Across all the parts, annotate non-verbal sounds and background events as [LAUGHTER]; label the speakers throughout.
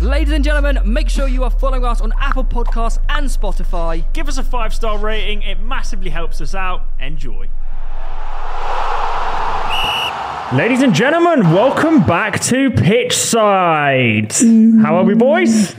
Speaker 1: Ladies and gentlemen, make sure you are following us on Apple Podcasts and Spotify.
Speaker 2: Give us a five star rating, it massively helps us out. Enjoy. Ladies and gentlemen, welcome back to Pitch Side. How are we, boys?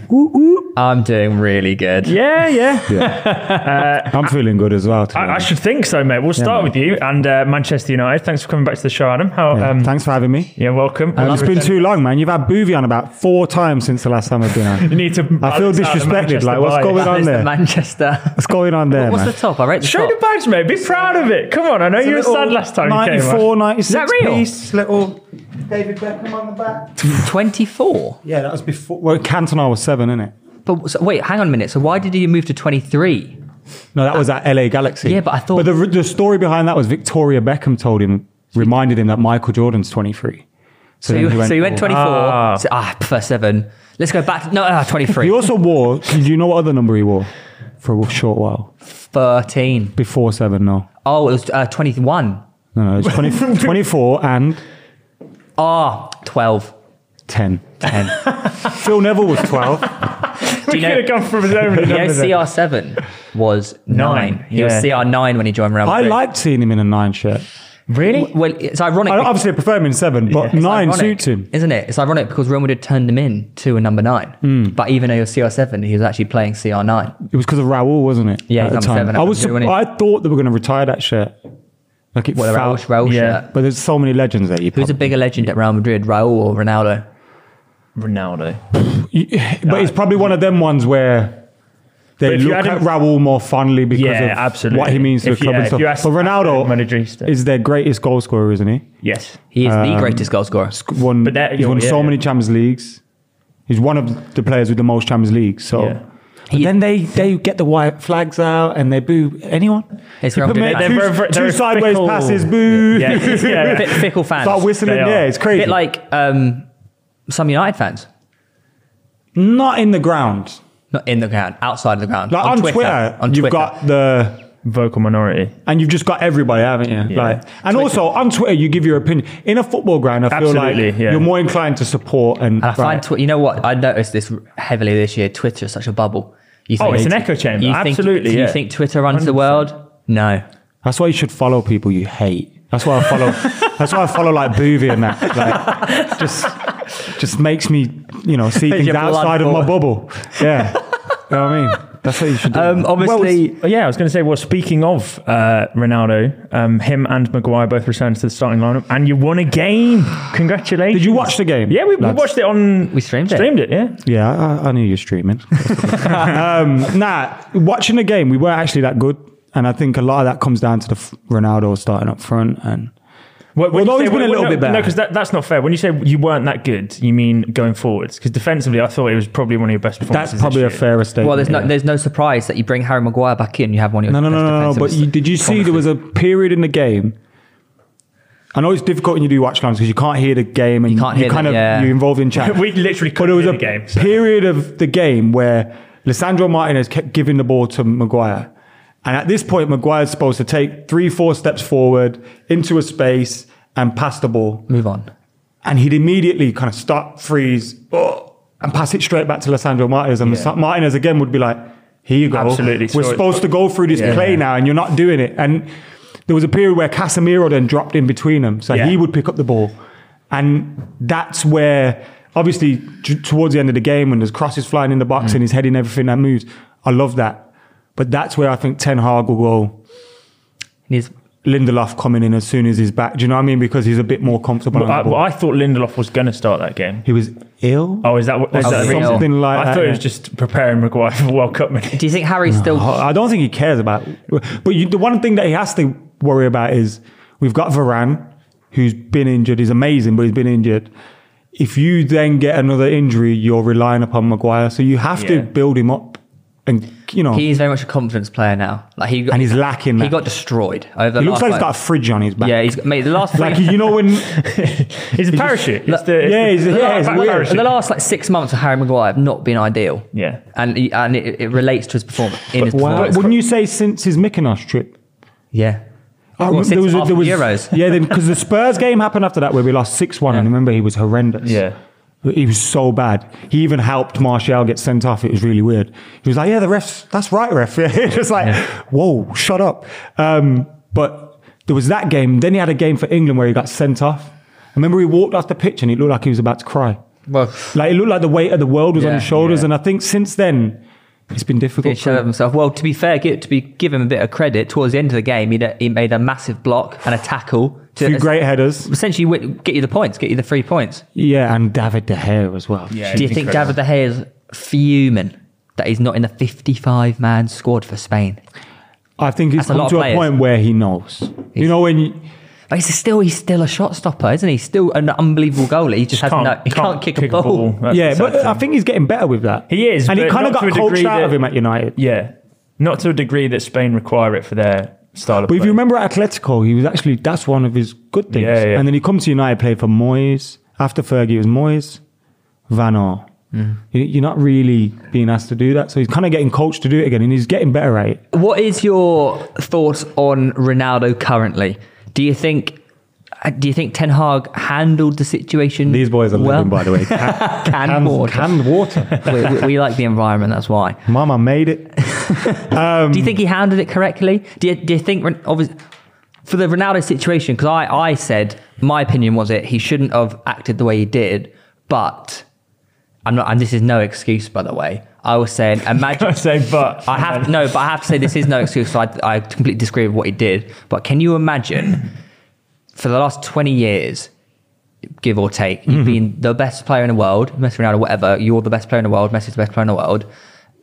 Speaker 3: I'm doing really good.
Speaker 2: Yeah, yeah.
Speaker 4: I'm feeling good as well.
Speaker 2: I, I should think so, mate. We'll start with you and uh, Manchester United. Thanks for coming back to the show, Adam. How, um,
Speaker 4: Thanks for having me.
Speaker 2: Yeah, welcome.
Speaker 4: It's been too long, man. You've had Booby on about four times since the last time I've
Speaker 3: [LAUGHS]
Speaker 4: been on.
Speaker 2: You need to.
Speaker 4: I feel
Speaker 2: balance out the
Speaker 4: disrespected.
Speaker 2: Manchester
Speaker 4: Like, what's
Speaker 2: bias.
Speaker 4: going
Speaker 3: That
Speaker 4: on
Speaker 3: is
Speaker 4: there?
Speaker 3: the Manchester.
Speaker 4: What's going on there,
Speaker 3: What's
Speaker 4: man?
Speaker 3: the top? I rate the
Speaker 2: Show the
Speaker 3: top.
Speaker 2: badge, mate. Be proud of it. Come on, I know you were sad last time you came.
Speaker 4: 94,
Speaker 2: man.
Speaker 4: 96
Speaker 3: Is that real?
Speaker 4: piece, little David Beckham on the back.
Speaker 3: 24.
Speaker 4: Yeah, that was before. Well, Cantona was seven, innit?
Speaker 3: But so, wait, hang on a minute. So why did you move to 23?
Speaker 4: No, that was at LA Galaxy.
Speaker 3: Yeah, but I thought-
Speaker 4: But the, the story behind that was Victoria Beckham told him, reminded him that Michael Jordan's 23.
Speaker 3: So
Speaker 4: then
Speaker 3: you, so you went
Speaker 4: "Oh."
Speaker 3: 24. So, ah, I prefer 7. Let's go back. No, ah, 23.
Speaker 4: [LAUGHS] He also wore, do you know what other number he wore for a short while?
Speaker 3: 13.
Speaker 4: Before seven, no.
Speaker 3: Oh, it was uh, 21.
Speaker 4: No, no, it's 20, 24 and
Speaker 3: Ah, 12.
Speaker 4: 10.
Speaker 3: 10.
Speaker 4: Phil Neville was 12.
Speaker 3: Do
Speaker 2: We could have gone from his own.
Speaker 4: [LAUGHS]
Speaker 3: you know
Speaker 2: number there.
Speaker 3: CR7 was 9.
Speaker 2: Nine,
Speaker 3: He was
Speaker 2: yeah.
Speaker 3: CR9 when he joined Real
Speaker 4: I
Speaker 3: Madrid.
Speaker 4: liked seeing him in a nine shirt.
Speaker 3: Really? Well, it's ironic.
Speaker 4: I
Speaker 3: because-
Speaker 4: obviously prefer him in seven, but
Speaker 3: It's
Speaker 4: nine
Speaker 3: ironic,
Speaker 4: suits him.
Speaker 3: Isn't it? It's ironic because Real Madrid turned him in to a number nine. But even though he was CR7, he was actually playing CR9.
Speaker 4: It was because of Raul, wasn't it?
Speaker 3: Yeah,
Speaker 4: at the
Speaker 3: he's
Speaker 4: time.
Speaker 3: number seven,
Speaker 4: I was.
Speaker 3: number two,
Speaker 4: sup-
Speaker 3: isn't
Speaker 4: I thought they were going to retire that shirt. Like it
Speaker 3: What, the
Speaker 4: fell.
Speaker 3: Raul, Raul
Speaker 2: yeah.
Speaker 3: shirt.
Speaker 4: But there's so many legends that you.
Speaker 3: Who's a bigger legend at Real Madrid, Raul or Ronaldo?
Speaker 2: Ronaldo.
Speaker 4: [SIGHS] But it's probably one of them ones where
Speaker 2: But
Speaker 4: they
Speaker 2: if you
Speaker 4: look at
Speaker 2: had him-
Speaker 4: Raul more fondly because
Speaker 2: Yeah,
Speaker 4: of
Speaker 2: absolutely.
Speaker 4: what he means to
Speaker 2: If you-
Speaker 4: the club and
Speaker 2: if
Speaker 4: stuff.
Speaker 2: you ask-
Speaker 4: But Ronaldo
Speaker 2: Madridista.
Speaker 4: is their greatest goal scorer, isn't he?
Speaker 2: Yes.
Speaker 3: He is
Speaker 4: Um,
Speaker 3: the greatest goal scorer.
Speaker 4: Won.
Speaker 2: But that-
Speaker 4: he's won
Speaker 2: yeah,
Speaker 4: so
Speaker 2: yeah.
Speaker 4: many Champions Leagues. He's one of the players with the most Champions Leagues. So.
Speaker 2: Yeah.
Speaker 4: But then they, they get the white flags out and they boo anyone.
Speaker 3: It's
Speaker 4: You
Speaker 3: Real
Speaker 4: put
Speaker 3: Madrid.
Speaker 4: me-
Speaker 3: fans.
Speaker 4: two- two sideways passes, boo.
Speaker 2: Oh.
Speaker 4: [LAUGHS]
Speaker 2: Yeah, yeah.
Speaker 3: Fi- Fickle fans.
Speaker 4: Start whistling.
Speaker 2: They are.
Speaker 4: Yeah, it's
Speaker 3: A
Speaker 4: crazy.
Speaker 3: bit like um, some United fans.
Speaker 4: not in the ground.
Speaker 3: Not in the ground, outside the ground.
Speaker 4: Like on, Twitter,
Speaker 3: on
Speaker 4: you've
Speaker 3: Twitter.
Speaker 4: got the
Speaker 2: vocal minority.
Speaker 4: and you've just got everybody, haven't you?
Speaker 2: Yeah.
Speaker 4: Like, and also on Twitter, you give your opinion. In a football ground, I feel like
Speaker 2: Absolutely, yeah.
Speaker 4: you're more inclined to support and.
Speaker 3: And I find,
Speaker 4: right.
Speaker 3: Twi- you know what? I noticed this heavily this year. Twitter is such a bubble. You
Speaker 2: Oh, it's an echo chamber.
Speaker 3: You
Speaker 2: Absolutely,
Speaker 3: Think,
Speaker 2: yeah.
Speaker 3: You think Twitter runs the world? No.
Speaker 4: that's why you should follow people you hate. That's why
Speaker 3: [LAUGHS]
Speaker 4: I follow. that's why I follow like Boovy and that. Like, just, just makes me, you know, see things
Speaker 3: your blood
Speaker 4: outside of my
Speaker 3: boil.
Speaker 4: bubble. Yeah, you know what I mean. That's what you should do.
Speaker 3: Um, obviously,
Speaker 2: Oh, yeah, I was going to say. Well, speaking of uh, Ronaldo, um, him and Maguire both returned to the starting lineup, and you won a game. Congratulations!
Speaker 4: Did you watch the game,
Speaker 2: Yeah, we, we
Speaker 4: lads?
Speaker 2: watched it on.
Speaker 3: We streamed it.
Speaker 2: Streamed it. Yeah.
Speaker 4: Yeah, I, I knew you were
Speaker 3: [LAUGHS]
Speaker 4: streaming. um, nah, watching the game, we weren't actually that good. And I think a lot of that comes down to the f- Ronaldo starting up front. And
Speaker 2: Well,
Speaker 4: We've always been a little bit better.
Speaker 2: No, because that, that's not fair. When you say you weren't that good, you mean going forwards? Because defensively, I thought it was probably one of your best performances.
Speaker 4: that's probably a
Speaker 2: this year.
Speaker 4: fair statement.
Speaker 3: Well, there's no there's no surprise that you bring Harry Maguire back in. You have one of your
Speaker 4: no, no,
Speaker 3: best
Speaker 4: no, no, no.
Speaker 3: defensive
Speaker 4: But you, did you see there was a period in the game? I know it's difficult when you do watch lines because you can't hear the game and you,
Speaker 3: can't hear
Speaker 4: kind
Speaker 3: that,
Speaker 4: of
Speaker 3: yeah.
Speaker 4: you're involved in
Speaker 2: [LAUGHS]
Speaker 4: chat.
Speaker 2: We literally
Speaker 4: but
Speaker 2: couldn't
Speaker 4: there was
Speaker 2: win
Speaker 4: a
Speaker 2: the game. so-
Speaker 4: period of the game where Lissandro Martinez kept giving the ball to Maguire. And at this point, Maguire's supposed to take three, four steps forward into a space and pass the ball.
Speaker 3: move on.
Speaker 4: And he'd immediately kind of stop, freeze, oh, and pass it straight back to Lissandro Martinez. And
Speaker 2: Yeah.
Speaker 4: Martinez again would be like, here you go.
Speaker 2: Absolutely.
Speaker 4: We're
Speaker 2: So it-
Speaker 4: supposed to go through this
Speaker 2: Yeah.
Speaker 4: play now, and you're not doing it. And there was a period where Casemiro then dropped in between them. So
Speaker 2: Yeah.
Speaker 4: he would pick up the ball. And that's where Obviously, t- towards the end of the game, when there's crosses flying in the box
Speaker 2: Mm.
Speaker 4: and he's heading everything that moves, I love that. But that's where I think Ten Hag will go.
Speaker 3: And he's
Speaker 4: Lindelof coming in as soon as he's back. Do you know what I mean? Because he's a bit more comfortable.
Speaker 2: But
Speaker 4: on
Speaker 2: I,
Speaker 4: the ball.
Speaker 2: well, I thought Lindelof was going to start that game.
Speaker 4: he was ill.
Speaker 2: Oh, is that what? Is
Speaker 3: Oh,
Speaker 2: that the reason?
Speaker 4: something like
Speaker 2: I
Speaker 4: that,
Speaker 2: thought it
Speaker 4: yeah.
Speaker 2: was just preparing Maguire for World Cup [LAUGHS] minutes.
Speaker 3: do you think Harry's still?
Speaker 4: I I don't think he cares about. But you, the one thing that he has to worry about is we've got Varane, who's been injured. He's amazing, but he's been injured. If you then get another injury, you're relying upon Maguire. So you have
Speaker 2: Yeah.
Speaker 4: to build him up, and you know
Speaker 3: He's very much a confidence player now. Like he got,
Speaker 4: And he's lacking
Speaker 3: He
Speaker 4: that.
Speaker 3: got destroyed over. the
Speaker 4: he looks
Speaker 3: last,
Speaker 4: like he's got a fridge on his back.
Speaker 3: yeah, he's made the last.
Speaker 4: [LAUGHS] like
Speaker 3: three-
Speaker 4: you know
Speaker 3: [LAUGHS]
Speaker 4: when
Speaker 2: It's a parachute. It's the, it's
Speaker 4: yeah,
Speaker 2: the-
Speaker 4: he's,
Speaker 2: the
Speaker 4: yeah, it's
Speaker 2: back
Speaker 4: weird.
Speaker 2: parachute.
Speaker 3: the last like six months of Harry Maguire have not been ideal.
Speaker 2: Yeah.
Speaker 3: and he, and it, it relates to his performance. In his
Speaker 4: Wow.
Speaker 3: performance.
Speaker 4: Wouldn't you say since his Mykonos trip?
Speaker 3: Yeah.
Speaker 4: I
Speaker 3: Well,
Speaker 4: remember
Speaker 3: since after Euros.
Speaker 4: [LAUGHS] Yeah, then because the Spurs game happened after that where we lost six one, and remember he was horrendous.
Speaker 2: Yeah.
Speaker 4: He was so bad. He even helped Martial get sent off. It was really weird. He was like, "Yeah, the refs. That's right, ref." [LAUGHS] Yeah, it was like, "Whoa, shut up." Um, but there was that game. Then he had a game for England where he got sent off. I remember he walked off the pitch and he looked like he was about to cry.
Speaker 3: Well,
Speaker 4: Like it looked like the weight of the world was on
Speaker 3: Yeah,
Speaker 4: his shoulders.
Speaker 2: yeah.
Speaker 4: And I think since then, it's been
Speaker 3: he
Speaker 4: difficult. for
Speaker 3: showed
Speaker 4: him.
Speaker 3: himself. Well, to be fair, give, to be give him a bit of credit. Towards the end of the game, he he made a massive block and a tackle to
Speaker 4: Two great headers.
Speaker 3: essentially wi- get you the points, get you the three points.
Speaker 4: Yeah, and David De Gea as well.
Speaker 2: Yeah,
Speaker 3: Do you
Speaker 2: he's
Speaker 3: think
Speaker 2: incredible.
Speaker 3: David De Gea is fuming that he's not in the 55 man squad for Spain?
Speaker 4: I think it's
Speaker 3: That's a
Speaker 4: come
Speaker 3: lot of
Speaker 4: to a
Speaker 3: players.
Speaker 4: point where he knows. you know when you,
Speaker 3: But he's still he's still a shot stopper, isn't he? He's still an unbelievable goalie. He just has no, he can't, kick, a ball.
Speaker 2: That's
Speaker 4: yeah,
Speaker 2: the
Speaker 4: but
Speaker 2: sad thing.
Speaker 4: I think he's getting better with that.
Speaker 2: He is,
Speaker 4: and he
Speaker 2: but
Speaker 4: kind of
Speaker 2: not
Speaker 4: got
Speaker 2: to a
Speaker 4: coached
Speaker 2: degree
Speaker 4: out of
Speaker 2: that-
Speaker 4: him at United.
Speaker 2: yeah, not to a degree that Spain require it for their style of
Speaker 4: But
Speaker 2: play.
Speaker 4: if you remember at Atletico, he was actually that's one of his good things.
Speaker 2: Yeah, yeah.
Speaker 4: And then he comes to United, played for Moyes. After Fergie, it was Moyes, Van Or.
Speaker 2: Mm.
Speaker 4: You're not really being asked to do that, so he's kind of getting coached to do it again, and he's getting better at it.
Speaker 3: What is your thoughts on Ronaldo currently? Do you think uh, do you think Ten Hag handled the situation?
Speaker 4: These boys are
Speaker 3: well? [LAUGHS]
Speaker 4: living, by
Speaker 2: [LAUGHS]
Speaker 4: the way. Can,
Speaker 3: Canned water.
Speaker 4: Canned water.
Speaker 3: we, we, we like the environment, that's why.
Speaker 4: Mama made it.
Speaker 3: Do you think he handled it correctly? Do you, do you think, Ren- obviously, for the Ronaldo situation, because I, I said, my opinion was it, he shouldn't have acted the way he did, but I'm not, and this is no excuse, by the way. I was saying, imagine.
Speaker 2: I say, but
Speaker 3: I have no, but I have to say this is no excuse. So I, I completely disagree with what he did. But can you imagine, for the last twenty years, give or take, you've been the best player in the world, Messi, Ronaldo, whatever. You're the best player in the world. Messi's the best player in the world,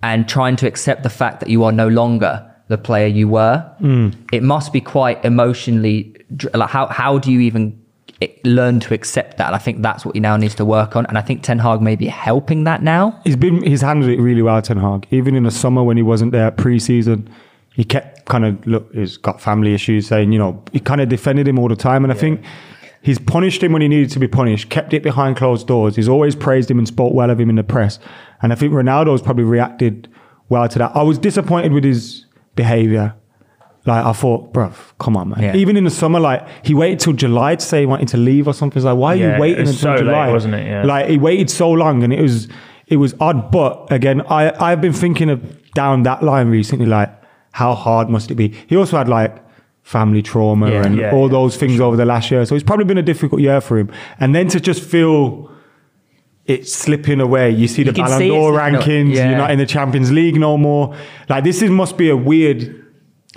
Speaker 3: and trying to accept the fact that you are no longer the player you were. It must be quite emotionally. dr- Like how how do you even? i- learn to accept that and I think that's what he now needs to work on and I think Ten Hag may be helping that now
Speaker 4: He's been he's handled it really well, Ten Hag. Even in the summer when he wasn't there pre-season, he kept kind of look. He's got family issues, saying you know he kind of defended him all the time, and I think he's punished him when he needed to be punished, kept it behind closed doors. He's always praised him and spoke well of him in the press, and I think Ronaldo's probably reacted well to that. I was disappointed with his behaviour. Like I thought, bruv, come on, man.
Speaker 3: Yeah.
Speaker 4: Even in the summer, like he waited till July to say he wanted to leave or something. It's like, why are
Speaker 2: Yeah,
Speaker 4: you
Speaker 2: it
Speaker 4: waiting
Speaker 2: was
Speaker 4: until
Speaker 2: so late,
Speaker 4: July?
Speaker 2: wasn't it? Yeah.
Speaker 4: Like he waited so long and it was it was odd but again i i've been thinking of down that line recently like how hard must it be he also had like family trauma
Speaker 3: Yeah.
Speaker 4: and
Speaker 2: Yeah,
Speaker 4: all
Speaker 2: yeah,
Speaker 4: those things over the last year so it's probably been a difficult year for him and then to just feel it slipping away. You see the
Speaker 3: can
Speaker 4: Ballon
Speaker 3: see it
Speaker 4: d'Or
Speaker 3: slipping away.
Speaker 4: rankings.
Speaker 3: Yeah.
Speaker 4: You're not in the Champions League no more. Like this is must be a weird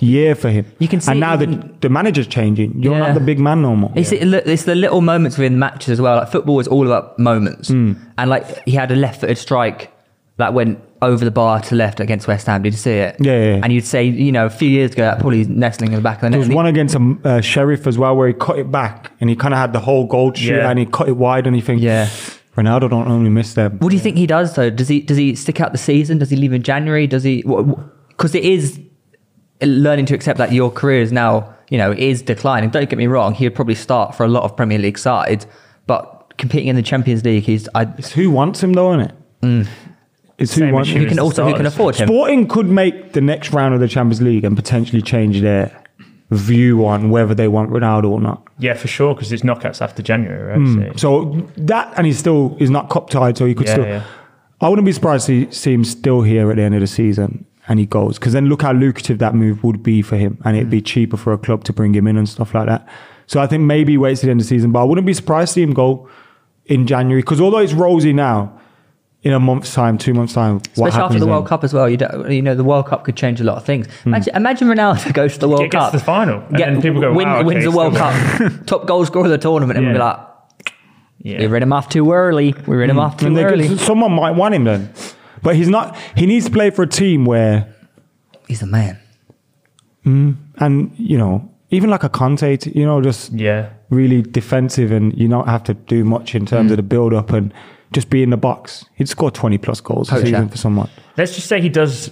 Speaker 4: year for him.
Speaker 3: You can see
Speaker 4: and
Speaker 3: it
Speaker 4: now the,
Speaker 3: even-
Speaker 4: the manager's changing. You're
Speaker 3: Yeah.
Speaker 4: not the big man no more.
Speaker 3: It's, the- it's the little moments within matches as well. Like football is all about moments,
Speaker 4: Hmm.
Speaker 3: and like he had a left-footed strike that went over the bar to left against West Ham. Did you see it?
Speaker 4: Yeah, yeah, yeah.
Speaker 3: And you'd say, you know, a few years ago, that probably nestling in the back of the net.
Speaker 4: There was
Speaker 3: And he-
Speaker 4: one against a um, uh, sheriff as well where he cut it back and he kind of had the whole goal shoot
Speaker 2: Yeah.
Speaker 4: and he cut it wide and he think,
Speaker 3: Yeah.
Speaker 4: Ronaldo don't only miss them.
Speaker 3: What do you think he does though? Does he does he stick out the season? Does he leave in January? Does he? Because it is learning to accept that your career is now you know is declining. Don't get me wrong; he would probably start for a lot of Premier League sides, but competing in the Champions League, he's I,
Speaker 4: It's who wants him though, isn't it? It's who
Speaker 2: Same
Speaker 4: wants
Speaker 2: issue
Speaker 4: him.
Speaker 2: as
Speaker 3: can
Speaker 2: the
Speaker 3: also who can
Speaker 2: starters.
Speaker 3: afford him.
Speaker 4: Sporting could make the next round of the Champions League and potentially change their view on whether they want Ronaldo or not.
Speaker 2: yeah, for sure, because it's knockouts after January, right?
Speaker 4: Hmm.
Speaker 2: So-
Speaker 4: So that, and he's still is not cup tied, so he could
Speaker 2: Yeah,
Speaker 4: still.
Speaker 2: yeah.
Speaker 4: I wouldn't be surprised to see him still here at the end of the season and he goes because then look how lucrative that move would be for him and it'd be
Speaker 3: Mm.
Speaker 4: cheaper for a club to bring him in and stuff like that. So I think maybe he waits till the end of the season, but I wouldn't be surprised to see him go in January? Because although it's rosy now, in a month's time, two months' time, what
Speaker 3: Especially
Speaker 4: happens
Speaker 3: after the
Speaker 4: then?
Speaker 3: World Cup as well. You, don't, you know, the World Cup could change a lot of things. Imagine, imagine Ronaldo [LAUGHS] goes to the World
Speaker 2: Hmm. Gets
Speaker 3: Cup.
Speaker 2: to the final, and then people go,
Speaker 3: win,
Speaker 2: "Wow, okay,
Speaker 3: wins the
Speaker 2: he's
Speaker 3: World
Speaker 2: still
Speaker 3: Cup, [LAUGHS] top goal scorer of the tournament, and we'll be
Speaker 2: Yeah.
Speaker 3: like,
Speaker 2: Yeah. Hmm.
Speaker 3: we read him off too early. We read him off too
Speaker 4: And they could-
Speaker 3: early.
Speaker 4: someone might want him then, but he's not. He needs to play for a team where,
Speaker 3: He's the man.
Speaker 4: and you know, even like a Conte, t- you know, just
Speaker 2: Yeah.
Speaker 4: really defensive, and you not have to do much in
Speaker 3: Mm.
Speaker 4: terms of the build up and just be in the box. He'd score twenty plus goals a
Speaker 3: Poach
Speaker 4: season
Speaker 3: that.
Speaker 4: for someone.
Speaker 2: Let's just say he does,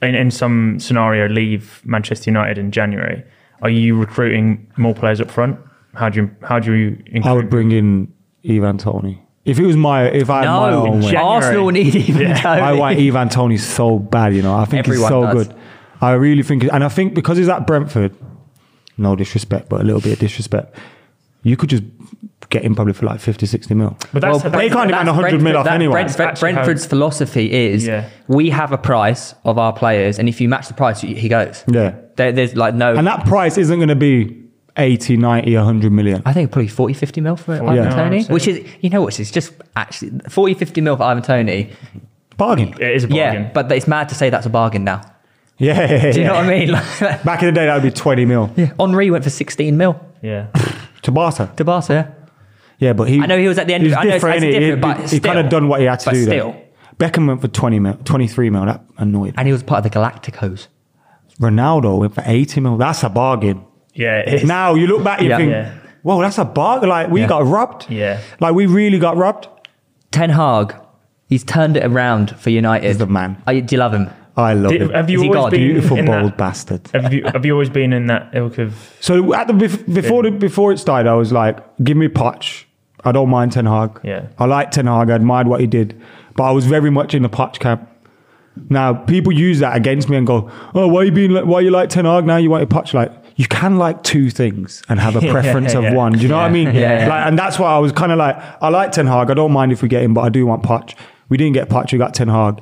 Speaker 2: in, in some scenario, leave Manchester United in January. Are you recruiting more players up front? How do you how do you include
Speaker 4: I would bring in Ivan Tony if it was my if I had my
Speaker 3: No,
Speaker 4: own way.
Speaker 2: January.
Speaker 3: Arsenal need him. [LAUGHS]
Speaker 4: I want Ivan Tony so bad, you know. I think
Speaker 3: Everyone
Speaker 4: he's so
Speaker 3: does.
Speaker 4: good. I really think, and I think because he's at Brentford, no disrespect, but a little bit of disrespect, you could just get him probably for like 50, 60 mil.
Speaker 2: But that's,
Speaker 3: Well,
Speaker 2: that's-
Speaker 4: they can't
Speaker 3: That's
Speaker 4: demand 100 mil
Speaker 3: Brentford-
Speaker 4: off
Speaker 3: that-
Speaker 4: anyone.
Speaker 3: Brentford-
Speaker 2: That's actually
Speaker 3: Brentford's philosophy is
Speaker 2: Yeah.
Speaker 3: we have a price of our players, and if you match the price, you- he goes.
Speaker 4: Yeah.
Speaker 3: There, there's like no.
Speaker 4: And that price isn't going to be 80, 90, 100 million.
Speaker 3: I think probably 40, 50 mil for Ivan
Speaker 4: Yeah.
Speaker 3: Tony,
Speaker 2: Absolutely.
Speaker 3: which is, you know what, it's just actually 40, 50 mil for Ivan Tony.
Speaker 4: Bargain.
Speaker 2: it is a bargain.
Speaker 3: Yeah, but it's mad to say that's a bargain now. [LAUGHS]
Speaker 4: Yeah. yeah, yeah,
Speaker 3: Do you know
Speaker 4: yeah.
Speaker 3: what I mean?
Speaker 2: [LAUGHS]
Speaker 3: Like,
Speaker 4: Back in the day, that would be 20 mil
Speaker 3: yeah. Henri went for 16 mil
Speaker 2: yeah.
Speaker 4: to Barca.
Speaker 3: to Barca.
Speaker 4: Yeah, but he.
Speaker 3: I know he was at the end
Speaker 4: He
Speaker 3: of-
Speaker 4: was
Speaker 3: I know it's-
Speaker 4: different,
Speaker 3: it's
Speaker 4: innit? He-
Speaker 3: different, but
Speaker 4: he
Speaker 3: still.
Speaker 4: kind of done what he had to
Speaker 3: But
Speaker 4: do. there.
Speaker 3: still.
Speaker 4: Beckham went for 20 mil, 23 mil. That annoyed. me.
Speaker 3: And he was part of the Galacticos.
Speaker 4: Ronaldo went for 80 mil. That's a bargain.
Speaker 2: Yeah. It is.
Speaker 4: Now you look back, you
Speaker 3: Yeah.
Speaker 4: think,
Speaker 2: Yeah.
Speaker 4: "Whoa, that's a bargain! Like we
Speaker 3: Yeah.
Speaker 4: got robbed.
Speaker 2: Yeah.
Speaker 4: like we really got robbed."
Speaker 3: Ten Hag, he's turned it around for United.
Speaker 4: He's the man.
Speaker 3: Are you- do you love him?
Speaker 4: I love
Speaker 2: Did-
Speaker 4: it.
Speaker 2: have you
Speaker 3: Is he
Speaker 2: always
Speaker 3: God?
Speaker 2: been
Speaker 4: Beautiful
Speaker 2: in
Speaker 4: bold
Speaker 2: that,
Speaker 4: bastard.
Speaker 2: Have you have you always been in that ilk of
Speaker 4: So at the bef- before the, before it started, I was like, "Give me Poch. I don't mind Ten Hag.
Speaker 2: Yeah.
Speaker 4: I like Ten Hag. I admired what he did, but I was very much in the Poch camp." Now people use that against me and go, "Oh, why you being? Like, why you like Ten Hag now? You want to Poch like." You can like two things and have a
Speaker 2: [LAUGHS]
Speaker 4: preference
Speaker 2: yeah.
Speaker 4: of one. Do you know what I mean?
Speaker 3: [LAUGHS] Yeah, yeah.
Speaker 4: Like, and that's why I was kind of like, I like Ten Hag. I don't mind if we get him, but I do want Poch. We didn't get Poch. We got Ten Hag.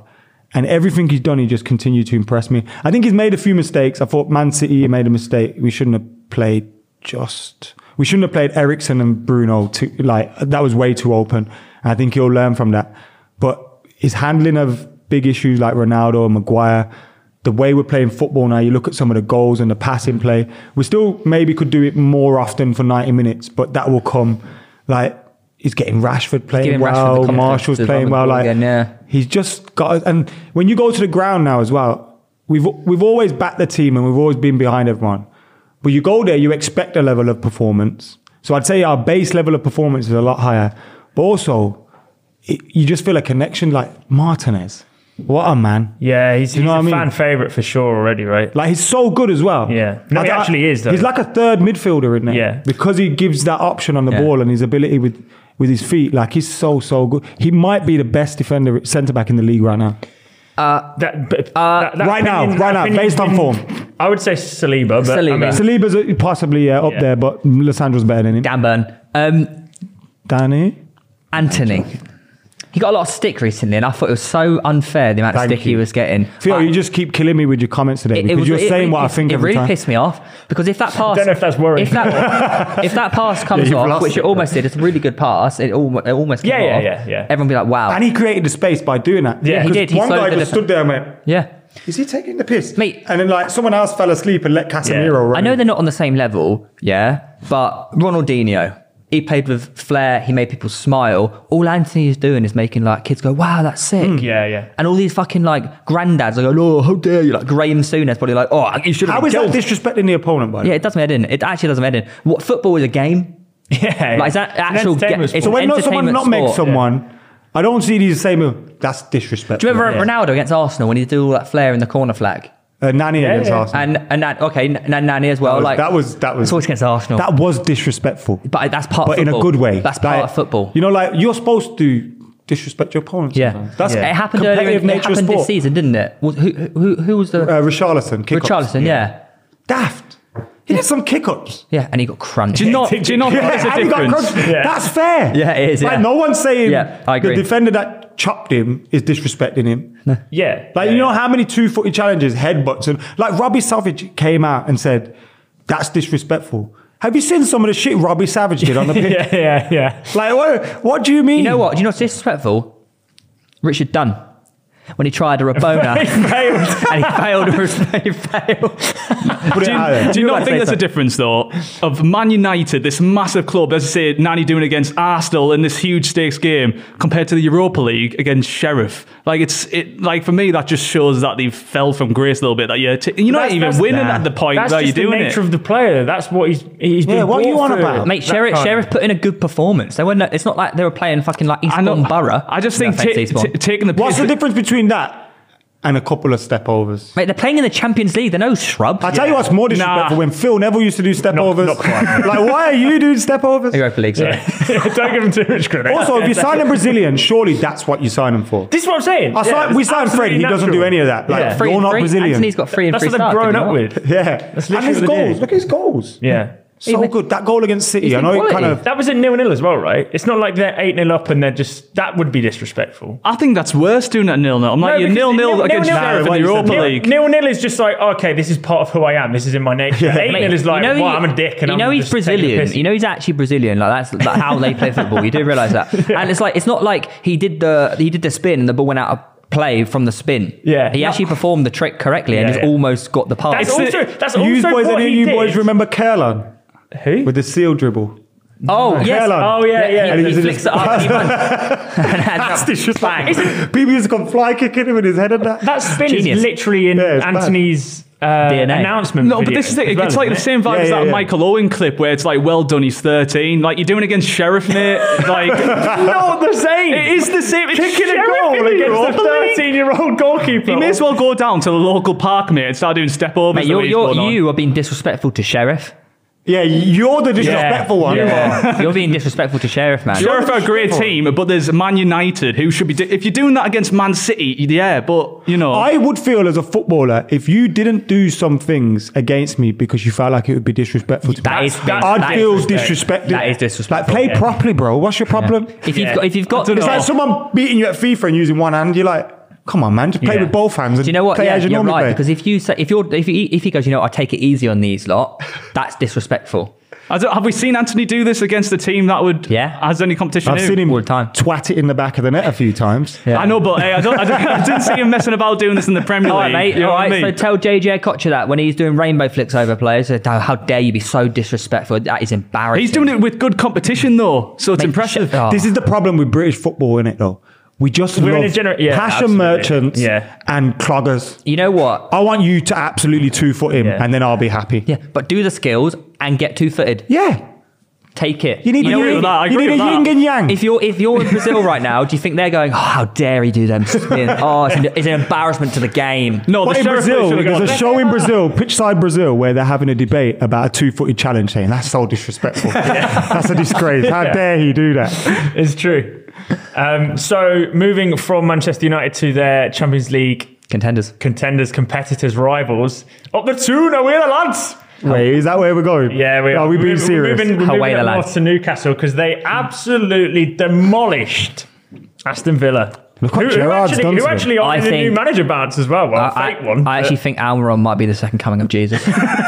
Speaker 4: And everything he's done, he just continued to impress me. I think he's made a few mistakes. I thought Man City he made a mistake. We shouldn't have played just. We shouldn't have played Ericsson and Bruno. Too, like that was way too open. And I think he'll learn from that. But his handling of big issues like Ronaldo and Maguire, the way we're playing football now, you look at some of the goals and the passing play. We still maybe could do it more often for 90 minutes, but that will come. Like, he's getting Rashford playing
Speaker 3: giving Rashford the
Speaker 4: well,
Speaker 3: confidence
Speaker 4: Marshall's
Speaker 3: to run
Speaker 4: playing
Speaker 3: the
Speaker 4: well.
Speaker 3: ball
Speaker 4: Like,
Speaker 3: again, yeah.
Speaker 4: he's just got. And when you go to the ground now as well, we've we've always backed the team and we've always been behind everyone. But you go there, you expect a level of performance. So I'd say our base level of performance is a lot higher. But also, it, you just feel a connection. Like Martinez, what a man!
Speaker 2: Yeah, he's,
Speaker 4: You know
Speaker 2: he's a
Speaker 4: what I mean?
Speaker 2: fan favourite for sure already, right?
Speaker 4: Like he's so good as well.
Speaker 2: Yeah. No, he actually is, though.
Speaker 4: He's like a third midfielder, isn't he?
Speaker 2: Yeah.
Speaker 4: Because he gives that option on the
Speaker 3: Yeah.
Speaker 4: ball and his ability with with his feet. Like he's so so good. He might be the best defender centre back in the league right now.
Speaker 2: That, but that- that
Speaker 4: right now,
Speaker 2: opinion- that
Speaker 4: right now,
Speaker 2: opinion's
Speaker 4: based on
Speaker 2: been-
Speaker 4: form.
Speaker 2: I would say Saliba, but I
Speaker 3: Saliba.
Speaker 2: mean,
Speaker 4: Saliba's uh, possibly yeah, up
Speaker 2: Yeah.
Speaker 4: there, but Lisandro's better than him.
Speaker 3: Dan Burn. Um,
Speaker 4: Danny,
Speaker 3: Anthony. He got a lot of stick recently, and I thought it was so unfair the amount of
Speaker 4: Thank
Speaker 3: stick he
Speaker 4: you.
Speaker 3: was getting.
Speaker 4: Phil,
Speaker 3: I-
Speaker 4: you just keep killing me with your comments today because
Speaker 3: was-
Speaker 4: you're saying what I
Speaker 3: it-
Speaker 4: think
Speaker 3: it
Speaker 4: every
Speaker 3: really
Speaker 4: time.
Speaker 3: pissed me off because
Speaker 4: [LAUGHS]
Speaker 3: if that pass,
Speaker 2: know if that's worrying.
Speaker 3: If that, if that pass
Speaker 4: Yeah,
Speaker 3: comes
Speaker 4: you've
Speaker 3: off,
Speaker 4: lost
Speaker 3: which
Speaker 4: it,
Speaker 3: it almost did, it's a really good pass. It, al- it almost
Speaker 2: Yeah,
Speaker 3: came
Speaker 2: yeah,
Speaker 3: off.
Speaker 2: yeah, yeah.
Speaker 3: Everyone be like, wow,
Speaker 4: And he created the space by doing that.
Speaker 2: Yeah, he
Speaker 4: 'Cause
Speaker 3: did. He
Speaker 4: one
Speaker 3: slowed
Speaker 4: guy
Speaker 3: the
Speaker 4: just
Speaker 3: def-
Speaker 4: stood there and went,
Speaker 3: yeah.
Speaker 4: "Is he taking the piss?"
Speaker 3: Mate.
Speaker 4: and then like someone else fell asleep and let Casemiro. Run
Speaker 3: I know they're not on the same level, yeah, but Ronaldinho, he played with flair, he made people smile. All Anthony is doing is making like kids go, wow, that's sick.
Speaker 4: Hmm.
Speaker 2: yeah, yeah.
Speaker 3: And all these fucking like granddads are going, oh, how dare you? Like Graham Souness probably like, oh, you should have
Speaker 4: How is that
Speaker 3: killed."
Speaker 4: disrespecting the opponent? By
Speaker 3: [LAUGHS]
Speaker 4: the
Speaker 3: Yeah, it doesn't matter. in. It actually doesn't matter. in. What football is a
Speaker 4: [LAUGHS]
Speaker 3: game.
Speaker 2: Yeah,
Speaker 3: Like, is that actual
Speaker 2: It's an entertainment
Speaker 3: ga-
Speaker 2: sport.
Speaker 3: it's
Speaker 4: So when not someone
Speaker 3: entertainment
Speaker 4: not makes
Speaker 3: sport.
Speaker 4: someone, I don't see these same. That's disrespectful.
Speaker 3: Do you remember
Speaker 2: Yeah.
Speaker 3: Ronaldo against Arsenal when he did all that flair in the corner flag?
Speaker 4: uh, Nani against
Speaker 2: yeah.
Speaker 4: Arsenal?
Speaker 3: And and that okay, and Nani as well.
Speaker 4: That was-
Speaker 3: like
Speaker 4: that was that was
Speaker 3: it's always against Arsenal.
Speaker 4: That was disrespectful,
Speaker 3: but that's part.
Speaker 4: but
Speaker 3: of
Speaker 4: in a
Speaker 3: football.
Speaker 4: good way.
Speaker 3: That's part
Speaker 4: Like,
Speaker 3: of football.
Speaker 4: You know, like you're supposed to disrespect your opponent.
Speaker 3: Yeah,
Speaker 4: sometimes.
Speaker 3: that's
Speaker 4: that's
Speaker 3: it happened earlier.
Speaker 4: competitive
Speaker 3: in- It
Speaker 4: nature of
Speaker 3: happened
Speaker 4: sport.
Speaker 3: this season, didn't it? Was, who, who who was
Speaker 4: Uh,
Speaker 3: the
Speaker 4: Richarlison, kick
Speaker 3: Richarlison? Yeah.
Speaker 4: daft. He did some kick ups.
Speaker 3: yeah, and he got crunched.
Speaker 5: Do
Speaker 4: [LAUGHS]
Speaker 5: you not? Do you not?
Speaker 4: Yeah,
Speaker 5: notice a
Speaker 4: and he got
Speaker 5: difference?
Speaker 4: crunched. That's fair.
Speaker 3: Yeah, it is,
Speaker 4: Like,
Speaker 3: yeah.
Speaker 4: no one's saying
Speaker 3: Yeah, I agree.
Speaker 4: the defender that chopped him is disrespecting him.
Speaker 2: yeah,
Speaker 4: Like,
Speaker 2: yeah,
Speaker 4: you know
Speaker 2: yeah.
Speaker 4: how many two footed challenges, headbutts, and like Robbie Savage came out and said, that's disrespectful. Have you seen some of the shit Robbie Savage
Speaker 2: [LAUGHS]
Speaker 4: did on the pitch?
Speaker 2: Yeah, yeah, yeah.
Speaker 4: Like, what, what do you mean?
Speaker 3: You know what? Do you know what's disrespectful? Richard Dunn. When he tried a
Speaker 2: He
Speaker 3: Rabona
Speaker 2: failed.
Speaker 3: [LAUGHS] and he failed, he failed.
Speaker 4: Put it
Speaker 5: Do
Speaker 4: out there.
Speaker 5: you, do you
Speaker 3: You
Speaker 5: not
Speaker 3: know what
Speaker 5: think
Speaker 3: I
Speaker 5: there's a
Speaker 3: said.
Speaker 5: difference though of Man United, this massive club, as you say, Nani doing against Arsenal in this huge stakes game, compared to the Europa League against Sheriff? Like it's it like for me that just shows that they've fell from grace a little bit. That you're t- you're not
Speaker 2: That's-
Speaker 5: even
Speaker 2: that's-
Speaker 5: winning
Speaker 2: nah.
Speaker 5: at the point
Speaker 2: That's
Speaker 5: that you're
Speaker 2: just
Speaker 5: doing
Speaker 2: the nature
Speaker 5: it.
Speaker 2: of the player. That's what he's he's
Speaker 4: Yeah,
Speaker 2: been
Speaker 4: what are you
Speaker 2: brought
Speaker 4: on
Speaker 2: through.
Speaker 4: about?
Speaker 3: Mate,
Speaker 2: That
Speaker 3: Sheriff,
Speaker 2: kind of-
Speaker 3: Sheriff put in a good performance. They were no, it's not like they were playing fucking like
Speaker 5: I know-
Speaker 3: Eastbourne Borough.
Speaker 5: I just
Speaker 3: No
Speaker 5: think
Speaker 3: offence,
Speaker 5: ta-
Speaker 3: Eastbourne.
Speaker 5: ta- taking the
Speaker 4: What's the
Speaker 5: piss-
Speaker 4: difference between that and a couple of step overs?
Speaker 3: Mate, they're playing in the Champions League. They're no shrubs.
Speaker 4: I tell you what's more disrespectful
Speaker 5: Nah.
Speaker 4: when Phil Neville used to do step overs.
Speaker 2: not quite.
Speaker 4: [LAUGHS] like, why are you doing step overs?
Speaker 3: Europa League, sorry.
Speaker 2: Don't give him too much credit.
Speaker 4: Also, if you sign a Brazilian, surely that's what you sign him for.
Speaker 2: this is what I'm saying.
Speaker 4: I signed- we
Speaker 2: it's
Speaker 4: signed Fred, he
Speaker 2: absolutely
Speaker 4: doesn't do any of that. Like,
Speaker 2: yeah.
Speaker 4: Fred- You're not Brazilian.
Speaker 3: Anthony's got three and
Speaker 2: That's
Speaker 3: three
Speaker 2: what they've
Speaker 3: stars,
Speaker 2: grown
Speaker 3: didn't
Speaker 2: up
Speaker 3: he?
Speaker 2: with.
Speaker 4: Yeah. And
Speaker 2: literally
Speaker 4: his
Speaker 2: what they
Speaker 4: goals.
Speaker 2: do.
Speaker 4: Look at his goals.
Speaker 2: Yeah.
Speaker 4: So good. That goal against City.
Speaker 3: He's
Speaker 4: I know
Speaker 3: been
Speaker 4: it kind
Speaker 3: quality.
Speaker 4: of.
Speaker 2: That was a nil nil as well, right? It's not like they're eight 0 up and they're just that would be disrespectful.
Speaker 5: I think that's worse doing that nil nil. I'm like
Speaker 2: No,
Speaker 5: you're
Speaker 2: because
Speaker 5: nil nil
Speaker 2: nil-
Speaker 5: against
Speaker 2: nil-nil-
Speaker 5: Sheriff in the
Speaker 4: Nil-
Speaker 5: Europa
Speaker 4: nil-
Speaker 5: League.
Speaker 2: Nil nil is just like okay, this is part of who I am. This is in my nature. Eight
Speaker 3: Mate,
Speaker 2: nil is like
Speaker 3: you know he-
Speaker 2: wow, I'm a dick, and
Speaker 3: you
Speaker 2: I'm
Speaker 3: know he's
Speaker 2: just taking the
Speaker 3: Brazilian.
Speaker 2: piss.
Speaker 3: You know he's actually Brazilian. Like that's like how they play football. You do
Speaker 2: [LAUGHS]
Speaker 3: realize that. And it's like it's not like he did the he did the spin and the ball went out of play from the spin.
Speaker 2: Yeah.
Speaker 3: he
Speaker 2: No.
Speaker 3: actually performed the trick correctly
Speaker 2: Yeah,
Speaker 3: and he's
Speaker 2: yeah.
Speaker 3: almost got the pass.
Speaker 2: That's
Speaker 3: [LAUGHS]
Speaker 2: also that's
Speaker 4: You
Speaker 2: also
Speaker 4: boys,
Speaker 2: what
Speaker 4: any of
Speaker 2: he
Speaker 4: you
Speaker 2: did.
Speaker 4: boys remember Kerlan
Speaker 2: Who?
Speaker 4: with the seal dribble?
Speaker 3: oh yes.
Speaker 4: Kerlan.
Speaker 2: Oh yeah, yeah.
Speaker 4: And
Speaker 3: He,
Speaker 4: was
Speaker 3: he
Speaker 4: in
Speaker 3: flicks
Speaker 4: his-
Speaker 3: it up. He runs. [LAUGHS] and
Speaker 4: That's
Speaker 3: adds up.
Speaker 4: disrespectful.
Speaker 3: Bang.
Speaker 4: People used to come fly kicking him with his head and that.
Speaker 2: That spin
Speaker 3: Genius.
Speaker 2: is literally in
Speaker 4: Yeah, it's bad.
Speaker 2: Anthony's uh,
Speaker 3: DNA.
Speaker 2: announcement.
Speaker 5: No, but
Speaker 2: video
Speaker 5: this is it.
Speaker 2: as well,
Speaker 5: It's like the
Speaker 2: isn't
Speaker 5: same vibe
Speaker 4: Yeah,
Speaker 5: as
Speaker 4: yeah,
Speaker 5: that
Speaker 4: yeah.
Speaker 5: Michael Owen clip where it's like, "Well done, he's 13." Like you're doing against Sheriff, mate. Like
Speaker 2: not the same.
Speaker 5: it is the same. It's
Speaker 2: Kicking a
Speaker 5: Sheriff in
Speaker 2: goal
Speaker 5: the
Speaker 2: against
Speaker 5: Europa
Speaker 2: a
Speaker 5: League.
Speaker 2: 13 year old goalkeeper.
Speaker 5: You may as well go down to the local park, mate, and start doing step overs.
Speaker 3: Mate,
Speaker 5: the
Speaker 3: you're,
Speaker 5: way he's
Speaker 3: you're,
Speaker 5: going on.
Speaker 3: you are being disrespectful to Sheriff.
Speaker 4: Yeah, you're the disrespectful one.
Speaker 3: You're being disrespectful to Sheriff, man.
Speaker 5: Sheriff are a great team, but there's Man United who should be. do- if you're doing that against Man City, yeah, but you know,
Speaker 4: I would feel as a footballer if you didn't do some things against me because you felt like it would be disrespectful to
Speaker 3: That
Speaker 4: me.
Speaker 3: is- that-
Speaker 4: I'd
Speaker 3: that is
Speaker 4: feel
Speaker 3: disrespect.
Speaker 4: disrespected.
Speaker 3: That is disrespectful,
Speaker 4: Like play
Speaker 3: yeah.
Speaker 4: properly, bro. What's your problem?
Speaker 3: If you've got, if you've got,
Speaker 5: I don't
Speaker 4: It's
Speaker 5: know.
Speaker 4: like someone beating you at FIFA and using one hand. You're like, come on, man, just play
Speaker 2: Yeah.
Speaker 4: with both hands. And
Speaker 3: Do you know what?
Speaker 4: Play
Speaker 3: Yeah,
Speaker 4: as you
Speaker 3: you're
Speaker 4: normally
Speaker 3: right.
Speaker 4: play.
Speaker 3: Because if you say if you're if he, if he goes, you know, I take it easy on these lot. That's
Speaker 4: [LAUGHS]
Speaker 3: disrespectful.
Speaker 5: I don't- have we seen Anthony do this against the team that would?
Speaker 3: Yeah.
Speaker 5: has any competition?
Speaker 4: I've
Speaker 5: who?
Speaker 4: seen him
Speaker 3: all the time.
Speaker 4: twat it in the back of the net a few times.
Speaker 3: Yeah.
Speaker 5: I know, but hey, I, don't, I, don't, [LAUGHS] I didn't see him messing about doing this in the Premier League.
Speaker 3: All right, mate.
Speaker 5: You know
Speaker 3: all
Speaker 5: what I
Speaker 3: right. So
Speaker 5: mean?
Speaker 3: tell JJ Kocher that when he's doing rainbow flicks over players, uh, how dare you be so disrespectful? That is embarrassing.
Speaker 5: He's doing it with good competition, though, so it's
Speaker 3: Mate,
Speaker 5: impressive.
Speaker 3: sh- oh.
Speaker 4: This is the problem with British football, innit? Though we just
Speaker 2: We're in
Speaker 4: love
Speaker 2: a gener- yeah,
Speaker 4: passion
Speaker 2: absolutely.
Speaker 4: merchants
Speaker 2: Yeah.
Speaker 4: and cloggers.
Speaker 3: You know what?
Speaker 4: I want you to absolutely two foot him,
Speaker 2: Yeah.
Speaker 4: and then I'll be happy.
Speaker 3: Yeah, but do the skills and get two footed.
Speaker 4: Yeah.
Speaker 3: Take it.
Speaker 4: You need
Speaker 3: know
Speaker 4: a,
Speaker 3: what?
Speaker 5: with
Speaker 4: yin,
Speaker 5: that, I
Speaker 4: you
Speaker 5: agree
Speaker 4: need a
Speaker 5: with that.
Speaker 4: yin and yang.
Speaker 3: If you're if you're in Brazil right now, do you think they're going? Oh, how dare he do them spin? Oh, it's an, it's an embarrassment to the game.
Speaker 5: no,
Speaker 4: But
Speaker 5: the
Speaker 4: in
Speaker 5: Sheriff
Speaker 4: Brazil,
Speaker 5: should've
Speaker 4: there's
Speaker 5: gone,
Speaker 4: a show in Brazil, pitchside Brazil, where they're having a debate about a two-footed challenge, saying that's
Speaker 2: [LAUGHS]
Speaker 4: so disrespectful. That's a disgrace. How dare he do that?
Speaker 2: It's true. Um, so moving from Manchester United to their Champions League
Speaker 3: Contenders.
Speaker 2: contenders, competitors, rivals. Up the tuna, we're the lads.
Speaker 4: Wait, is that where we're going?
Speaker 2: Yeah, we are.
Speaker 4: Are we being
Speaker 2: We're moving-
Speaker 4: serious?
Speaker 2: We're moving, we're
Speaker 3: Away
Speaker 2: moving
Speaker 3: the
Speaker 2: up
Speaker 3: lads.
Speaker 2: north to Newcastle because they absolutely demolished Aston Villa.
Speaker 4: Look what
Speaker 2: who, who
Speaker 4: Gerrard's
Speaker 2: actually,
Speaker 4: done
Speaker 2: who
Speaker 4: to them.
Speaker 2: actually are
Speaker 3: I
Speaker 2: in the new
Speaker 3: think-
Speaker 2: manager bounce as well. Well,
Speaker 3: I,
Speaker 2: fake
Speaker 3: I-
Speaker 2: one. [LAUGHS]
Speaker 3: I actually think Almiron might be the second coming of Jesus.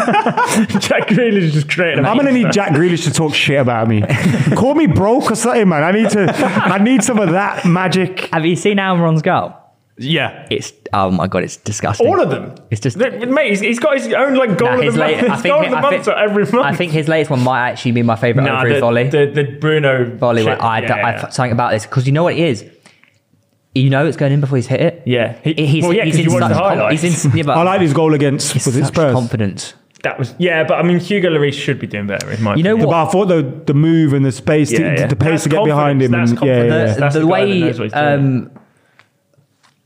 Speaker 2: but Jack Grealish is just creating. a
Speaker 4: I'm gonna need Jack Grealish to talk shit
Speaker 2: [LAUGHS]
Speaker 4: about me. Call me broke or something, man. I need to. I need some of that magic.
Speaker 3: Have you seen Almiron's goal?
Speaker 5: Yeah,
Speaker 3: It's oh my god, it's disgusting.
Speaker 2: All of them.
Speaker 3: It's just-
Speaker 2: Look, mate. He's, he's got his own like goal
Speaker 3: Nah,
Speaker 2: of
Speaker 3: his
Speaker 2: the
Speaker 3: late-
Speaker 2: month.
Speaker 3: I
Speaker 2: His goal
Speaker 3: think
Speaker 2: of the
Speaker 3: I
Speaker 2: month
Speaker 3: think-
Speaker 2: or every month.
Speaker 3: I think his latest one might actually be my favourite
Speaker 2: Nah,
Speaker 3: over his
Speaker 2: the,
Speaker 3: volley.
Speaker 2: The, the Bruno
Speaker 3: volley.
Speaker 2: shit,
Speaker 3: where I,
Speaker 2: yeah,
Speaker 3: I, something about this because you know what it is. You know it's going in before he's hit it.
Speaker 2: Yeah. He-
Speaker 3: he's,
Speaker 2: well, yeah, 'cause
Speaker 3: he's, in
Speaker 2: you watch
Speaker 3: such
Speaker 2: the
Speaker 3: com-
Speaker 2: highlights.
Speaker 3: he's in. Yeah, but
Speaker 4: [LAUGHS] I like his goal against
Speaker 3: he's
Speaker 4: was it
Speaker 3: such
Speaker 4: Spurs.
Speaker 3: confidence.
Speaker 2: that was yeah. But I mean, Hugo Lloris should be doing better. In my
Speaker 3: You know
Speaker 2: opinion.
Speaker 4: But
Speaker 3: what?
Speaker 4: I thought the the move and the space, to,
Speaker 2: Yeah, yeah.
Speaker 4: the pace
Speaker 2: That's
Speaker 4: to get behind him,
Speaker 2: confidence,
Speaker 4: and
Speaker 2: that's
Speaker 4: yeah, yeah,
Speaker 2: confidence.
Speaker 4: yeah.
Speaker 2: That's
Speaker 3: Uh, the,
Speaker 2: the guy that
Speaker 3: way
Speaker 2: knows what he's doing.
Speaker 3: um,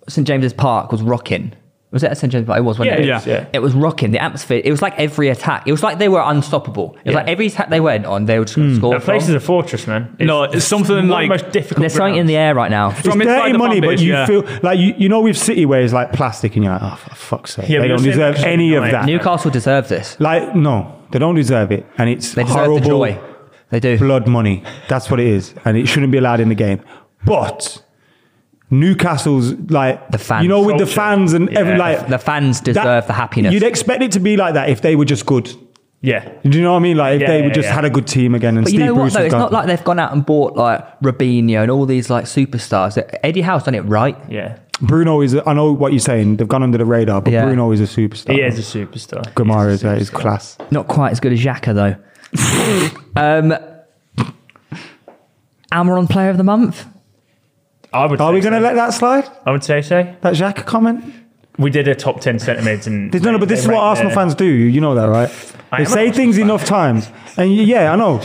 Speaker 3: St James's Park was rocking. Was it at St James's Park? It was. Wasn't
Speaker 2: Yeah,
Speaker 3: it?
Speaker 2: it is, yeah.
Speaker 3: It was rocking. The atmosphere. It was like every attack. It was like they were unstoppable. It was
Speaker 2: Yeah. Hmm.
Speaker 3: like every attack they went on, they would just score.
Speaker 2: that place
Speaker 3: from.
Speaker 2: is a fortress, man.
Speaker 5: No, it's something
Speaker 2: one of
Speaker 5: like-
Speaker 2: the most difficult.
Speaker 3: There's something in
Speaker 2: grounds.
Speaker 3: the air right now.
Speaker 4: It's
Speaker 5: From inside
Speaker 4: dirty
Speaker 5: the
Speaker 4: money,
Speaker 5: fan
Speaker 4: but
Speaker 5: base,
Speaker 4: you
Speaker 5: yeah.
Speaker 4: feel like you, you know with City where it's like plastic, and you're like, oh for fuck's sake,
Speaker 2: Yeah, but
Speaker 4: they
Speaker 2: you're
Speaker 4: don't
Speaker 2: saying that
Speaker 4: deserve
Speaker 2: 'cause you're
Speaker 4: any of
Speaker 2: annoyed.
Speaker 4: that.
Speaker 3: Newcastle deserve this.
Speaker 4: Like no, they don't deserve it, and it's
Speaker 3: They deserve
Speaker 4: horrible.
Speaker 3: the joy. They do.
Speaker 4: blood money. That's what it is, and it shouldn't be allowed in the game. But Newcastle's like
Speaker 3: The fans.
Speaker 4: you know, with the
Speaker 2: Culture.
Speaker 4: fans and every
Speaker 2: Yeah.
Speaker 4: like
Speaker 3: The fans
Speaker 4: that-
Speaker 3: deserve the happiness.
Speaker 4: You'd expect it to be like that if they were just good.
Speaker 2: Yeah.
Speaker 4: Do you know what I mean? Like if
Speaker 2: Yeah,
Speaker 4: they
Speaker 2: yeah,
Speaker 4: just
Speaker 2: yeah.
Speaker 4: had a good team again and
Speaker 3: But
Speaker 4: Steve
Speaker 3: you know
Speaker 4: Bruce
Speaker 3: what though?
Speaker 4: was
Speaker 3: It's
Speaker 4: gone-
Speaker 3: not like they've gone out and bought like Robinho and all these like superstars. Eddie Howe's done it right.
Speaker 2: Yeah.
Speaker 4: Bruno is. I know what you're saying. They've gone under the radar, but
Speaker 3: Yeah.
Speaker 4: Bruno is a superstar.
Speaker 2: He is a superstar.
Speaker 4: Gamara is
Speaker 2: He's a
Speaker 4: at his
Speaker 2: superstar.
Speaker 4: class.
Speaker 3: Not quite as good as Xhaka though. um, Amaron Player of the Month.
Speaker 2: I would
Speaker 4: Are
Speaker 2: say
Speaker 4: we going to
Speaker 2: so.
Speaker 4: let that slide?
Speaker 2: I would say so.
Speaker 4: That Xhaka comment?
Speaker 2: We did a top 10 centimetres and.
Speaker 4: There's no, no, but
Speaker 2: they
Speaker 4: this is what
Speaker 2: ranked
Speaker 4: Arsenal
Speaker 2: their-
Speaker 4: fans do. You you know that, right?
Speaker 2: I
Speaker 4: They
Speaker 2: am an
Speaker 4: say
Speaker 2: Arsenal
Speaker 4: things
Speaker 2: fan.
Speaker 4: enough times, and y- yeah, I know.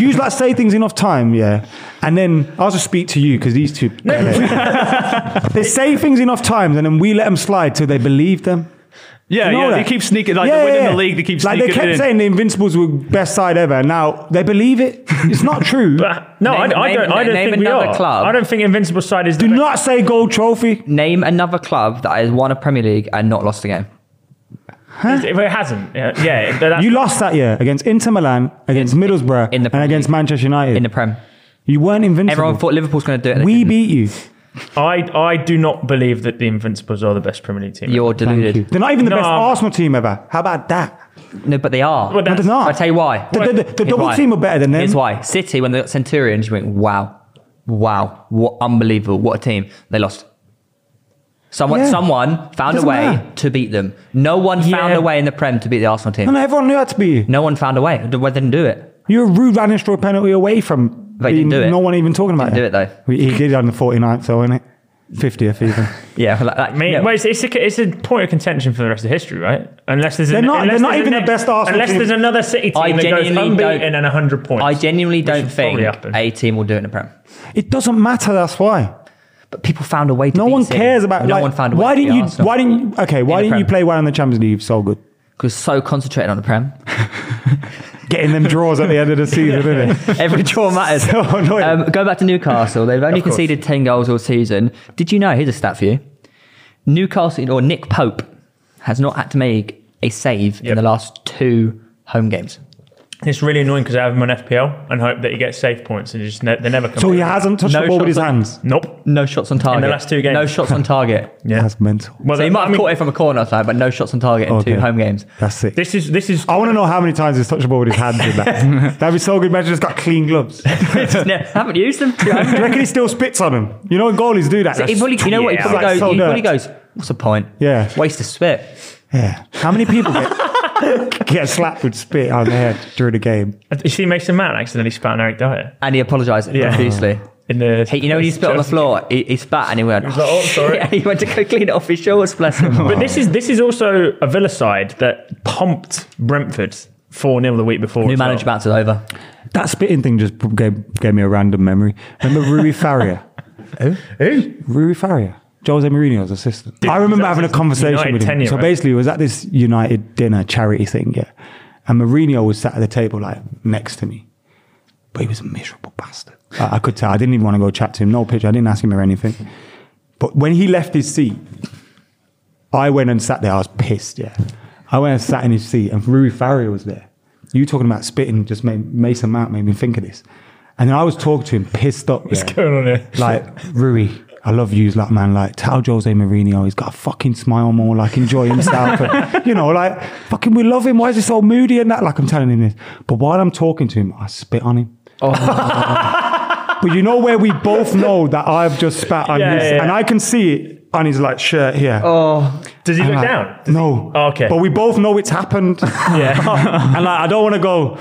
Speaker 4: [LAUGHS] You like say things enough time, yeah, and then I'll just speak to you because these
Speaker 5: [LAUGHS]
Speaker 4: two. [LAUGHS] they say things enough times, and then we let them slide till they believe them.
Speaker 5: Yeah,
Speaker 4: You know
Speaker 5: yeah. They
Speaker 4: that?
Speaker 5: keep sneaking. Like they're winning the league, they keep
Speaker 4: like
Speaker 5: sneaking
Speaker 4: they kept
Speaker 5: it in.
Speaker 4: saying the Invincibles were best side ever. and Now they believe it. It's
Speaker 5: [LAUGHS]
Speaker 4: not true.
Speaker 2: But, no,
Speaker 3: Name-
Speaker 2: I, I don't. I
Speaker 3: name-
Speaker 2: don't
Speaker 3: name
Speaker 2: think we
Speaker 3: another
Speaker 2: are.
Speaker 3: club.
Speaker 2: I don't think Invincible side is. The
Speaker 4: do
Speaker 2: best.
Speaker 4: not say gold trophy.
Speaker 3: Name another club that has won a Premier League and not lost a game.
Speaker 2: It, it hasn't. Yeah, yeah but that's-
Speaker 4: You lost that year against Inter Milan, against Middlesbrough,
Speaker 3: in the
Speaker 4: and
Speaker 3: Premier
Speaker 4: against
Speaker 3: League.
Speaker 4: Manchester United.
Speaker 3: in the Prem.
Speaker 4: you weren't invincible.
Speaker 3: Everyone thought Liverpool's going to do it. and they
Speaker 4: we
Speaker 3: didn't.
Speaker 4: beat you.
Speaker 2: I, I do not believe that the Invincibles are the best Premier League team.
Speaker 3: You're
Speaker 4: Thank you.
Speaker 3: deluded.
Speaker 4: They're not even the
Speaker 2: No.
Speaker 4: best Arsenal team ever. How about that?
Speaker 3: No, but they are.
Speaker 2: But
Speaker 4: No,
Speaker 2: that's-
Speaker 4: they're not.
Speaker 3: I'll tell you why.
Speaker 4: The, the- the- the
Speaker 3: Here's
Speaker 4: double
Speaker 3: why.
Speaker 4: team are better than them.
Speaker 3: Here's why. City, when they got Centurions, you went, wow, wow, what unbelievable, what a team. They lost. Someone,
Speaker 4: Yeah.
Speaker 3: someone found a
Speaker 4: Doesn't
Speaker 3: way
Speaker 4: matter.
Speaker 3: to beat them. No one found
Speaker 2: Yeah.
Speaker 3: a way in the Prem to beat the Arsenal team.
Speaker 4: No, no, everyone knew how to beat you.
Speaker 3: No one found a way. They didn't do it.
Speaker 4: You were Rude Vanishaw penalty away from
Speaker 3: They
Speaker 4: being
Speaker 3: didn't do it.
Speaker 4: no one even talking about
Speaker 3: Didn't
Speaker 4: it.
Speaker 3: do it, though.
Speaker 4: We- He did on the 49th, though, innit? 50th, even.
Speaker 3: [LAUGHS] Yeah, like, like,
Speaker 2: I mean,
Speaker 3: no.
Speaker 2: well, it's, it's, a, it's a point of contention for the rest of history, right? Unless there's
Speaker 4: They're
Speaker 2: an,
Speaker 4: not-
Speaker 2: unless
Speaker 4: they're not
Speaker 2: there's
Speaker 4: even
Speaker 2: an-
Speaker 4: the best Arsenal
Speaker 2: Unless
Speaker 4: team.
Speaker 2: there's another City team
Speaker 3: I
Speaker 2: that goes
Speaker 3: genuinely
Speaker 2: unbeaten
Speaker 3: don't-
Speaker 2: and 100 points.
Speaker 3: I genuinely
Speaker 2: which
Speaker 3: don't
Speaker 2: would probably
Speaker 3: think
Speaker 2: happen.
Speaker 3: a team will do it in the Prem.
Speaker 4: it doesn't matter, that's why.
Speaker 3: But people found a way to
Speaker 4: No
Speaker 3: beat
Speaker 4: one
Speaker 3: City.
Speaker 4: cares about
Speaker 3: No
Speaker 4: like,
Speaker 3: one found a way
Speaker 4: Why
Speaker 3: to
Speaker 4: didn't
Speaker 3: beat
Speaker 4: you
Speaker 3: Arsenal.
Speaker 4: why didn't you okay, why
Speaker 3: the
Speaker 4: didn't you
Speaker 3: Prem.
Speaker 4: play well in the Champions League so good?
Speaker 3: Because so concentrated on the
Speaker 4: [LAUGHS]
Speaker 3: Prem.
Speaker 4: Getting them draws at the
Speaker 3: [LAUGHS]
Speaker 4: end of the season, isn't it?
Speaker 3: Every draw matters.
Speaker 4: So annoying.
Speaker 3: Um, go back to Newcastle. They've only
Speaker 2: course.
Speaker 3: conceded 10 goals all season. Did you know? Here's a stat for you Newcastle or Nick Pope has not had to make a save in
Speaker 2: Yep.
Speaker 3: the last two home games.
Speaker 2: It's really annoying because I have him on FPL and hope that he gets save points and he just ne- they never come.
Speaker 4: so
Speaker 2: up.
Speaker 4: he hasn't touched
Speaker 3: No
Speaker 4: the ball with his
Speaker 3: shots on-
Speaker 4: hands.
Speaker 2: Nope.
Speaker 3: No shots on target.
Speaker 2: last two games.
Speaker 3: No shots on
Speaker 4: [LAUGHS]
Speaker 3: target.
Speaker 2: Yeah.
Speaker 4: That's mental.
Speaker 2: Well,
Speaker 3: so he
Speaker 2: that-
Speaker 3: might have
Speaker 2: I mean,
Speaker 3: caught it from a corner side, but no shots on target in
Speaker 4: Okay.
Speaker 3: two home
Speaker 4: [LAUGHS]
Speaker 3: games.
Speaker 4: That's it.
Speaker 2: This is this is.
Speaker 4: I want to know how many times he's touched the ball with his hands
Speaker 3: [LAUGHS]
Speaker 4: in that. That'd be so good. Imagine just got clean gloves. Do
Speaker 3: no, haven't used
Speaker 4: [LAUGHS]
Speaker 3: them. Two home
Speaker 4: you
Speaker 3: games.
Speaker 4: reckon he still spits on him? You know, goalies do that.
Speaker 3: So he
Speaker 4: That's-
Speaker 3: probably, you know what? He
Speaker 2: yeah,
Speaker 3: probably,
Speaker 4: like
Speaker 3: goes,
Speaker 4: so
Speaker 3: he probably
Speaker 4: nuts.
Speaker 3: goes, what's the point?
Speaker 4: Yeah.
Speaker 3: Waste of spit.
Speaker 4: Yeah. How many people get, get [LAUGHS] slapped with spit on their head during a game?
Speaker 2: You see, Mason Mount accidentally spat on Eric Dyer
Speaker 3: And he apologised profusely.
Speaker 2: in the.
Speaker 3: He, you know, when he spit on the floor, he, he spat and he went,
Speaker 2: like, "Oh,
Speaker 3: [LAUGHS]
Speaker 2: sorry."
Speaker 3: he went to go clean it off his shorts,
Speaker 2: [LAUGHS]
Speaker 3: bless him.
Speaker 2: But this is this is also a Villa side that pumped Brentford four 0 the week before.
Speaker 3: New
Speaker 2: as well.
Speaker 3: manager bounce
Speaker 2: [LAUGHS]
Speaker 3: is over.
Speaker 4: That spitting thing just gave, gave me a random memory. Remember Rui Faria? Who? Who? Rui Faria. Jose Mourinho's assistant. I remember
Speaker 2: that
Speaker 4: having a
Speaker 2: his
Speaker 4: conversation
Speaker 2: United
Speaker 4: with him.
Speaker 2: tenure,
Speaker 4: so
Speaker 2: right?
Speaker 4: basically, it was at this United dinner charity thing, yeah. And Mourinho was sat at the table, like next to me. But he was a miserable bastard. I, I could tell. I didn't even want to go chat to him. No picture. I didn't ask him or anything. But when he left his seat, I went and sat there. I was pissed, yeah. I went and sat in his seat, and Rui Faria was there. You talking about spitting just made Mason Mount made me think of this. And then I was talking to him, pissed up. What's
Speaker 2: going on here?
Speaker 4: Like, Rui, I love you, like, man. Like, tell Jose Mourinho, he's got a fucking smile more, like, enjoy himself. and, [LAUGHS] you know, like, fucking, we love him. Why is he so moody and that? Like, I'm telling him this. But while I'm talking to him, I spit on him. [LAUGHS] But you know where we both know that I've just spat on
Speaker 2: Yeah,
Speaker 4: his,
Speaker 2: yeah, yeah.
Speaker 4: and I can see it on his like shirt here. Oh,
Speaker 2: Does he look down? Does
Speaker 4: No.
Speaker 2: Oh, okay.
Speaker 4: But we both know it's happened.
Speaker 3: [LAUGHS]
Speaker 2: Yeah.
Speaker 4: and like, I don't want to go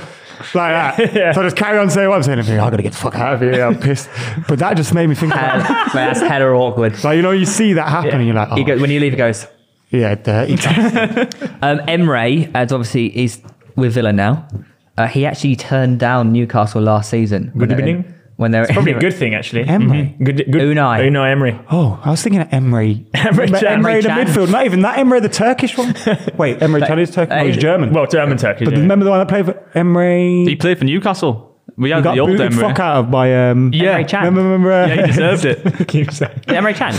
Speaker 4: like that.
Speaker 2: Yeah.
Speaker 4: So just carry on saying what I'm saying. I'm thinking, I'm gonna get the fuck out of here. I'm pissed. But that just made me think.
Speaker 3: And,
Speaker 4: About it.
Speaker 3: man, that's hella awkward.
Speaker 4: Like you know, you see that happening, you're like, oh,
Speaker 3: Um, He goes, when you leave, he goes,
Speaker 4: yeah, uh, dirty. bastard.
Speaker 3: um, Emre, as obviously he's with Villa now, uh, he actually turned down Newcastle last season.
Speaker 2: Good
Speaker 3: when they're in-
Speaker 2: evening.
Speaker 3: When they're
Speaker 2: Probably a good thing actually.
Speaker 4: Emery.
Speaker 2: Mhm. Good, good.
Speaker 3: Unai.
Speaker 2: Unai Emery.
Speaker 4: oh, I was thinking of Emery.
Speaker 2: Emre
Speaker 4: Remember
Speaker 2: Can.
Speaker 4: Emre, the
Speaker 3: Can.
Speaker 4: midfield. Not even that Emre, the Turkish one. Wait, Emre Can is Turkish.
Speaker 3: Hey.
Speaker 4: No, he's German.
Speaker 2: Well, German Turkey.
Speaker 4: but
Speaker 2: yeah.
Speaker 4: remember the one that played for Emre?
Speaker 5: He played for Newcastle. We
Speaker 4: He
Speaker 5: had
Speaker 4: got
Speaker 5: the old
Speaker 4: booted
Speaker 5: Emery.
Speaker 4: fuck out of by um.
Speaker 5: Yeah.
Speaker 3: Emre Can.
Speaker 4: Remember, remember. uh,
Speaker 5: Yeah, he deserved it.
Speaker 2: Keep saying.
Speaker 3: Emre Chan.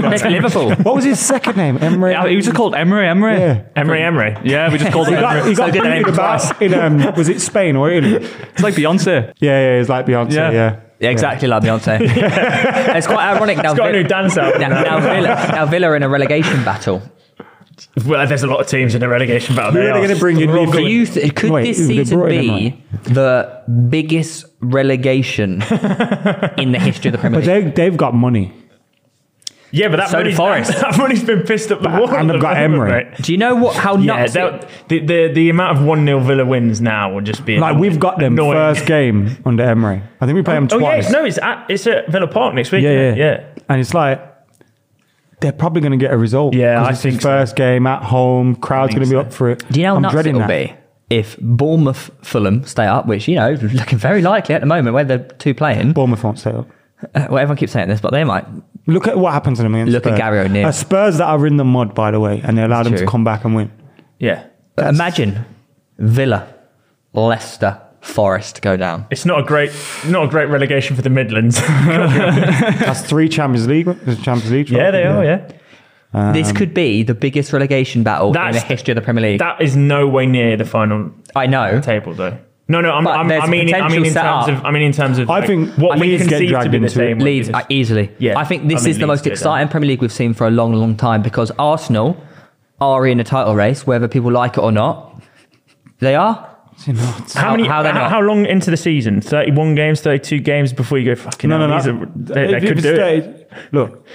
Speaker 2: [LAUGHS]
Speaker 3: That's Liverpool.
Speaker 4: [LAUGHS] what was his second name? Emre.
Speaker 5: Yeah, he was just called Emery. Emery.
Speaker 4: Yeah.
Speaker 2: Emery Emery.
Speaker 5: Yeah, we just called
Speaker 4: [LAUGHS]
Speaker 5: him
Speaker 4: He got,
Speaker 5: Emery.
Speaker 4: he got
Speaker 3: So good name
Speaker 4: booted about in um, was it Spain or Italy?
Speaker 5: It's like Beyonce.
Speaker 4: Yeah, yeah, it's like Beyonce. Yeah,
Speaker 5: Yeah.
Speaker 3: Yeah, exactly like Beyonce. It's quite ironic now.
Speaker 2: He's got a
Speaker 3: Vi-
Speaker 2: new dance out.
Speaker 3: now, now Villa, now Villa are in a relegation battle.
Speaker 2: Well, there's a lot of teams in the relegation battle.
Speaker 4: Who are
Speaker 2: They
Speaker 4: they
Speaker 2: are
Speaker 4: gonna bring in?
Speaker 2: struggling.
Speaker 3: Do you th- could
Speaker 4: Wait,
Speaker 3: this
Speaker 4: they
Speaker 3: season
Speaker 4: brought in him,
Speaker 3: be the biggest relegation in the history of the Premier
Speaker 4: But
Speaker 3: League?
Speaker 4: they, they've got money.
Speaker 2: Yeah, but that
Speaker 3: So
Speaker 2: money's,
Speaker 3: did Forest.
Speaker 2: [LAUGHS] That money's been pissed up the wall.
Speaker 4: and
Speaker 2: [LAUGHS]
Speaker 4: they've got Emery.
Speaker 3: Do you know what? How
Speaker 2: Yeah,
Speaker 3: nuts? it-
Speaker 2: that, the, the the amount of one 0 Villa wins now will just be
Speaker 4: Like we've got them
Speaker 2: annoying.
Speaker 4: first game under Emery. I think we play them
Speaker 2: Oh
Speaker 4: twice.
Speaker 2: yeah, no, it's at it's at Villa Park next week.
Speaker 4: yeah, yeah,
Speaker 2: isn't it? yeah.
Speaker 4: And it's like they're probably going to get a result.
Speaker 2: Yeah,
Speaker 4: 'Cause
Speaker 2: I
Speaker 4: it's his
Speaker 2: think so.
Speaker 4: first game at home. Crowd's going to be up for it.
Speaker 3: Do you know how
Speaker 4: I'm
Speaker 3: nuts
Speaker 4: dreading
Speaker 3: it'll
Speaker 4: that.
Speaker 3: be if Bournemouth, Fulham stay up, which you know is looking very likely at the moment where the two playing.
Speaker 4: Bournemouth won't stay up.
Speaker 3: Uh, well, everyone keeps saying this, but they might.
Speaker 4: Look at what happens to them against
Speaker 3: Look at
Speaker 4: Spurs.
Speaker 3: Gary O'Neill.
Speaker 4: Uh, Spurs that are in the mud, by the way, and they allow them
Speaker 3: true.
Speaker 4: to come back and win.
Speaker 2: Yeah.
Speaker 3: But imagine Villa, Leicester, Forest go down.
Speaker 2: It's not a great not a great relegation for the
Speaker 5: [LAUGHS]
Speaker 2: Midlands.
Speaker 4: That's three Champions League. there's a Champions League.
Speaker 2: yeah,
Speaker 4: trophy,
Speaker 2: they are. Yeah.
Speaker 3: this
Speaker 4: Um,
Speaker 3: could be the biggest relegation battle in the
Speaker 2: That's-
Speaker 3: history of the Premier League.
Speaker 2: That is no way near the final
Speaker 3: I know.
Speaker 2: table, though. No, no, I'm,
Speaker 3: But
Speaker 2: I'm,
Speaker 3: there's
Speaker 2: I mean, I mean in
Speaker 3: potential
Speaker 2: terms
Speaker 3: setup.
Speaker 2: of, I mean in terms of,
Speaker 4: I
Speaker 2: like,
Speaker 4: think-
Speaker 2: what
Speaker 4: I
Speaker 2: we
Speaker 4: think it's get
Speaker 2: conceive to
Speaker 4: dragged
Speaker 2: be the
Speaker 4: into it.
Speaker 2: same. would be
Speaker 3: Leeds
Speaker 2: just-
Speaker 3: uh, easily.
Speaker 2: Yeah,
Speaker 3: I think this
Speaker 2: I mean,
Speaker 3: is the
Speaker 2: Leeds
Speaker 3: most
Speaker 2: go down.
Speaker 3: exciting Premier League we've seen for a long, long time because Arsenal are in a title race, whether people like it or not. They are.
Speaker 2: How, many?
Speaker 3: how
Speaker 2: How,
Speaker 3: they
Speaker 2: how,
Speaker 3: not?
Speaker 2: long into the season? Thirty-one games, thirty-two games before you go. Fucking
Speaker 4: No,
Speaker 2: hell,
Speaker 4: no, no.
Speaker 2: these are- they,
Speaker 4: If-
Speaker 2: they
Speaker 4: if
Speaker 2: could
Speaker 4: it
Speaker 2: do it.
Speaker 4: stayed- Look,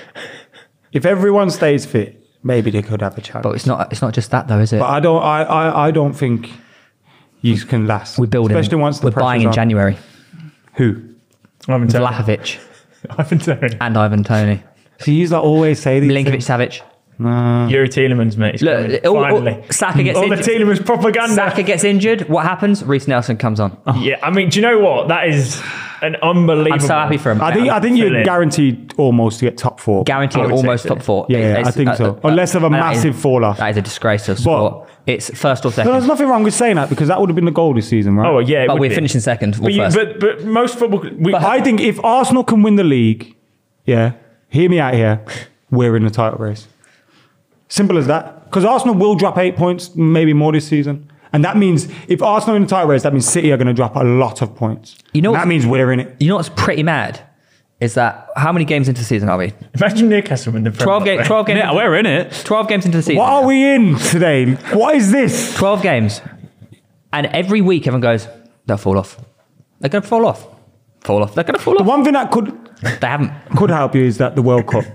Speaker 4: if everyone stays fit, maybe they could have a chance.
Speaker 3: But it's not. It's not just that though, is it?
Speaker 4: But I don't. I, I, I don't think you can last.
Speaker 3: We're building.
Speaker 4: especially once the
Speaker 3: We're buying
Speaker 4: pressure's
Speaker 3: in
Speaker 4: on.
Speaker 3: January.
Speaker 4: Who?
Speaker 2: Ivan Tony.
Speaker 3: Vlahovic
Speaker 2: Ivan Tony.
Speaker 3: [LAUGHS] and Ivan Tony,
Speaker 4: So you like always say these.
Speaker 3: Milinkovic,
Speaker 4: things.
Speaker 3: Savic.
Speaker 2: Yuri Tielemans, mate. He's
Speaker 3: Look,
Speaker 2: Look,
Speaker 3: all- all-
Speaker 2: finally.
Speaker 3: Saka gets
Speaker 2: all the
Speaker 3: injured. [LAUGHS]
Speaker 2: Tielemans propaganda.
Speaker 3: Saka gets injured. What happens? Reece Nelson comes on.
Speaker 4: Oh,
Speaker 2: Yeah, I mean, do you know what? That is an unbelievable.
Speaker 3: I'm so happy for him.
Speaker 4: I think I think
Speaker 2: Fill
Speaker 4: you're
Speaker 2: in.
Speaker 4: guaranteed almost to get top four.
Speaker 3: guaranteed
Speaker 2: I would
Speaker 3: almost
Speaker 2: say so.
Speaker 3: top four.
Speaker 4: Yeah, yeah,
Speaker 3: It's-
Speaker 4: I think so. Unless of a
Speaker 3: and that
Speaker 4: massive
Speaker 3: is-
Speaker 4: fall off.
Speaker 3: That is a disgrace to the sport. It's first or
Speaker 4: No, there's
Speaker 3: second.
Speaker 4: nothing wrong with saying that because that would have been the goal this season, right?
Speaker 2: Oh yeah, it
Speaker 3: But
Speaker 2: would
Speaker 3: we're
Speaker 2: be.
Speaker 3: finishing second or
Speaker 2: But, you,
Speaker 3: first.
Speaker 2: but but most football. We,
Speaker 4: I think if Arsenal can win the league, yeah, hear me out here, we're in the title race. Simple as that. Because Arsenal will drop eight points, maybe more this season. And that means if Arsenal are in the title race, that means City are going to drop a lot of points.
Speaker 3: You know
Speaker 4: And
Speaker 3: what's-
Speaker 4: that means we're in it.
Speaker 3: You know what's pretty mad is that how many games into the season are we?
Speaker 2: imagine Newcastle in the Premier
Speaker 3: 12,
Speaker 2: League.
Speaker 3: ga- 12 games.
Speaker 5: [LAUGHS]
Speaker 3: [LAUGHS]
Speaker 5: Yeah, we're in it.
Speaker 3: 12 games into the season.
Speaker 4: What are we in today? What is this?
Speaker 3: 12 games. And every week everyone goes, they'll fall off. They're going to fall off. Fall off. They're going to fall
Speaker 4: The
Speaker 3: off.
Speaker 4: one thing that could
Speaker 3: They haven't.
Speaker 4: could help you is that the World Cup,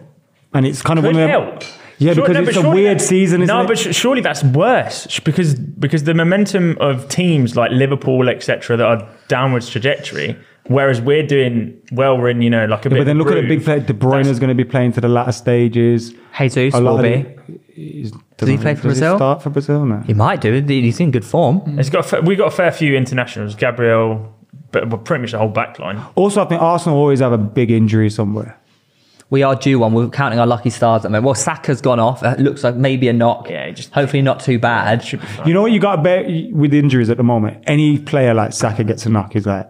Speaker 4: and it's kind of
Speaker 2: Could
Speaker 4: one of them.
Speaker 2: help.
Speaker 4: Yeah,
Speaker 2: Sure-
Speaker 4: because
Speaker 2: no,
Speaker 4: it's
Speaker 2: but
Speaker 4: a
Speaker 2: surely
Speaker 4: weird
Speaker 2: that-
Speaker 4: season, isn't
Speaker 2: no,
Speaker 4: it?
Speaker 2: but sh- surely that's worse sh- because because the momentum of teams like Liverpool, etc., that are downwards trajectory. Whereas we're doing well, we're in you know like a bit.
Speaker 4: Yeah, but
Speaker 2: of
Speaker 4: then look at the
Speaker 2: groove.
Speaker 4: big play. De Bruyne is going to be playing to the latter stages.
Speaker 3: Jesus
Speaker 4: A lot
Speaker 3: will
Speaker 4: of
Speaker 3: be.
Speaker 4: the- is-
Speaker 3: Does he play for
Speaker 4: does
Speaker 3: Brazil?
Speaker 4: start for Brazil now.
Speaker 3: He might do. He's in good form.
Speaker 2: It's got a fa- we got a fair few internationals. Gabriel, but well, pretty much the whole back line.
Speaker 4: Also, I think Arsenal always have a big injury somewhere.
Speaker 3: We are due one. We're counting our lucky stars at the moment. Well, Saka's gone off. It looks like maybe a knock.
Speaker 2: Yeah, he just-
Speaker 3: Hopefully not too bad.
Speaker 4: You know what you got to bet with injuries at the moment? Any player like Saka gets a knock, he's like,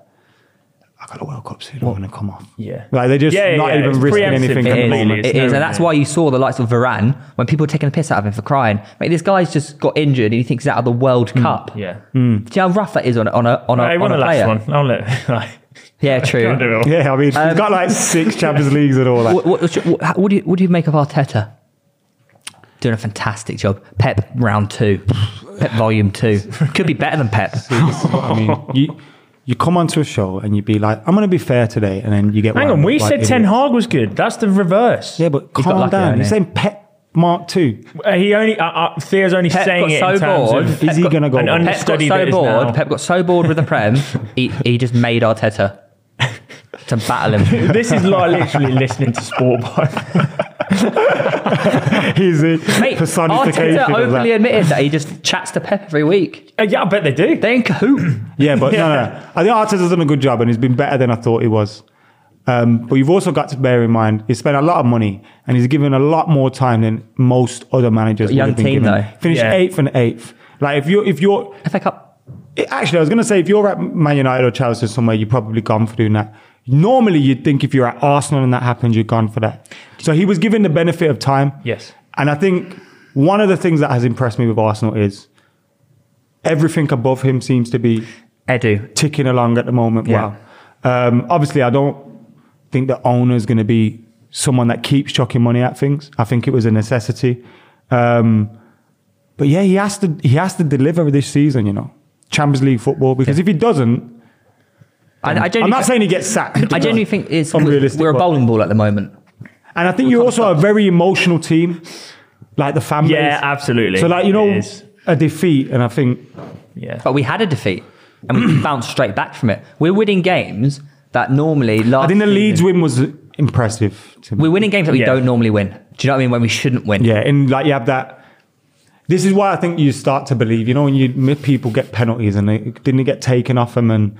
Speaker 4: I got a World Cup soon. I'm going to come off.
Speaker 2: Yeah.
Speaker 4: Like they're just
Speaker 2: Yeah, yeah,
Speaker 4: not
Speaker 2: yeah.
Speaker 4: even
Speaker 2: It's
Speaker 4: risking
Speaker 2: preemptive.
Speaker 4: anything at
Speaker 3: It
Speaker 4: the
Speaker 3: is.
Speaker 4: moment.
Speaker 2: It's
Speaker 3: It is.
Speaker 2: no
Speaker 3: And that's
Speaker 2: way.
Speaker 3: why you saw the likes of Varane when people were taking the piss out of him for crying. Mate, this guy's just got injured and he thinks he's out of the World Cup.
Speaker 2: Hmm. Yeah,
Speaker 4: Mm.
Speaker 3: Do you know how rough that is on, a- on a on a,
Speaker 2: I
Speaker 3: on
Speaker 2: won
Speaker 3: a
Speaker 2: the
Speaker 3: player?
Speaker 2: last one. I'll let. [LAUGHS] Like, [LAUGHS]
Speaker 3: Yeah,
Speaker 2: I'll do
Speaker 3: true.
Speaker 2: it all.
Speaker 4: Yeah, I mean, he's got
Speaker 3: [LAUGHS]
Speaker 4: like six Champions Leagues and all that.
Speaker 3: Um, What, what, what, how- what do you, what do you make of Arteta? Doing a fantastic job. Pep round two. Pep
Speaker 2: [LAUGHS]
Speaker 3: volume two. Could be better than Pep.
Speaker 4: I mean, you you come onto a show and you'd be like, I'm going to be fair today, and then you get.
Speaker 2: Hang on,
Speaker 4: wound up
Speaker 2: we
Speaker 4: like
Speaker 2: said
Speaker 4: idiots.
Speaker 2: Ten Hag was good. That's the reverse.
Speaker 4: Yeah, but
Speaker 3: He's got
Speaker 4: calm
Speaker 3: lucky,
Speaker 4: down.
Speaker 3: hasn't
Speaker 4: You're
Speaker 3: he?
Speaker 4: saying Pep Mark two. [LAUGHS]
Speaker 2: Uh, he only uh, uh, Theo's only
Speaker 3: Pep
Speaker 2: saying
Speaker 3: got
Speaker 2: it
Speaker 3: so
Speaker 2: in terms
Speaker 3: bored.
Speaker 2: of
Speaker 3: Pep
Speaker 4: Is he
Speaker 3: got-
Speaker 4: going to go?
Speaker 2: an
Speaker 4: off?
Speaker 3: Pep got
Speaker 2: Study
Speaker 3: so
Speaker 2: that is
Speaker 3: bored.
Speaker 2: now-
Speaker 3: Pep got so bored with the Prem, he, he just made Arteta to battle
Speaker 2: [LAUGHS]
Speaker 3: him.
Speaker 2: This is like literally listening to
Speaker 4: [LAUGHS]
Speaker 2: sport. Bar.
Speaker 4: He's a
Speaker 3: Mate,
Speaker 4: personification
Speaker 3: Arteta
Speaker 4: of
Speaker 3: openly
Speaker 4: that.
Speaker 3: admitted that he just chats to Pep every week.
Speaker 2: Uh, yeah, I bet they do.
Speaker 3: They in cahoot.
Speaker 4: Yeah, but no, no. I think Arteta's done a good job, and he's been better than I thought he was. Um, but you've also got to bear in mind he spent a lot of money, and he's given a lot more time than most other managers. would
Speaker 3: Young
Speaker 4: have been
Speaker 3: team,
Speaker 4: given.
Speaker 3: though.
Speaker 4: Finished
Speaker 2: Yeah.
Speaker 4: eighth and eighth. Like if you're if you're
Speaker 3: FA Cup.
Speaker 4: It- actually, I was going to say, if you're at Man United or Chelsea or somewhere, you're probably gone for doing that. Normally, you'd think if you're at Arsenal and that happens, you're gone for that. So he was given the benefit of time.
Speaker 2: Yes.
Speaker 4: And I think one of the things that has impressed me with Arsenal is everything above him seems to be
Speaker 3: Edu.
Speaker 4: ticking along at the moment.
Speaker 3: Yeah.
Speaker 4: Wow. Um, obviously, I don't think the owner's going to be someone that keeps chucking money at things. I think it was a necessity. Um, But yeah, he has to he has to deliver this season, you know, Champions League football. Because if he doesn't,
Speaker 3: I, I
Speaker 4: I'm
Speaker 3: genuinely
Speaker 4: not
Speaker 3: think-
Speaker 4: saying he gets sacked.
Speaker 3: I genuinely think it's
Speaker 4: unrealistic,
Speaker 3: We're a
Speaker 4: but-
Speaker 3: bowling ball at the moment.
Speaker 4: and I think you're also a very emotional team, like the fan
Speaker 2: Yeah,
Speaker 4: base.
Speaker 2: absolutely.
Speaker 4: So like you
Speaker 2: It
Speaker 4: know,
Speaker 2: is.
Speaker 4: a defeat, and I think
Speaker 2: yeah.
Speaker 3: But we had a defeat and we [CLEARS THROAT] bounced straight back from it. We're winning games that normally last.
Speaker 4: I think the
Speaker 3: season-
Speaker 4: Leeds win was impressive. To me.
Speaker 3: We're winning games that we
Speaker 2: Yeah.
Speaker 3: don't normally win. Do you know what I mean? When we shouldn't win.
Speaker 4: Yeah, and like you have that. This is why I think you start to believe, you know, when you m- people get penalties and they didn't it get taken off them and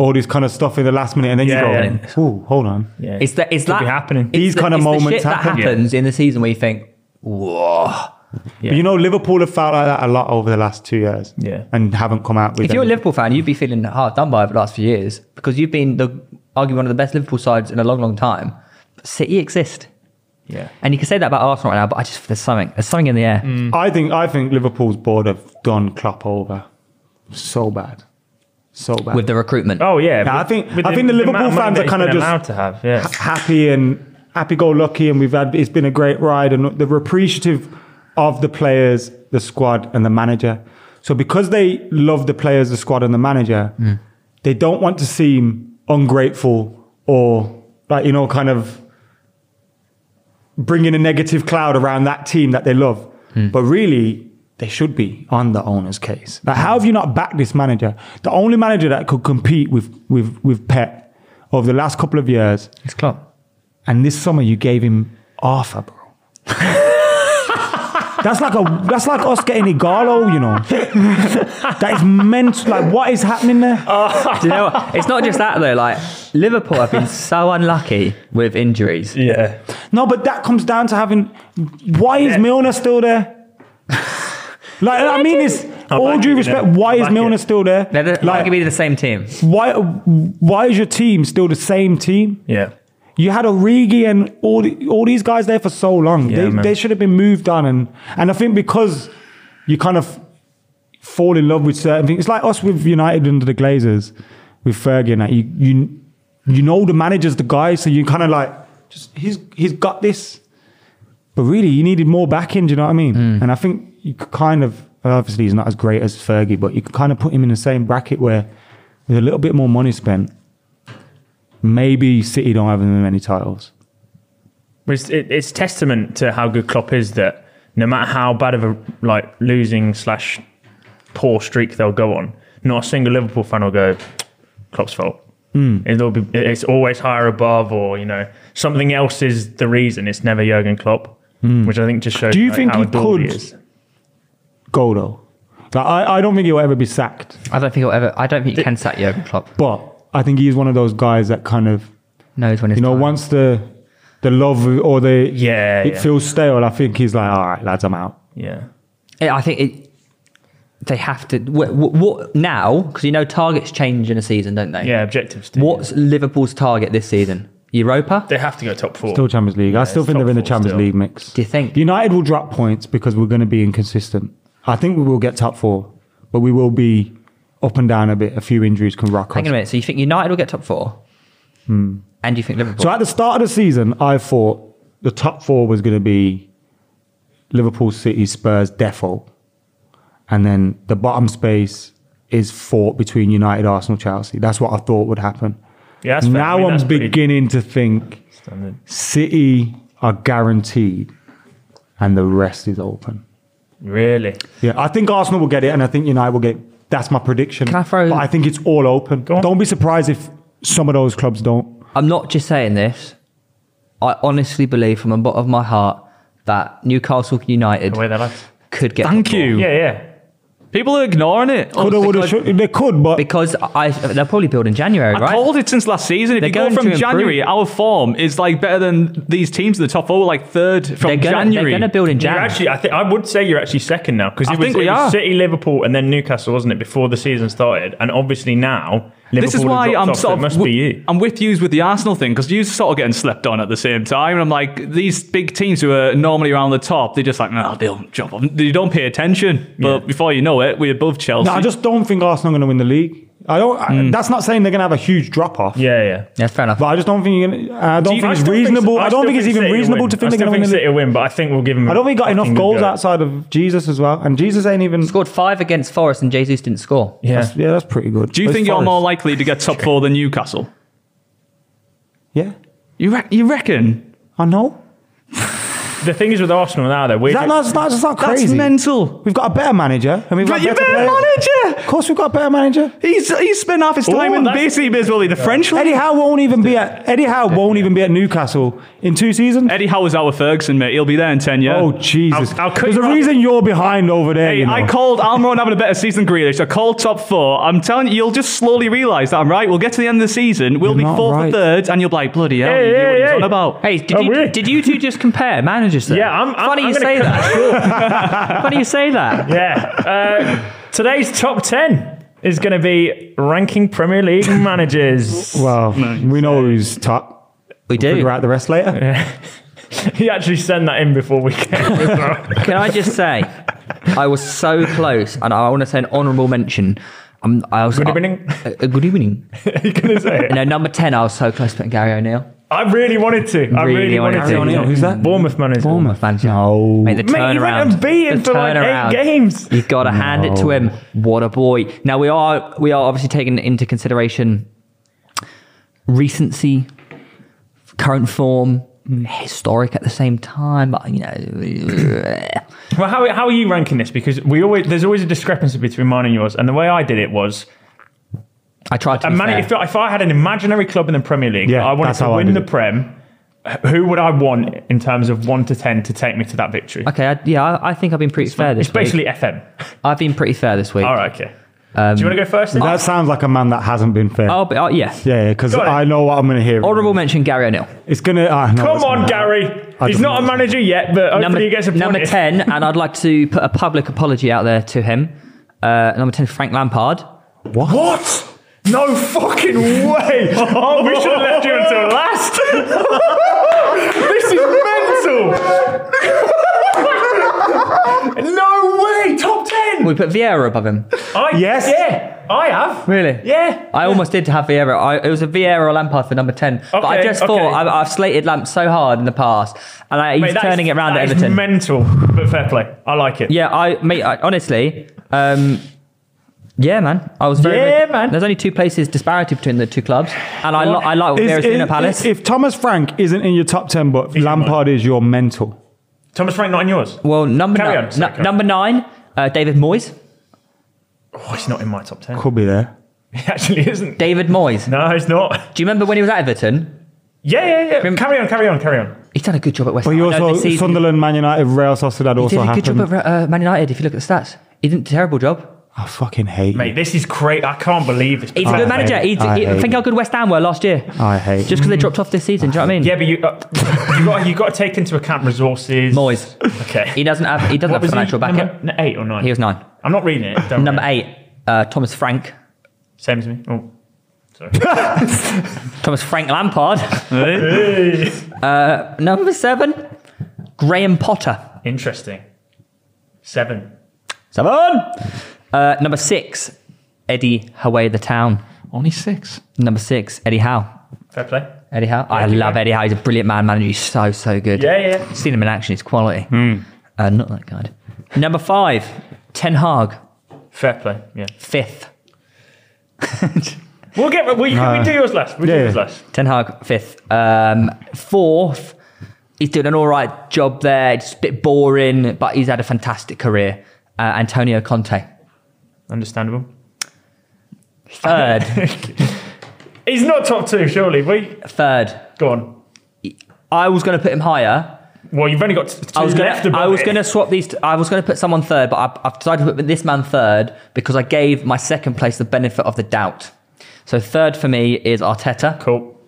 Speaker 4: all this kind of stuff in the last minute, and then
Speaker 2: Yeah,
Speaker 4: you
Speaker 2: yeah.
Speaker 4: go, "Ooh, hold on."
Speaker 2: yeah.
Speaker 3: It's that. It's
Speaker 2: Could
Speaker 3: that
Speaker 2: be happening.
Speaker 3: it's
Speaker 4: These
Speaker 3: the-
Speaker 4: kind of
Speaker 3: it's the
Speaker 4: moments
Speaker 3: shit that
Speaker 4: happen.
Speaker 3: happens in the season where you think, "Whoa!"
Speaker 2: Yeah.
Speaker 4: But you know, Liverpool have felt like that a lot over the last two years,
Speaker 2: Yeah.
Speaker 4: and haven't come out with.
Speaker 3: If you're a
Speaker 4: anything.
Speaker 3: Liverpool fan, you'd be feeling hard done by over the last few years because you've been the arguably one of the best Liverpool sides in a long, long time. But City exist,
Speaker 2: yeah.
Speaker 3: and you can say that about Arsenal right now. But I just there's something. There's something in the air.
Speaker 4: I think I think Liverpool's board have done Klopp over so bad, so bad.
Speaker 3: with the recruitment.
Speaker 2: Oh yeah.
Speaker 4: Yeah, I
Speaker 2: with-
Speaker 4: think-
Speaker 2: with
Speaker 4: I think the
Speaker 2: amount
Speaker 4: Liverpool
Speaker 2: money
Speaker 4: fans
Speaker 2: that
Speaker 4: are
Speaker 2: he's
Speaker 4: kinda
Speaker 2: been
Speaker 4: just-
Speaker 2: allowed to have.
Speaker 4: [LAUGHS]
Speaker 2: Yeah.
Speaker 4: happy and happy-go-lucky, and we've had it's been a great ride, and they're appreciative of the players, the squad, and the manager. So because they love the players, the squad, and the manager, they don't want to seem ungrateful or like you know, kind of bringing a negative cloud around that team that they love. But really, they should be on the owner's case. Like, how have you not backed this manager? The only manager that could compete with with with Pep over the last couple of years,
Speaker 3: It's Klopp.
Speaker 4: and this summer you gave him
Speaker 2: [LAUGHS]
Speaker 4: Arthur, bro. that's like a that's like us getting Igalo,
Speaker 2: [LAUGHS]
Speaker 4: you know. that is mental. Like, what is happening there?
Speaker 3: Do you know what? It's not just that though. Like Liverpool have been so unlucky with injuries.
Speaker 2: Yeah.
Speaker 4: No, but that comes down to having. Why is Milner still there? like I mean, it's
Speaker 2: I'll
Speaker 4: all
Speaker 2: back
Speaker 4: due
Speaker 2: you
Speaker 4: respect.
Speaker 2: there.
Speaker 4: Why
Speaker 2: I'll
Speaker 4: is
Speaker 2: back
Speaker 4: Milner
Speaker 2: it.
Speaker 4: still there?
Speaker 3: They're the,
Speaker 4: Like,
Speaker 3: like, be the same team.
Speaker 4: why? Why is your team still the same team?
Speaker 2: Yeah.
Speaker 4: You had Origi and all the, all these guys there for so long.
Speaker 2: Yeah,
Speaker 4: they,
Speaker 2: man.
Speaker 4: they should have been moved on, and and I think because you kind of fall in love with certain things. It's like us with United under the Glazers, with Fergie, and that you you you know the manager's the guy, so you kind of like just he's he's got this. But really, you needed more backing. Do you know what I mean?
Speaker 2: Mm.
Speaker 4: And I think you could kind of obviously he's not as great as Fergie, but you could kind of put him in the same bracket where with a little bit more money spent. Maybe City don't have as many titles.
Speaker 2: But It's, it, it's testament to how good Klopp is that no matter how bad of a like losing slash poor streak they'll go on, not a single Liverpool fan will go Klopp's fault.
Speaker 4: Hmm.
Speaker 2: It'll be it's always higher above, or you know something else is the reason. It's never Jurgen Klopp, which I think just shows.
Speaker 4: Hmm. Do you
Speaker 2: like,
Speaker 4: think
Speaker 2: how
Speaker 4: he
Speaker 2: adored
Speaker 4: could-
Speaker 2: is.
Speaker 4: Go though. Like, I, I don't think he'll ever be sacked.
Speaker 3: I don't think he'll ever. I don't think you can sack Jurgen Klopp.
Speaker 4: But I think he's one of those guys that kind of
Speaker 3: Knows when it's
Speaker 4: you know
Speaker 3: time.
Speaker 4: once the the love or the
Speaker 2: Yeah,
Speaker 4: it
Speaker 2: yeah.
Speaker 4: feels stale. I think he's like, all right, lads, I'm out.
Speaker 2: Yeah,
Speaker 3: Yeah, I think it, they have to. What, what now? Because you know targets change in a season, don't they?
Speaker 2: yeah. Objectives. do.
Speaker 3: What's Liverpool's target this season? Europa.
Speaker 2: they have to go top four?
Speaker 4: Still Champions League. I still
Speaker 2: it's
Speaker 4: think they're in the
Speaker 2: top four
Speaker 4: Champions
Speaker 2: still.
Speaker 4: League mix.
Speaker 3: Do you think?
Speaker 4: United will drop points because we're going to be inconsistent? I think we will get top four, but we will be up and down a bit. A few injuries can rock us.
Speaker 3: Hang on a minute. So you think United will get top four? And you think Liverpool?
Speaker 4: So at the start of the season, I thought the top four was going to be Liverpool, City, Spurs, default, and then the bottom space is fought between United, Arsenal, Chelsea. That's what I thought would happen.
Speaker 2: Yeah, that's fair. I
Speaker 4: now
Speaker 2: mean, that's
Speaker 4: I'm
Speaker 2: pretty
Speaker 4: beginning to think
Speaker 2: standard.
Speaker 4: City are guaranteed, and the rest is open.
Speaker 2: Really?
Speaker 4: Yeah, I think Arsenal will get it, and I think United will get. It. That's my prediction.
Speaker 3: Can I throw-
Speaker 4: But I think it's all open.
Speaker 2: on.
Speaker 4: Don't be surprised if some of those clubs don't.
Speaker 3: I'm not just saying this. I honestly believe from the bottom of my heart that Newcastle United
Speaker 2: The way they like.
Speaker 3: could get.
Speaker 5: Thank
Speaker 3: top four.
Speaker 5: you.
Speaker 2: Yeah, yeah.
Speaker 5: People are ignoring it.
Speaker 4: Could or would or
Speaker 3: because-
Speaker 4: should- they could, but
Speaker 3: Because I, they'll probably build in January,
Speaker 5: I
Speaker 3: right?
Speaker 5: called it since last season. If
Speaker 3: They're
Speaker 5: you go
Speaker 3: going to
Speaker 5: from
Speaker 3: improve.
Speaker 5: January, our form is like better than these teams in the top four, We're, like third
Speaker 3: they're
Speaker 5: from
Speaker 3: gonna,
Speaker 5: January.
Speaker 3: They're going to build in
Speaker 2: You're
Speaker 3: January.
Speaker 2: actually, I think I would say you're actually second now because
Speaker 5: I
Speaker 2: it, was,
Speaker 5: think
Speaker 2: it
Speaker 5: we
Speaker 2: was
Speaker 5: are.
Speaker 2: City, Liverpool, and then Newcastle, wasn't it, before the season started? And obviously now Liverpool
Speaker 5: this is why
Speaker 2: have dropped
Speaker 5: I'm
Speaker 2: off, so
Speaker 5: sort of
Speaker 2: it must
Speaker 5: w-
Speaker 2: be you.
Speaker 5: I'm with yous with the Arsenal thing because yous sort of getting slept on at the same time, and I'm like these big teams who are normally around the top, they're just like no, they'll jump. off." They don't pay attention, but before you know it, we're above Chelsea.
Speaker 4: No, I just don't think Arsenal are going to win the league. I don't. I, that's not saying they're going to have a huge drop off.
Speaker 2: Hmm. Yeah, yeah.
Speaker 3: Yeah, fair enough.
Speaker 4: But I just don't think. You're gonna, I don't
Speaker 2: Do you-
Speaker 4: think
Speaker 2: I
Speaker 4: it's
Speaker 2: still
Speaker 4: reasonable. I, don't
Speaker 2: still
Speaker 4: think it's even
Speaker 2: City will
Speaker 4: reasonable
Speaker 2: win.
Speaker 4: to think
Speaker 2: I
Speaker 4: they're
Speaker 2: still
Speaker 4: going
Speaker 2: think
Speaker 4: to win.
Speaker 2: City
Speaker 4: the
Speaker 2: will win, but I think we'll give them.
Speaker 4: I don't think we got enough goals
Speaker 2: outside.
Speaker 4: outside of Jesus as well, and Jesus ain't even.
Speaker 3: Scored five against Forest and Jesus didn't score.
Speaker 2: Yeah.
Speaker 4: That's, yeah, that's pretty good.
Speaker 5: Do you
Speaker 4: But it's
Speaker 5: think you're
Speaker 4: Forest.
Speaker 5: more likely to
Speaker 4: [LAUGHS]
Speaker 5: get top four than Newcastle?
Speaker 4: Yeah,
Speaker 5: You, re- you reckon?
Speaker 4: I know.
Speaker 2: The thing is with Arsenal now, though, we
Speaker 4: Is that not, it's not, it's not
Speaker 5: That's
Speaker 4: crazy.
Speaker 5: mental.
Speaker 4: We've got a better manager, and we've
Speaker 5: But
Speaker 4: got
Speaker 5: you're
Speaker 4: better
Speaker 5: better
Speaker 4: players.
Speaker 5: manager.
Speaker 4: Of course, we've got a better manager.
Speaker 5: He's he's spent half his time
Speaker 2: Ooh,
Speaker 5: in
Speaker 2: that's-
Speaker 5: basically basically the French league.
Speaker 4: Eddie Howe won't even be at Eddie Howe won't even be at Newcastle in two seasons.
Speaker 5: Eddie Howe is our Ferguson, mate. He'll be there in ten years.
Speaker 4: Oh Jesus!
Speaker 2: I'll- I'll cut
Speaker 4: There's
Speaker 2: you
Speaker 4: a
Speaker 2: off.
Speaker 4: reason you're behind over there.
Speaker 5: Hey,
Speaker 4: you know.
Speaker 5: I called Almiron having a better season than Grealish. I called top four. I'm telling you, you'll just slowly realise that I'm right. We'll get to the end of the season. We'll
Speaker 4: You're
Speaker 5: be
Speaker 4: not
Speaker 5: fourth or
Speaker 4: right.
Speaker 5: third, and you'll be like, bloody hell,
Speaker 2: Hey,
Speaker 5: you knew what
Speaker 2: hey,
Speaker 5: he was
Speaker 2: hey.
Speaker 5: on about.
Speaker 3: Hey, did
Speaker 2: Are
Speaker 3: you
Speaker 2: we?
Speaker 3: did you two just compare managers? There?
Speaker 2: Yeah, I'm- I'm-
Speaker 3: funny
Speaker 2: I'm
Speaker 3: you
Speaker 2: gonna
Speaker 3: say
Speaker 2: cut
Speaker 3: that. funny you
Speaker 2: [LAUGHS]
Speaker 3: say that.
Speaker 2: yeah. Uh, today's top ten is going to be ranking Premier League managers.
Speaker 4: well, Oh, we know who's top.
Speaker 3: We do.
Speaker 4: Figure out the rest later.
Speaker 2: he actually sent that in before we came. as well.
Speaker 3: Can I just say, I was so close, and I want to say an honourable mention. Um, I was,
Speaker 2: Good evening.
Speaker 3: Uh, uh, good evening.
Speaker 2: you gonna say it?
Speaker 3: No, number ten. I was so close to putting Gary O'Neill.
Speaker 2: I really wanted to. I really,
Speaker 3: Really wanted
Speaker 2: wanted
Speaker 3: to.
Speaker 2: to.
Speaker 3: Gary O'Neill,
Speaker 4: who's that?
Speaker 2: Bournemouth manager.
Speaker 3: My fans, no. Mate, the
Speaker 2: Mate, he
Speaker 3: turnaround.
Speaker 2: went and beat him
Speaker 3: the
Speaker 2: for like
Speaker 3: turnaround.
Speaker 2: eight games.
Speaker 3: You've got to hand it to him. What a boy! Now we are we are obviously taking into consideration recency, current form,
Speaker 2: Hmm.
Speaker 3: historic at the same time. But you know, [CLEARS THROAT]
Speaker 2: Well, how, how are you ranking this? Because we always there's always a discrepancy between mine and yours. And the way I did it was
Speaker 3: I tried to.
Speaker 2: a
Speaker 3: Be
Speaker 2: man,
Speaker 3: fair.
Speaker 2: if, I- if I had an imaginary club in the Premier League,
Speaker 4: Yeah,
Speaker 2: I wanted
Speaker 4: that's
Speaker 2: to
Speaker 4: how I
Speaker 2: win
Speaker 4: did
Speaker 2: the
Speaker 4: it.
Speaker 2: Prem. h- Who would I want in terms of one to ten to take me to that victory?
Speaker 3: okay, I, yeah, I, I think I've been pretty fair this
Speaker 2: It's basically
Speaker 3: week.
Speaker 2: FM.
Speaker 3: I've been pretty fair this week.
Speaker 2: All right, okay. Do you want to go first? then?
Speaker 4: That sounds like a man that hasn't been fair.
Speaker 3: I'll be, oh, yeah.
Speaker 4: Yeah, because
Speaker 2: Go on.
Speaker 4: I know what I'm going to hear.
Speaker 3: Honourable mention Gary O'Neill.
Speaker 4: It's going to. Uh, no,
Speaker 2: Come
Speaker 4: it's
Speaker 2: on,
Speaker 4: not.
Speaker 2: Gary.
Speaker 4: I
Speaker 2: He's
Speaker 4: don't
Speaker 2: not a
Speaker 4: know.
Speaker 2: manager yet, but hopefully he gets appointed.
Speaker 3: number 10, and I'd like to put a public apology out there to him. Uh, number 10, Frank Lampard.
Speaker 4: What?
Speaker 2: What?
Speaker 5: Oh,
Speaker 2: No fucking way! [LAUGHS] Oh, we should have left you until
Speaker 5: [LAUGHS]
Speaker 2: last. this is mental. no way! Top ten.
Speaker 3: We put Vieira
Speaker 2: [LAUGHS]
Speaker 3: above him.
Speaker 2: I,
Speaker 4: Yes.
Speaker 2: Yeah, I have.
Speaker 3: Really?
Speaker 2: Yeah.
Speaker 3: I almost did have Vieira. I, it was a Vieira or Lampard for number 10. but I
Speaker 2: Okay,
Speaker 3: just
Speaker 2: okay.
Speaker 3: thought, I, I've slated Lamp so hard in the past, and I, he's
Speaker 2: Mate, that
Speaker 3: turning
Speaker 2: is-
Speaker 3: it round
Speaker 2: that
Speaker 3: at
Speaker 2: is
Speaker 3: Everton.
Speaker 2: mental, but fair play. I like it.
Speaker 3: yeah, I, mate, I, honestly, um, yeah, man. I was very.
Speaker 2: Yeah, man.
Speaker 3: There's only two places disparity between the two clubs, and I, li- I like what
Speaker 4: Is-
Speaker 3: Vieira's doing
Speaker 4: is-
Speaker 3: at Palace.
Speaker 4: If Thomas Frank isn't in your top 10, but Lampard is your mentor.
Speaker 2: Thomas Frank, not in yours.
Speaker 3: well, number
Speaker 2: Carry
Speaker 3: nine,
Speaker 2: on, sorry,
Speaker 3: nu-
Speaker 2: carry on.
Speaker 3: number nine, uh, David Moyes.
Speaker 2: Oh, he's not in my top ten. [LAUGHS]
Speaker 4: Could be there.
Speaker 2: He actually isn't.
Speaker 3: David Moyes.
Speaker 2: No, he's not.
Speaker 3: Do you remember when he was at Everton?
Speaker 2: Yeah, yeah, yeah. Carry on, carry on, carry on.
Speaker 3: He's done a good job at West
Speaker 4: But
Speaker 3: Ham.
Speaker 4: you
Speaker 3: I know
Speaker 4: also
Speaker 3: this season-
Speaker 4: Sunderland, Man United, Real Sociedad
Speaker 3: He
Speaker 4: also
Speaker 3: did a good
Speaker 4: happened.
Speaker 3: job at uh, Man United. If you look at the stats, he did a terrible job.
Speaker 4: I fucking hate
Speaker 2: Mate, this is great. I can't believe this.
Speaker 3: He's a
Speaker 2: I
Speaker 3: good
Speaker 2: hate
Speaker 3: manager.
Speaker 2: it.
Speaker 3: He's,
Speaker 4: I
Speaker 3: he,
Speaker 4: hate
Speaker 3: think
Speaker 4: it.
Speaker 3: how good West Ham were last year.
Speaker 4: you. I hate.
Speaker 3: Just because they dropped off this season. Do you know what I mean?
Speaker 2: Yeah, but you uh, you got you got to take into account resources.
Speaker 3: Moyes.
Speaker 2: Okay.
Speaker 3: He doesn't have. He doesn't
Speaker 2: What
Speaker 3: have
Speaker 2: was he?
Speaker 3: financial backing.
Speaker 2: Number eight or nine.
Speaker 3: He was nine.
Speaker 2: I'm not reading it. Don't
Speaker 3: Number
Speaker 2: worry.
Speaker 3: eight, uh, Thomas Frank.
Speaker 2: Same as me. Oh, sorry.
Speaker 3: Thomas Frank Lampard. uh, number seven, Graham Potter.
Speaker 2: Interesting. Seven.
Speaker 3: Seven. Uh, number six, Eddie Haway the Town.
Speaker 5: Only six.
Speaker 3: Number six, Eddie Howe.
Speaker 2: Fair play.
Speaker 3: Eddie Howe. I
Speaker 2: keep
Speaker 3: love
Speaker 2: going.
Speaker 3: Eddie Howe. He's a brilliant man manager. He's so so good.
Speaker 2: Yeah, Hmm. yeah.
Speaker 3: Seen him in action. He's quality. Uh, not that kind. Number five, Ten Hag,
Speaker 2: Fair play. Yeah.
Speaker 3: fifth.
Speaker 2: We'll get. We, we do yours last. We do
Speaker 4: yeah.
Speaker 2: yours last.
Speaker 3: Ten Hag, fifth. Um, fourth, he's doing an all right job there. It's a bit boring, but he's had a fantastic career. Uh, Antonio Conte.
Speaker 2: Understandable.
Speaker 3: Third,
Speaker 2: [LAUGHS] He's not top two, surely. We
Speaker 3: third.
Speaker 2: go on.
Speaker 3: I was going to put him higher.
Speaker 2: Well, you've only got t- two
Speaker 3: I was
Speaker 2: left.
Speaker 3: gonna,
Speaker 2: above
Speaker 3: I was
Speaker 2: it.
Speaker 3: gonna swap these. I was gonna put someone third, but I, I've decided to put this man third because I gave my second place the benefit of the doubt. So third for me is Arteta.
Speaker 2: Cool.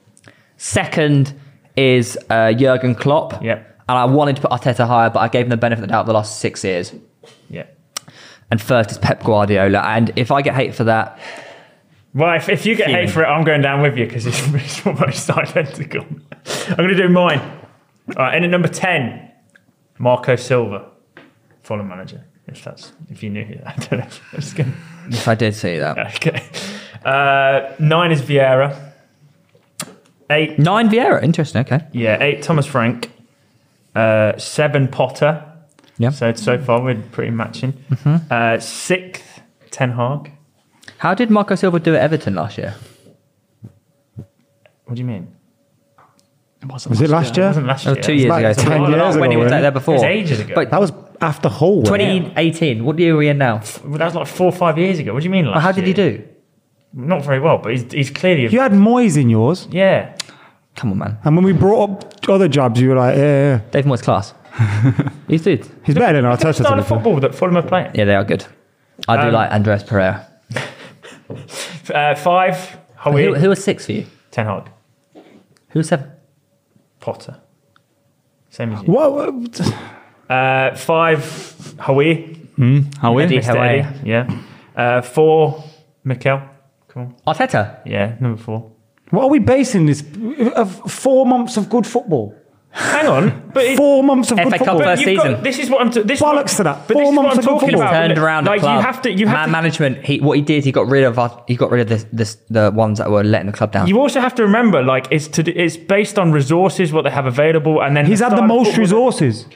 Speaker 3: Second is uh, Jurgen Klopp.
Speaker 2: Yep.
Speaker 3: And I wanted to put Arteta higher, but I gave him the benefit of the doubt the last six years.
Speaker 2: Yeah.
Speaker 3: And first is Pep Guardiola. And if I get hate for that,
Speaker 2: Well, if, if you get
Speaker 3: Human.
Speaker 2: hate for it, I'm going down with you because it's, [LAUGHS] it's almost identical. I'm going to do mine. All right, in at number 10, Marco Silva, Fulham [LAUGHS] manager. If that's if you knew who that, I don't know. I'm just gonna, [LAUGHS]
Speaker 3: if I did say that,
Speaker 2: okay. Uh, nine is Vieira. Eight,
Speaker 3: Nine Vieira, interesting. Okay,
Speaker 2: yeah, eight Thomas Frank. Uh, seven Potter.
Speaker 3: yeah.
Speaker 2: So so far we're pretty matching.
Speaker 3: Mm-hmm.
Speaker 2: Uh, sixth Ten Hag.
Speaker 3: How did Marco Silva do at Everton last year?
Speaker 2: What do you mean?
Speaker 5: wasn't
Speaker 4: Was it last
Speaker 2: It
Speaker 4: year?
Speaker 2: wasn't last
Speaker 3: Oh,
Speaker 2: year.
Speaker 3: two years
Speaker 4: like
Speaker 3: ago.
Speaker 4: 10
Speaker 3: Not
Speaker 4: years
Speaker 3: when he
Speaker 4: ago,
Speaker 3: was
Speaker 4: wasn't
Speaker 3: there
Speaker 4: it?
Speaker 3: before.
Speaker 2: It was ages ago.
Speaker 3: But
Speaker 4: That was after Hull. wasn't it?
Speaker 3: 2018. What year are we in now?
Speaker 2: Well, that was like four or five years ago. What do you mean? Last
Speaker 3: How did he
Speaker 2: year?
Speaker 3: do?
Speaker 2: Not very well, but he's, he's clearly. A,
Speaker 4: You had Moyes in yours,
Speaker 2: yeah.
Speaker 3: Come on, man.
Speaker 4: and when we brought up other jobs, you were like, "Yeah, yeah, yeah.
Speaker 3: Dave
Speaker 2: [LAUGHS]
Speaker 3: Moyes class. He's good.
Speaker 4: he's better than
Speaker 2: Look at the
Speaker 4: Arteta."
Speaker 2: style
Speaker 4: to be
Speaker 2: of
Speaker 4: fair.
Speaker 2: football that Fulham are playing.
Speaker 3: Yeah, they are good. I do
Speaker 2: Um,
Speaker 3: like Andres Pereira.
Speaker 2: Uh, five
Speaker 3: Who,
Speaker 2: Howie.
Speaker 3: who was six for you?
Speaker 2: Ten Hag.
Speaker 3: Who was seven?
Speaker 2: Potter. Same as you.
Speaker 4: What? what-
Speaker 2: Uh, five Howie.
Speaker 5: How weird.
Speaker 3: Eddie.
Speaker 2: Mr.
Speaker 3: Howie.
Speaker 2: Eddie, Yeah. Uh, four Mikel. Cool.
Speaker 3: Arteta.
Speaker 2: Yeah, number four.
Speaker 4: What are we basing this? Of four months of good football.
Speaker 2: Hang on, but it-
Speaker 4: Four months of
Speaker 3: FA
Speaker 4: good
Speaker 3: Cup
Speaker 4: football.
Speaker 3: first
Speaker 2: But you've
Speaker 3: season.
Speaker 2: Got, this is what I'm. T- this
Speaker 4: Bollocks
Speaker 2: is what,
Speaker 4: to that.
Speaker 2: But
Speaker 4: Four
Speaker 2: this is
Speaker 4: months
Speaker 2: what I'm
Speaker 4: of good
Speaker 2: talking
Speaker 4: football.
Speaker 2: about.
Speaker 3: Turned around
Speaker 2: Like
Speaker 3: the club.
Speaker 2: you have to. You have
Speaker 3: Man
Speaker 2: to.
Speaker 3: management. He what he did. He got rid of us. He got rid of this, this the ones that were letting the club down.
Speaker 2: You also have to remember, like it's to. do- It's based on resources, what they have available, and then
Speaker 4: He's
Speaker 2: the
Speaker 4: had the
Speaker 2: style of
Speaker 4: most
Speaker 2: football-
Speaker 4: resources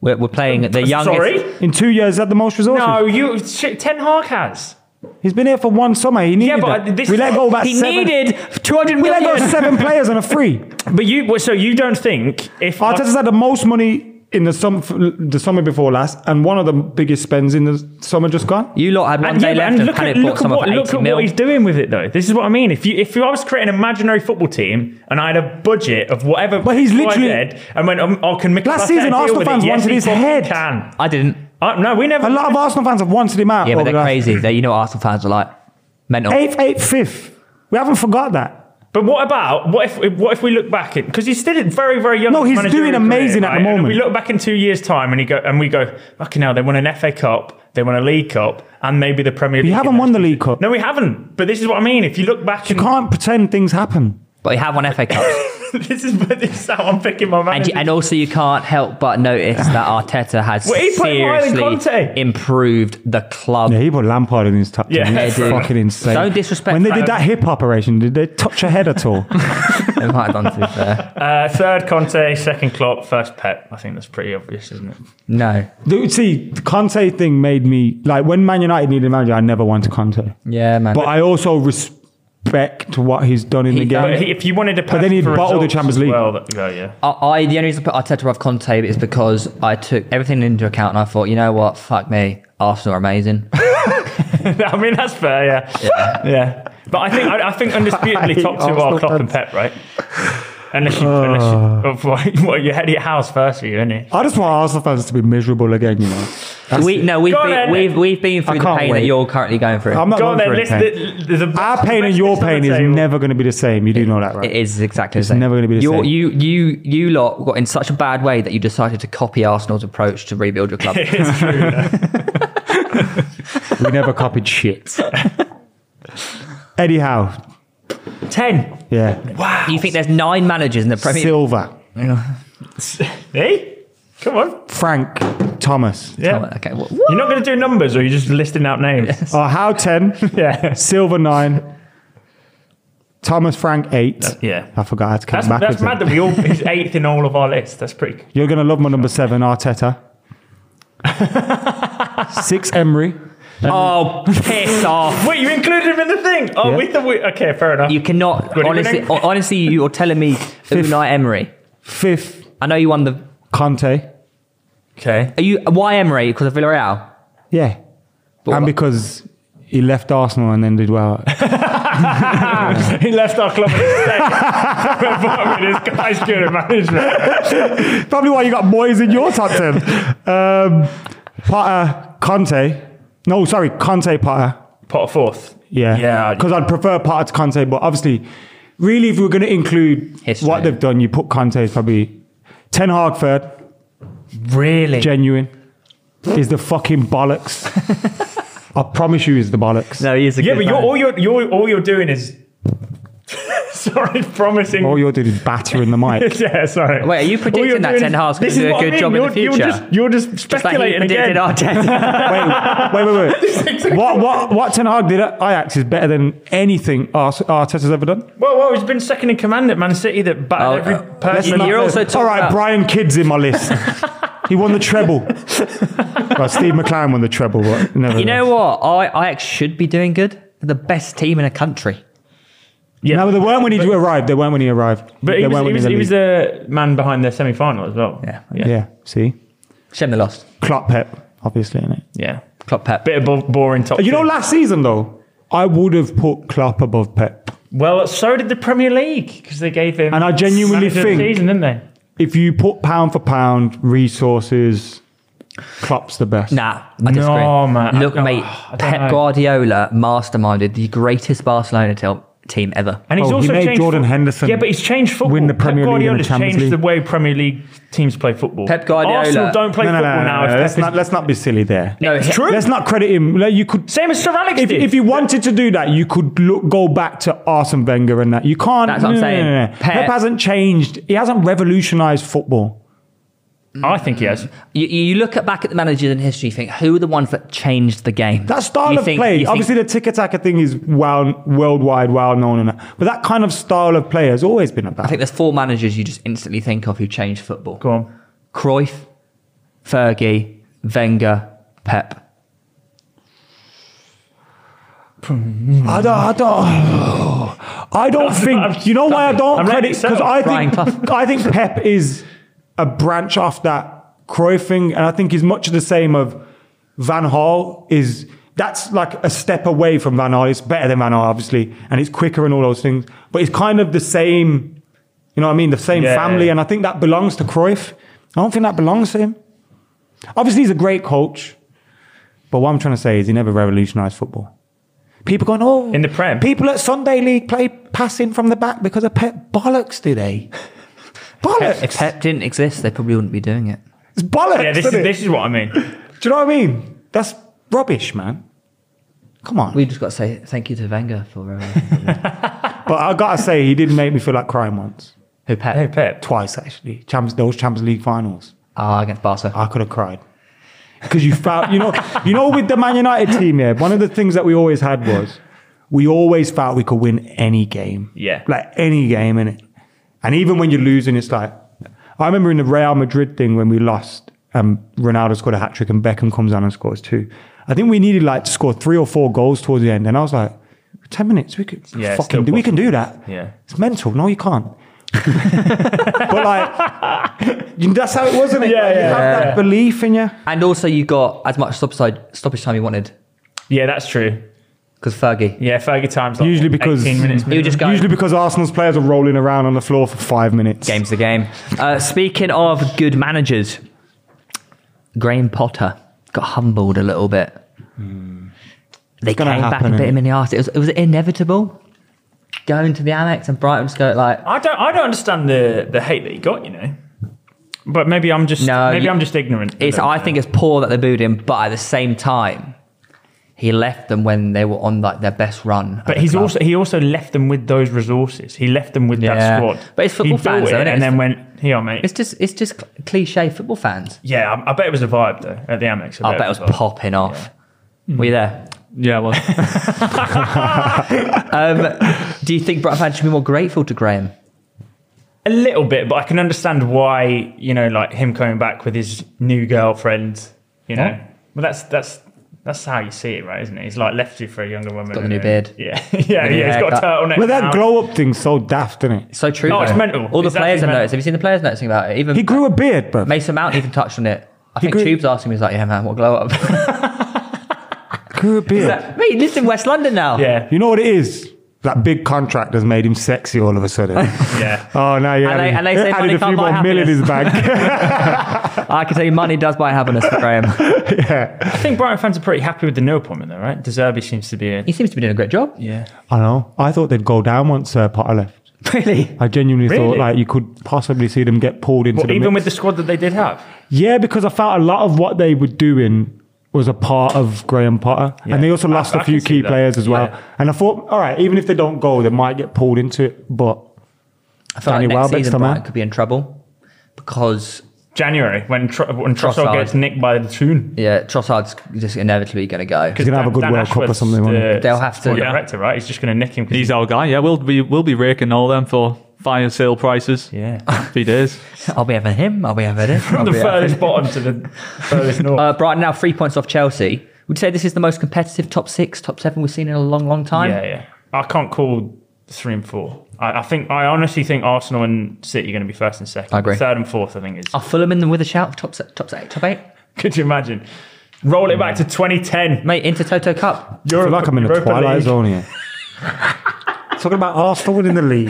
Speaker 3: we're, we're playing the
Speaker 2: [LAUGHS]
Speaker 3: youngest.
Speaker 2: Sorry,
Speaker 4: in two years. He's had the most resources.
Speaker 2: no, you shit, Ten Hag has.
Speaker 4: He's been here for one summer. He needed.
Speaker 2: Yeah, but
Speaker 4: it.
Speaker 2: this
Speaker 4: we let go about
Speaker 3: He
Speaker 4: seven.
Speaker 3: needed 200
Speaker 4: we let go
Speaker 3: million.
Speaker 4: seven players on a free.
Speaker 2: But you, well, so you don't think if
Speaker 4: Arteta's had the most money in the sum, the summer before last, and one of the biggest spends in the summer just gone.
Speaker 3: You lot had one
Speaker 2: and, yeah,
Speaker 3: day
Speaker 2: but-
Speaker 3: left
Speaker 2: and
Speaker 3: and,
Speaker 2: look, at,
Speaker 3: panic bought
Speaker 2: look, at
Speaker 3: someone
Speaker 2: what,
Speaker 3: for
Speaker 2: look
Speaker 3: 80
Speaker 2: at
Speaker 3: mil.
Speaker 2: what he's doing with it though. This is what I mean. If you, if I was creating an imaginary football team and I had a budget of whatever,
Speaker 4: But he's literally-
Speaker 2: dead and went, um, oh, can Mikel
Speaker 4: Last
Speaker 2: Arteta
Speaker 4: season,
Speaker 2: deal
Speaker 4: Arsenal
Speaker 2: with it?
Speaker 4: fans
Speaker 2: yes,
Speaker 4: wanted
Speaker 2: he
Speaker 4: his
Speaker 2: fucking
Speaker 4: head.
Speaker 2: Can
Speaker 3: I didn't.
Speaker 2: uh, no, we never.
Speaker 4: A lot of Arsenal fans have wanted him out.
Speaker 2: Oh,
Speaker 3: Yeah, but
Speaker 4: over
Speaker 3: they're
Speaker 4: the last-
Speaker 3: crazy. They, you know what Arsenal fans are like. Mental.
Speaker 4: Eighth, eighth, fifth. We haven't forgot that.
Speaker 2: But what about what if what if we look back at because he's still very very young.
Speaker 4: No,
Speaker 2: in his
Speaker 4: he's
Speaker 2: managerial
Speaker 4: doing amazing
Speaker 2: career,
Speaker 4: at the
Speaker 2: right? And
Speaker 4: moment.
Speaker 2: we look back in two years' time and he go and we go fucking hell. They won an FA Cup, they won a League Cup, and maybe the Premier. League.
Speaker 4: We haven't
Speaker 2: in
Speaker 4: won the
Speaker 2: those two
Speaker 4: League Cup.
Speaker 2: seasons. No, we haven't. But this is what I mean. If you look back,
Speaker 4: You
Speaker 2: and,
Speaker 4: can't pretend things happen.
Speaker 3: But you have won FA Cups.
Speaker 2: [LAUGHS] this is this is how I'm picking my
Speaker 3: and,
Speaker 2: manager.
Speaker 3: you, and also, you can't help but notice that Arteta has
Speaker 2: Well, he put higher than
Speaker 3: seriously
Speaker 2: Conte.
Speaker 3: improved the club.
Speaker 4: Yeah, he put Lampard in his top
Speaker 2: Yeah.
Speaker 4: ten.
Speaker 2: Yeah,
Speaker 4: It's
Speaker 2: dude.
Speaker 4: fucking insane.
Speaker 3: Don't disrespect
Speaker 4: When they did
Speaker 3: Fred.
Speaker 4: that hip operation, did they touch her head at all?
Speaker 3: They might have done to be fair.
Speaker 2: [LAUGHS] uh, third Conte, second Klopp, first Pep. I think that's pretty obvious, isn't it?
Speaker 4: Um,
Speaker 3: No.
Speaker 4: Dude, see, the Conte thing made me like when Man United needed a manager. I never wanted Conte,
Speaker 3: Yeah, man.
Speaker 4: but I also respect what he's done in
Speaker 3: He-
Speaker 4: the
Speaker 2: But
Speaker 4: game.
Speaker 2: he, if you wanted to,
Speaker 4: But then he'd bottle the Champions League.
Speaker 2: Well, that, well, yeah.
Speaker 3: I, I the only reason I put Arteta above Conte is because I took everything into account and I thought, you know what, fuck me, Arsenal are amazing.
Speaker 2: [LAUGHS] I mean that's fair. Yeah, yeah. But I think I, I think
Speaker 4: [LAUGHS] I
Speaker 2: undisputably
Speaker 4: hate
Speaker 2: top two
Speaker 4: Arsenal
Speaker 2: are Klopp and
Speaker 4: fans. Ah.
Speaker 2: Pep, right? Unless you, unless you [LAUGHS] well, well, you had your house first for you, innit?
Speaker 4: I just want Arsenal fans to be miserable again. You know, That's
Speaker 3: we
Speaker 4: it.
Speaker 3: no, we've
Speaker 2: Go on
Speaker 3: been,
Speaker 2: then.
Speaker 3: we've we've been through
Speaker 4: I
Speaker 3: the
Speaker 4: can't
Speaker 3: pain
Speaker 4: wait.
Speaker 3: that you're currently going through.
Speaker 4: I'm not
Speaker 2: Go on
Speaker 4: going
Speaker 2: then.
Speaker 4: for
Speaker 2: Listen,
Speaker 4: it, pain.
Speaker 2: the, the, the
Speaker 4: Our pain and your pain is never going to be the same. You do know that, right?
Speaker 3: it is exactly
Speaker 4: It's
Speaker 3: the same.
Speaker 4: never gonna be the
Speaker 3: You're-
Speaker 4: same.
Speaker 3: You you you lot got in such a bad way that you decided to copy Arsenal's approach to rebuild
Speaker 2: [LAUGHS]
Speaker 3: your club.
Speaker 4: We never copied shit. Eddie Howe,
Speaker 2: ten.
Speaker 4: yeah,
Speaker 3: you think there's nine managers in the Premier League?
Speaker 4: Silva, [LAUGHS]
Speaker 2: Hey, come on.
Speaker 4: Frank, Thomas.
Speaker 2: Yeah.
Speaker 3: Okay, what,
Speaker 2: You're not going to do numbers, or you're just listing out names.
Speaker 4: [LAUGHS] Uh,
Speaker 2: [LAUGHS]
Speaker 4: Howe ten,
Speaker 2: Yeah.
Speaker 4: Silva nine, Thomas Frank eight.
Speaker 2: Yeah.
Speaker 4: I forgot how to
Speaker 2: That's,
Speaker 4: count backwards.
Speaker 2: that's
Speaker 4: then.
Speaker 2: mad that we all he's eighth in all of our lists. That's pretty.
Speaker 4: You're going to love my number seven,
Speaker 2: [LAUGHS]
Speaker 4: Arteta. Six, Emery.
Speaker 3: oh, piss off!
Speaker 2: Wait, you included him in the thing? Oh,
Speaker 4: Yeah.
Speaker 2: we thought we. Okay, fair enough.
Speaker 3: You cannot
Speaker 2: Good
Speaker 3: honestly.
Speaker 2: evening.
Speaker 3: Honestly, you're telling me Unai Emery.
Speaker 4: Fifth,
Speaker 3: I know you won the.
Speaker 4: Conte.
Speaker 2: okay.
Speaker 3: Are you why Emery? Because of Villarreal.
Speaker 4: Yeah. and because he left Arsenal and then did well. [LAUGHS]
Speaker 2: he left our club. I mean, this guy's good at management. [LAUGHS]
Speaker 4: Probably why you got boys in your top 10. Um, Potter, Conte. No, sorry, Conte, Potter.
Speaker 2: Pot fourth.
Speaker 4: Yeah.
Speaker 2: Yeah.
Speaker 4: Because I'd prefer Potter to Conte, but obviously, really, if we we're going to include
Speaker 3: History.
Speaker 4: what they've done, you put Conte as probably 10 Hag third.
Speaker 2: Really?
Speaker 4: genuine is the fucking bollocks. I promise you, is the bollocks.
Speaker 3: No, he is a
Speaker 2: yeah,
Speaker 3: good
Speaker 2: but you're,
Speaker 3: man.
Speaker 2: all you're, you're all you're doing is sorry, promising.
Speaker 4: All you're doing is battering the mic.
Speaker 2: [LAUGHS] yeah, sorry.
Speaker 3: Wait, are you
Speaker 2: All
Speaker 3: predicting
Speaker 2: you're
Speaker 3: that
Speaker 2: doing
Speaker 3: Ten Hag's gonna
Speaker 2: this is
Speaker 3: do a
Speaker 2: what I
Speaker 3: good
Speaker 2: mean.
Speaker 3: job in the
Speaker 2: You're-
Speaker 3: future?
Speaker 2: You're just, you're just
Speaker 3: Just like he
Speaker 2: speculating
Speaker 3: predicted
Speaker 2: again. [LAUGHS]
Speaker 3: Arteta.
Speaker 4: wait, wait, wait, wait. what, what, what Ten Hag did at Ajax is better than anything Ar- Arteta's ever done.
Speaker 2: Well, well, he's been second in command at Man City that battled
Speaker 3: Oh,
Speaker 2: every
Speaker 3: uh,
Speaker 2: person.
Speaker 3: let's not- You're also
Speaker 4: all
Speaker 3: talking
Speaker 4: right.
Speaker 3: about-
Speaker 4: Brian Kidd's in
Speaker 2: [LAUGHS]
Speaker 4: my list. he won the treble. well, Steve McLaren won the treble. But never
Speaker 3: you know what? I Ajax should be doing good. They're the best team in a country.
Speaker 2: yeah.
Speaker 4: No, they weren't when he arrived. They weren't when he arrived.
Speaker 2: but
Speaker 4: they
Speaker 2: he was,
Speaker 4: weren't
Speaker 2: he
Speaker 4: when
Speaker 2: was,
Speaker 4: in
Speaker 2: he
Speaker 4: the
Speaker 2: was
Speaker 4: league.
Speaker 2: the man behind their semi-final as well.
Speaker 3: Yeah.
Speaker 2: yeah, yeah.
Speaker 4: yeah. See,
Speaker 3: Shame they lost.
Speaker 4: Klopp, Pep, obviously, innit?
Speaker 3: Klopp Pep.
Speaker 2: Bit above boring top.
Speaker 4: You know,
Speaker 2: two.
Speaker 4: last season though, I would have put Klopp above Pep.
Speaker 2: well, so did the Premier League because they gave him.
Speaker 4: And I
Speaker 2: manager
Speaker 4: genuinely
Speaker 2: of the
Speaker 4: think-
Speaker 2: season, didn't they?
Speaker 4: If you put pound for pound resources, Klopp's the best.
Speaker 3: Nah, I disagree.
Speaker 2: No, man.
Speaker 3: Look,
Speaker 2: I-
Speaker 3: mate,
Speaker 2: I don't know.
Speaker 3: Pep Guardiola masterminded the greatest Barcelona tel- team ever.
Speaker 2: And he's
Speaker 4: Oh, he
Speaker 2: also
Speaker 4: made
Speaker 2: changed
Speaker 4: Jordan
Speaker 2: fo-
Speaker 4: Henderson
Speaker 2: Yeah, but he's changed football.
Speaker 4: win the
Speaker 2: Pep
Speaker 4: Premier League and the
Speaker 2: Guardiola's
Speaker 4: Champions
Speaker 2: changed the
Speaker 4: League.
Speaker 2: way Premier League teams play football.
Speaker 3: Pep Guardiola-
Speaker 2: Arsenal don't play
Speaker 4: No, no, no,
Speaker 2: football
Speaker 4: no,
Speaker 2: now.
Speaker 4: no,
Speaker 2: if Pep
Speaker 4: let's
Speaker 2: is-
Speaker 4: not let's not be silly there.
Speaker 3: No,
Speaker 2: it's
Speaker 3: he-
Speaker 2: true.
Speaker 4: Let's not credit him. Like, you could
Speaker 2: Same as Sir Alex
Speaker 4: if,
Speaker 2: did.
Speaker 4: if you wanted to do that, you could look, go back to Arsene Wenger and that. You can't.
Speaker 3: That's what I'm
Speaker 4: no, no,
Speaker 3: saying.
Speaker 4: no, no. Pep,
Speaker 3: Pep-
Speaker 4: hasn't changed. He hasn't revolutionised football.
Speaker 2: I think he has.
Speaker 3: You, you look at back at the managers in history, you think, who are the ones that changed the game?
Speaker 4: That style
Speaker 3: You
Speaker 4: of
Speaker 3: think-
Speaker 4: play,
Speaker 3: you think-
Speaker 4: obviously, the tick attacker thing is well, worldwide, well known, and that. But that kind of style of play has always been about.
Speaker 3: I think there's four managers you just instantly think of who changed football.
Speaker 2: Go on.
Speaker 3: Cruyff, Fergie, Wenger, Pep.
Speaker 4: I don't. I don't.
Speaker 2: [LAUGHS]
Speaker 4: I don't
Speaker 2: I'm-
Speaker 4: think. You know why I don't
Speaker 2: I'm letting it
Speaker 4: credit
Speaker 2: settle.
Speaker 4: because I think
Speaker 3: Brian Clough.
Speaker 4: [LAUGHS] I think Pep is a branch off that Cruyff thing, and I think he's much the same of Van Hal is. That's like a step away from Van Hal. It's better than Van Hal, obviously, and it's quicker and all those things. But it's kind of the same. You know what I mean? The same
Speaker 2: Yeah.
Speaker 4: family, and I think that belongs to Cruyff. I don't think that belongs to him. Obviously, he's a great coach, but what I'm trying to say is he never revolutionised football. People going, oh,
Speaker 2: In the Prem?
Speaker 4: People at Sunday League play passing from the back because of Pep bollocks,
Speaker 2: [LAUGHS]
Speaker 4: do they? bollocks.
Speaker 3: If Pep didn't exist, they probably wouldn't be doing it.
Speaker 4: it's bollocks.
Speaker 2: Yeah, this is
Speaker 4: isn't it?
Speaker 2: this is what I mean.
Speaker 4: Do you know what I mean? That's rubbish, man. Come on.
Speaker 3: We just got to say thank you to Wenger for uh,
Speaker 4: but I gotta say, he did make me feel like crying once,
Speaker 3: who Pep.
Speaker 2: Hey Pep.
Speaker 4: twice actually. Champions, those Champions League finals,
Speaker 3: Ah, against Barca.
Speaker 4: I could have cried because you felt, you know, you know, with the Man United team, yeah. One of the things that we always had was we always felt we could win any game.
Speaker 2: Yeah.
Speaker 4: Like any game, innit? And even when you're losing, it's like, I remember in the Real Madrid thing when we lost, um, Ronaldo scored a hat trick and Beckham comes down and scores two. I think we needed like to score three or four goals towards the end. And I was like, 10 minutes, we could
Speaker 2: Yeah, it's still
Speaker 4: fucking do, we can do that.
Speaker 2: Yeah.
Speaker 4: It's mental. No, you can't. [LAUGHS] but like, you- that's how it was, isn't it?
Speaker 2: Yeah,
Speaker 4: Like, you
Speaker 2: yeah,
Speaker 4: have that belief in you.
Speaker 3: And also, you got as much stoppage, stoppage time you wanted
Speaker 2: Yeah, that's true.
Speaker 3: because Fergie.
Speaker 2: Yeah, Fergie times like
Speaker 4: Usually because-
Speaker 2: 18 minutes.
Speaker 3: You just go.
Speaker 4: Usually because Arsenal's players are rolling around on the floor for five
Speaker 3: [LAUGHS]
Speaker 4: minutes.
Speaker 3: Game's the game. Uh, speaking of good managers, Graham Potter got humbled a little bit.
Speaker 2: Hmm.
Speaker 3: They came
Speaker 4: gonna
Speaker 3: back
Speaker 4: happen,
Speaker 3: and bit
Speaker 4: innit?
Speaker 3: him in the arse. It was, it was inevitable. Going to the Amex and Brighton just go like,
Speaker 2: I don't I don't understand the the hate that he got, you know. But maybe I'm just
Speaker 3: No,
Speaker 2: maybe
Speaker 3: you-
Speaker 2: I'm just ignorant. of
Speaker 3: it's.
Speaker 2: it.
Speaker 3: I think it's poor that they booed him, but at the same time, he left them when they were on like their best run. at
Speaker 2: But
Speaker 3: the
Speaker 2: he's
Speaker 3: club.
Speaker 2: also he also left them with those resources. He left them with that
Speaker 3: Yeah.
Speaker 2: squad.
Speaker 3: But it's
Speaker 2: he
Speaker 3: football
Speaker 2: built
Speaker 3: fans,
Speaker 2: it
Speaker 3: though, innit?
Speaker 2: and then went here, mate.
Speaker 3: it's just it's just cl- cliche football fans.
Speaker 2: yeah, I, I bet it was a vibe though at the Amex.
Speaker 3: I bet it was
Speaker 2: a vibe.
Speaker 3: popping off. Were you there?
Speaker 5: Yeah, [LAUGHS] well,
Speaker 3: Do you think Brighton fans should be more grateful to Graham?
Speaker 2: a little bit, but I can understand why you know like him coming back with his new girlfriend. You know, well that's that's. That's how you see it, right? Isn't it? He's like left you for a younger woman.
Speaker 3: Got the
Speaker 2: and
Speaker 3: new
Speaker 2: then-
Speaker 3: beard.
Speaker 2: Yeah, [LAUGHS] yeah, yeah.
Speaker 3: new
Speaker 2: he's got a
Speaker 3: haircut.
Speaker 2: turtleneck.
Speaker 4: Well,
Speaker 2: now.
Speaker 4: that glow up thing's so daft, isn't it?
Speaker 3: So true.
Speaker 2: No, it's
Speaker 3: though.
Speaker 2: mental.
Speaker 3: All the
Speaker 2: It's
Speaker 3: players
Speaker 2: actually
Speaker 3: have
Speaker 2: mental.
Speaker 3: noticed. Have you seen the players noticing about it? Even
Speaker 4: He grew a beard, bro.
Speaker 3: Mason Mount even touched on it. I think
Speaker 4: grew-
Speaker 3: Tubes asked him. He's like, "Yeah, man, what glow up?" [LAUGHS]
Speaker 4: grew a beard.
Speaker 3: Mate, he lives in West London now.
Speaker 2: Yeah,
Speaker 4: You know what it is? That big contract has made him sexy all of a
Speaker 3: [LAUGHS]
Speaker 4: sudden.
Speaker 2: yeah.
Speaker 4: oh, now you
Speaker 3: And they-
Speaker 4: added,
Speaker 3: and they say money
Speaker 4: added a
Speaker 3: can't
Speaker 4: few
Speaker 3: buy
Speaker 4: more mil in his
Speaker 3: [LAUGHS]
Speaker 4: bank. [LAUGHS]
Speaker 3: I can tell you, money does buy happiness for
Speaker 2: [LAUGHS]
Speaker 3: Graham.
Speaker 2: I think Brighton fans are pretty happy with the no appointment, though, right? Deserby seems to be a
Speaker 4: [LAUGHS]
Speaker 3: He seems to be doing a great job.
Speaker 2: yeah.
Speaker 4: I know. I thought they'd go down once uh, Potter left.
Speaker 3: Really?
Speaker 4: I genuinely
Speaker 2: Really?
Speaker 4: thought like you could possibly see them get pulled into
Speaker 2: Well,
Speaker 4: the
Speaker 2: even
Speaker 4: mix.
Speaker 2: with the squad that they did have,
Speaker 4: Yeah, because I felt a lot of what they were doing was a part of Graham Potter,
Speaker 2: Yeah.
Speaker 4: and they also
Speaker 2: I-
Speaker 4: lost
Speaker 2: I
Speaker 4: a few
Speaker 2: can see
Speaker 4: key
Speaker 2: that.
Speaker 4: players as well.
Speaker 2: Yeah.
Speaker 4: And I thought, all right, even if they don't go, they might get pulled into it. But
Speaker 3: I feel
Speaker 4: Danny
Speaker 3: like next
Speaker 4: Welbeck's
Speaker 3: season
Speaker 4: the man.
Speaker 3: Brighton could be in trouble because
Speaker 2: January when Tr- when Trossard
Speaker 3: Trossard.
Speaker 2: gets nicked by the tune.
Speaker 3: yeah, Trossard's just inevitably going to go.
Speaker 4: He's gonna have a good World Cup or something, won't he?
Speaker 3: They'll have to-
Speaker 2: Yeah. Director, right? He's just gonna nick him. 'cause
Speaker 5: He's our guy. Yeah, we'll be we'll be raking all them for fire sale prices. [LAUGHS]
Speaker 2: yeah.
Speaker 5: Three days.
Speaker 3: [LAUGHS] I'll be having him. I'll be having him. I'll
Speaker 2: From the
Speaker 3: be having
Speaker 2: furthest
Speaker 3: him.
Speaker 2: bottom to
Speaker 4: [LAUGHS]
Speaker 2: the furthest north.
Speaker 3: Uh, Brighton now three points off Chelsea. Would you say this is the most competitive top six, top seven we've seen in a long, long time?
Speaker 2: yeah, yeah. I can't call three and four. I, I think I honestly think Arsenal and City are going to be first and second.
Speaker 3: I agree. Oh.
Speaker 2: Third and fourth, I think is.
Speaker 3: Are Fulham in with a shout for top se- top eight, top eight?
Speaker 2: [LAUGHS] Could you imagine? Roll it back to 2010.
Speaker 3: Mate, into Toto Cup.
Speaker 4: I feel like I'm in the
Speaker 2: Europa
Speaker 4: twilight
Speaker 2: League. [LAUGHS]
Speaker 4: zone here. Talking about Arsenal winning the league,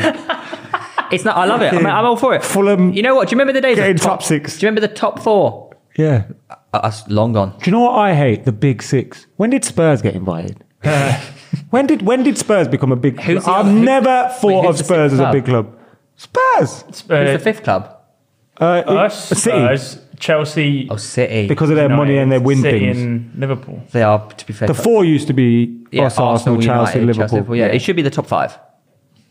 Speaker 3: It's not. I love it. I mean, I'm all for it.
Speaker 4: Fulham
Speaker 3: You know what? Do you remember the days?
Speaker 4: getting
Speaker 3: of
Speaker 4: top six.
Speaker 3: Do you remember the top four?
Speaker 4: Yeah.
Speaker 3: Uh, that's long gone.
Speaker 4: Do you know what I hate? The big six. When did Spurs get invited? when did when did Spurs become a big?
Speaker 3: Who's the
Speaker 4: I've
Speaker 3: other- who-
Speaker 4: never thought
Speaker 3: who's
Speaker 4: of
Speaker 3: the
Speaker 4: Spurs as
Speaker 5: Oh,
Speaker 3: sixth
Speaker 4: a big club. Spurs.
Speaker 3: Who's
Speaker 2: Uh,
Speaker 3: the fifth club?
Speaker 4: Uh, it-
Speaker 2: us,
Speaker 4: City.
Speaker 2: Spurs, Chelsea,
Speaker 3: Oh, City.
Speaker 4: because of their money
Speaker 2: United,
Speaker 4: and their win
Speaker 2: City
Speaker 4: things.
Speaker 2: and Liverpool. [LAUGHS]
Speaker 3: they are, to be fair,
Speaker 4: the
Speaker 3: top-
Speaker 4: four used to be
Speaker 3: yeah,
Speaker 4: us, Arsenal, Chelsea,
Speaker 3: United,
Speaker 4: Liverpool.
Speaker 3: yeah, it should be the top five,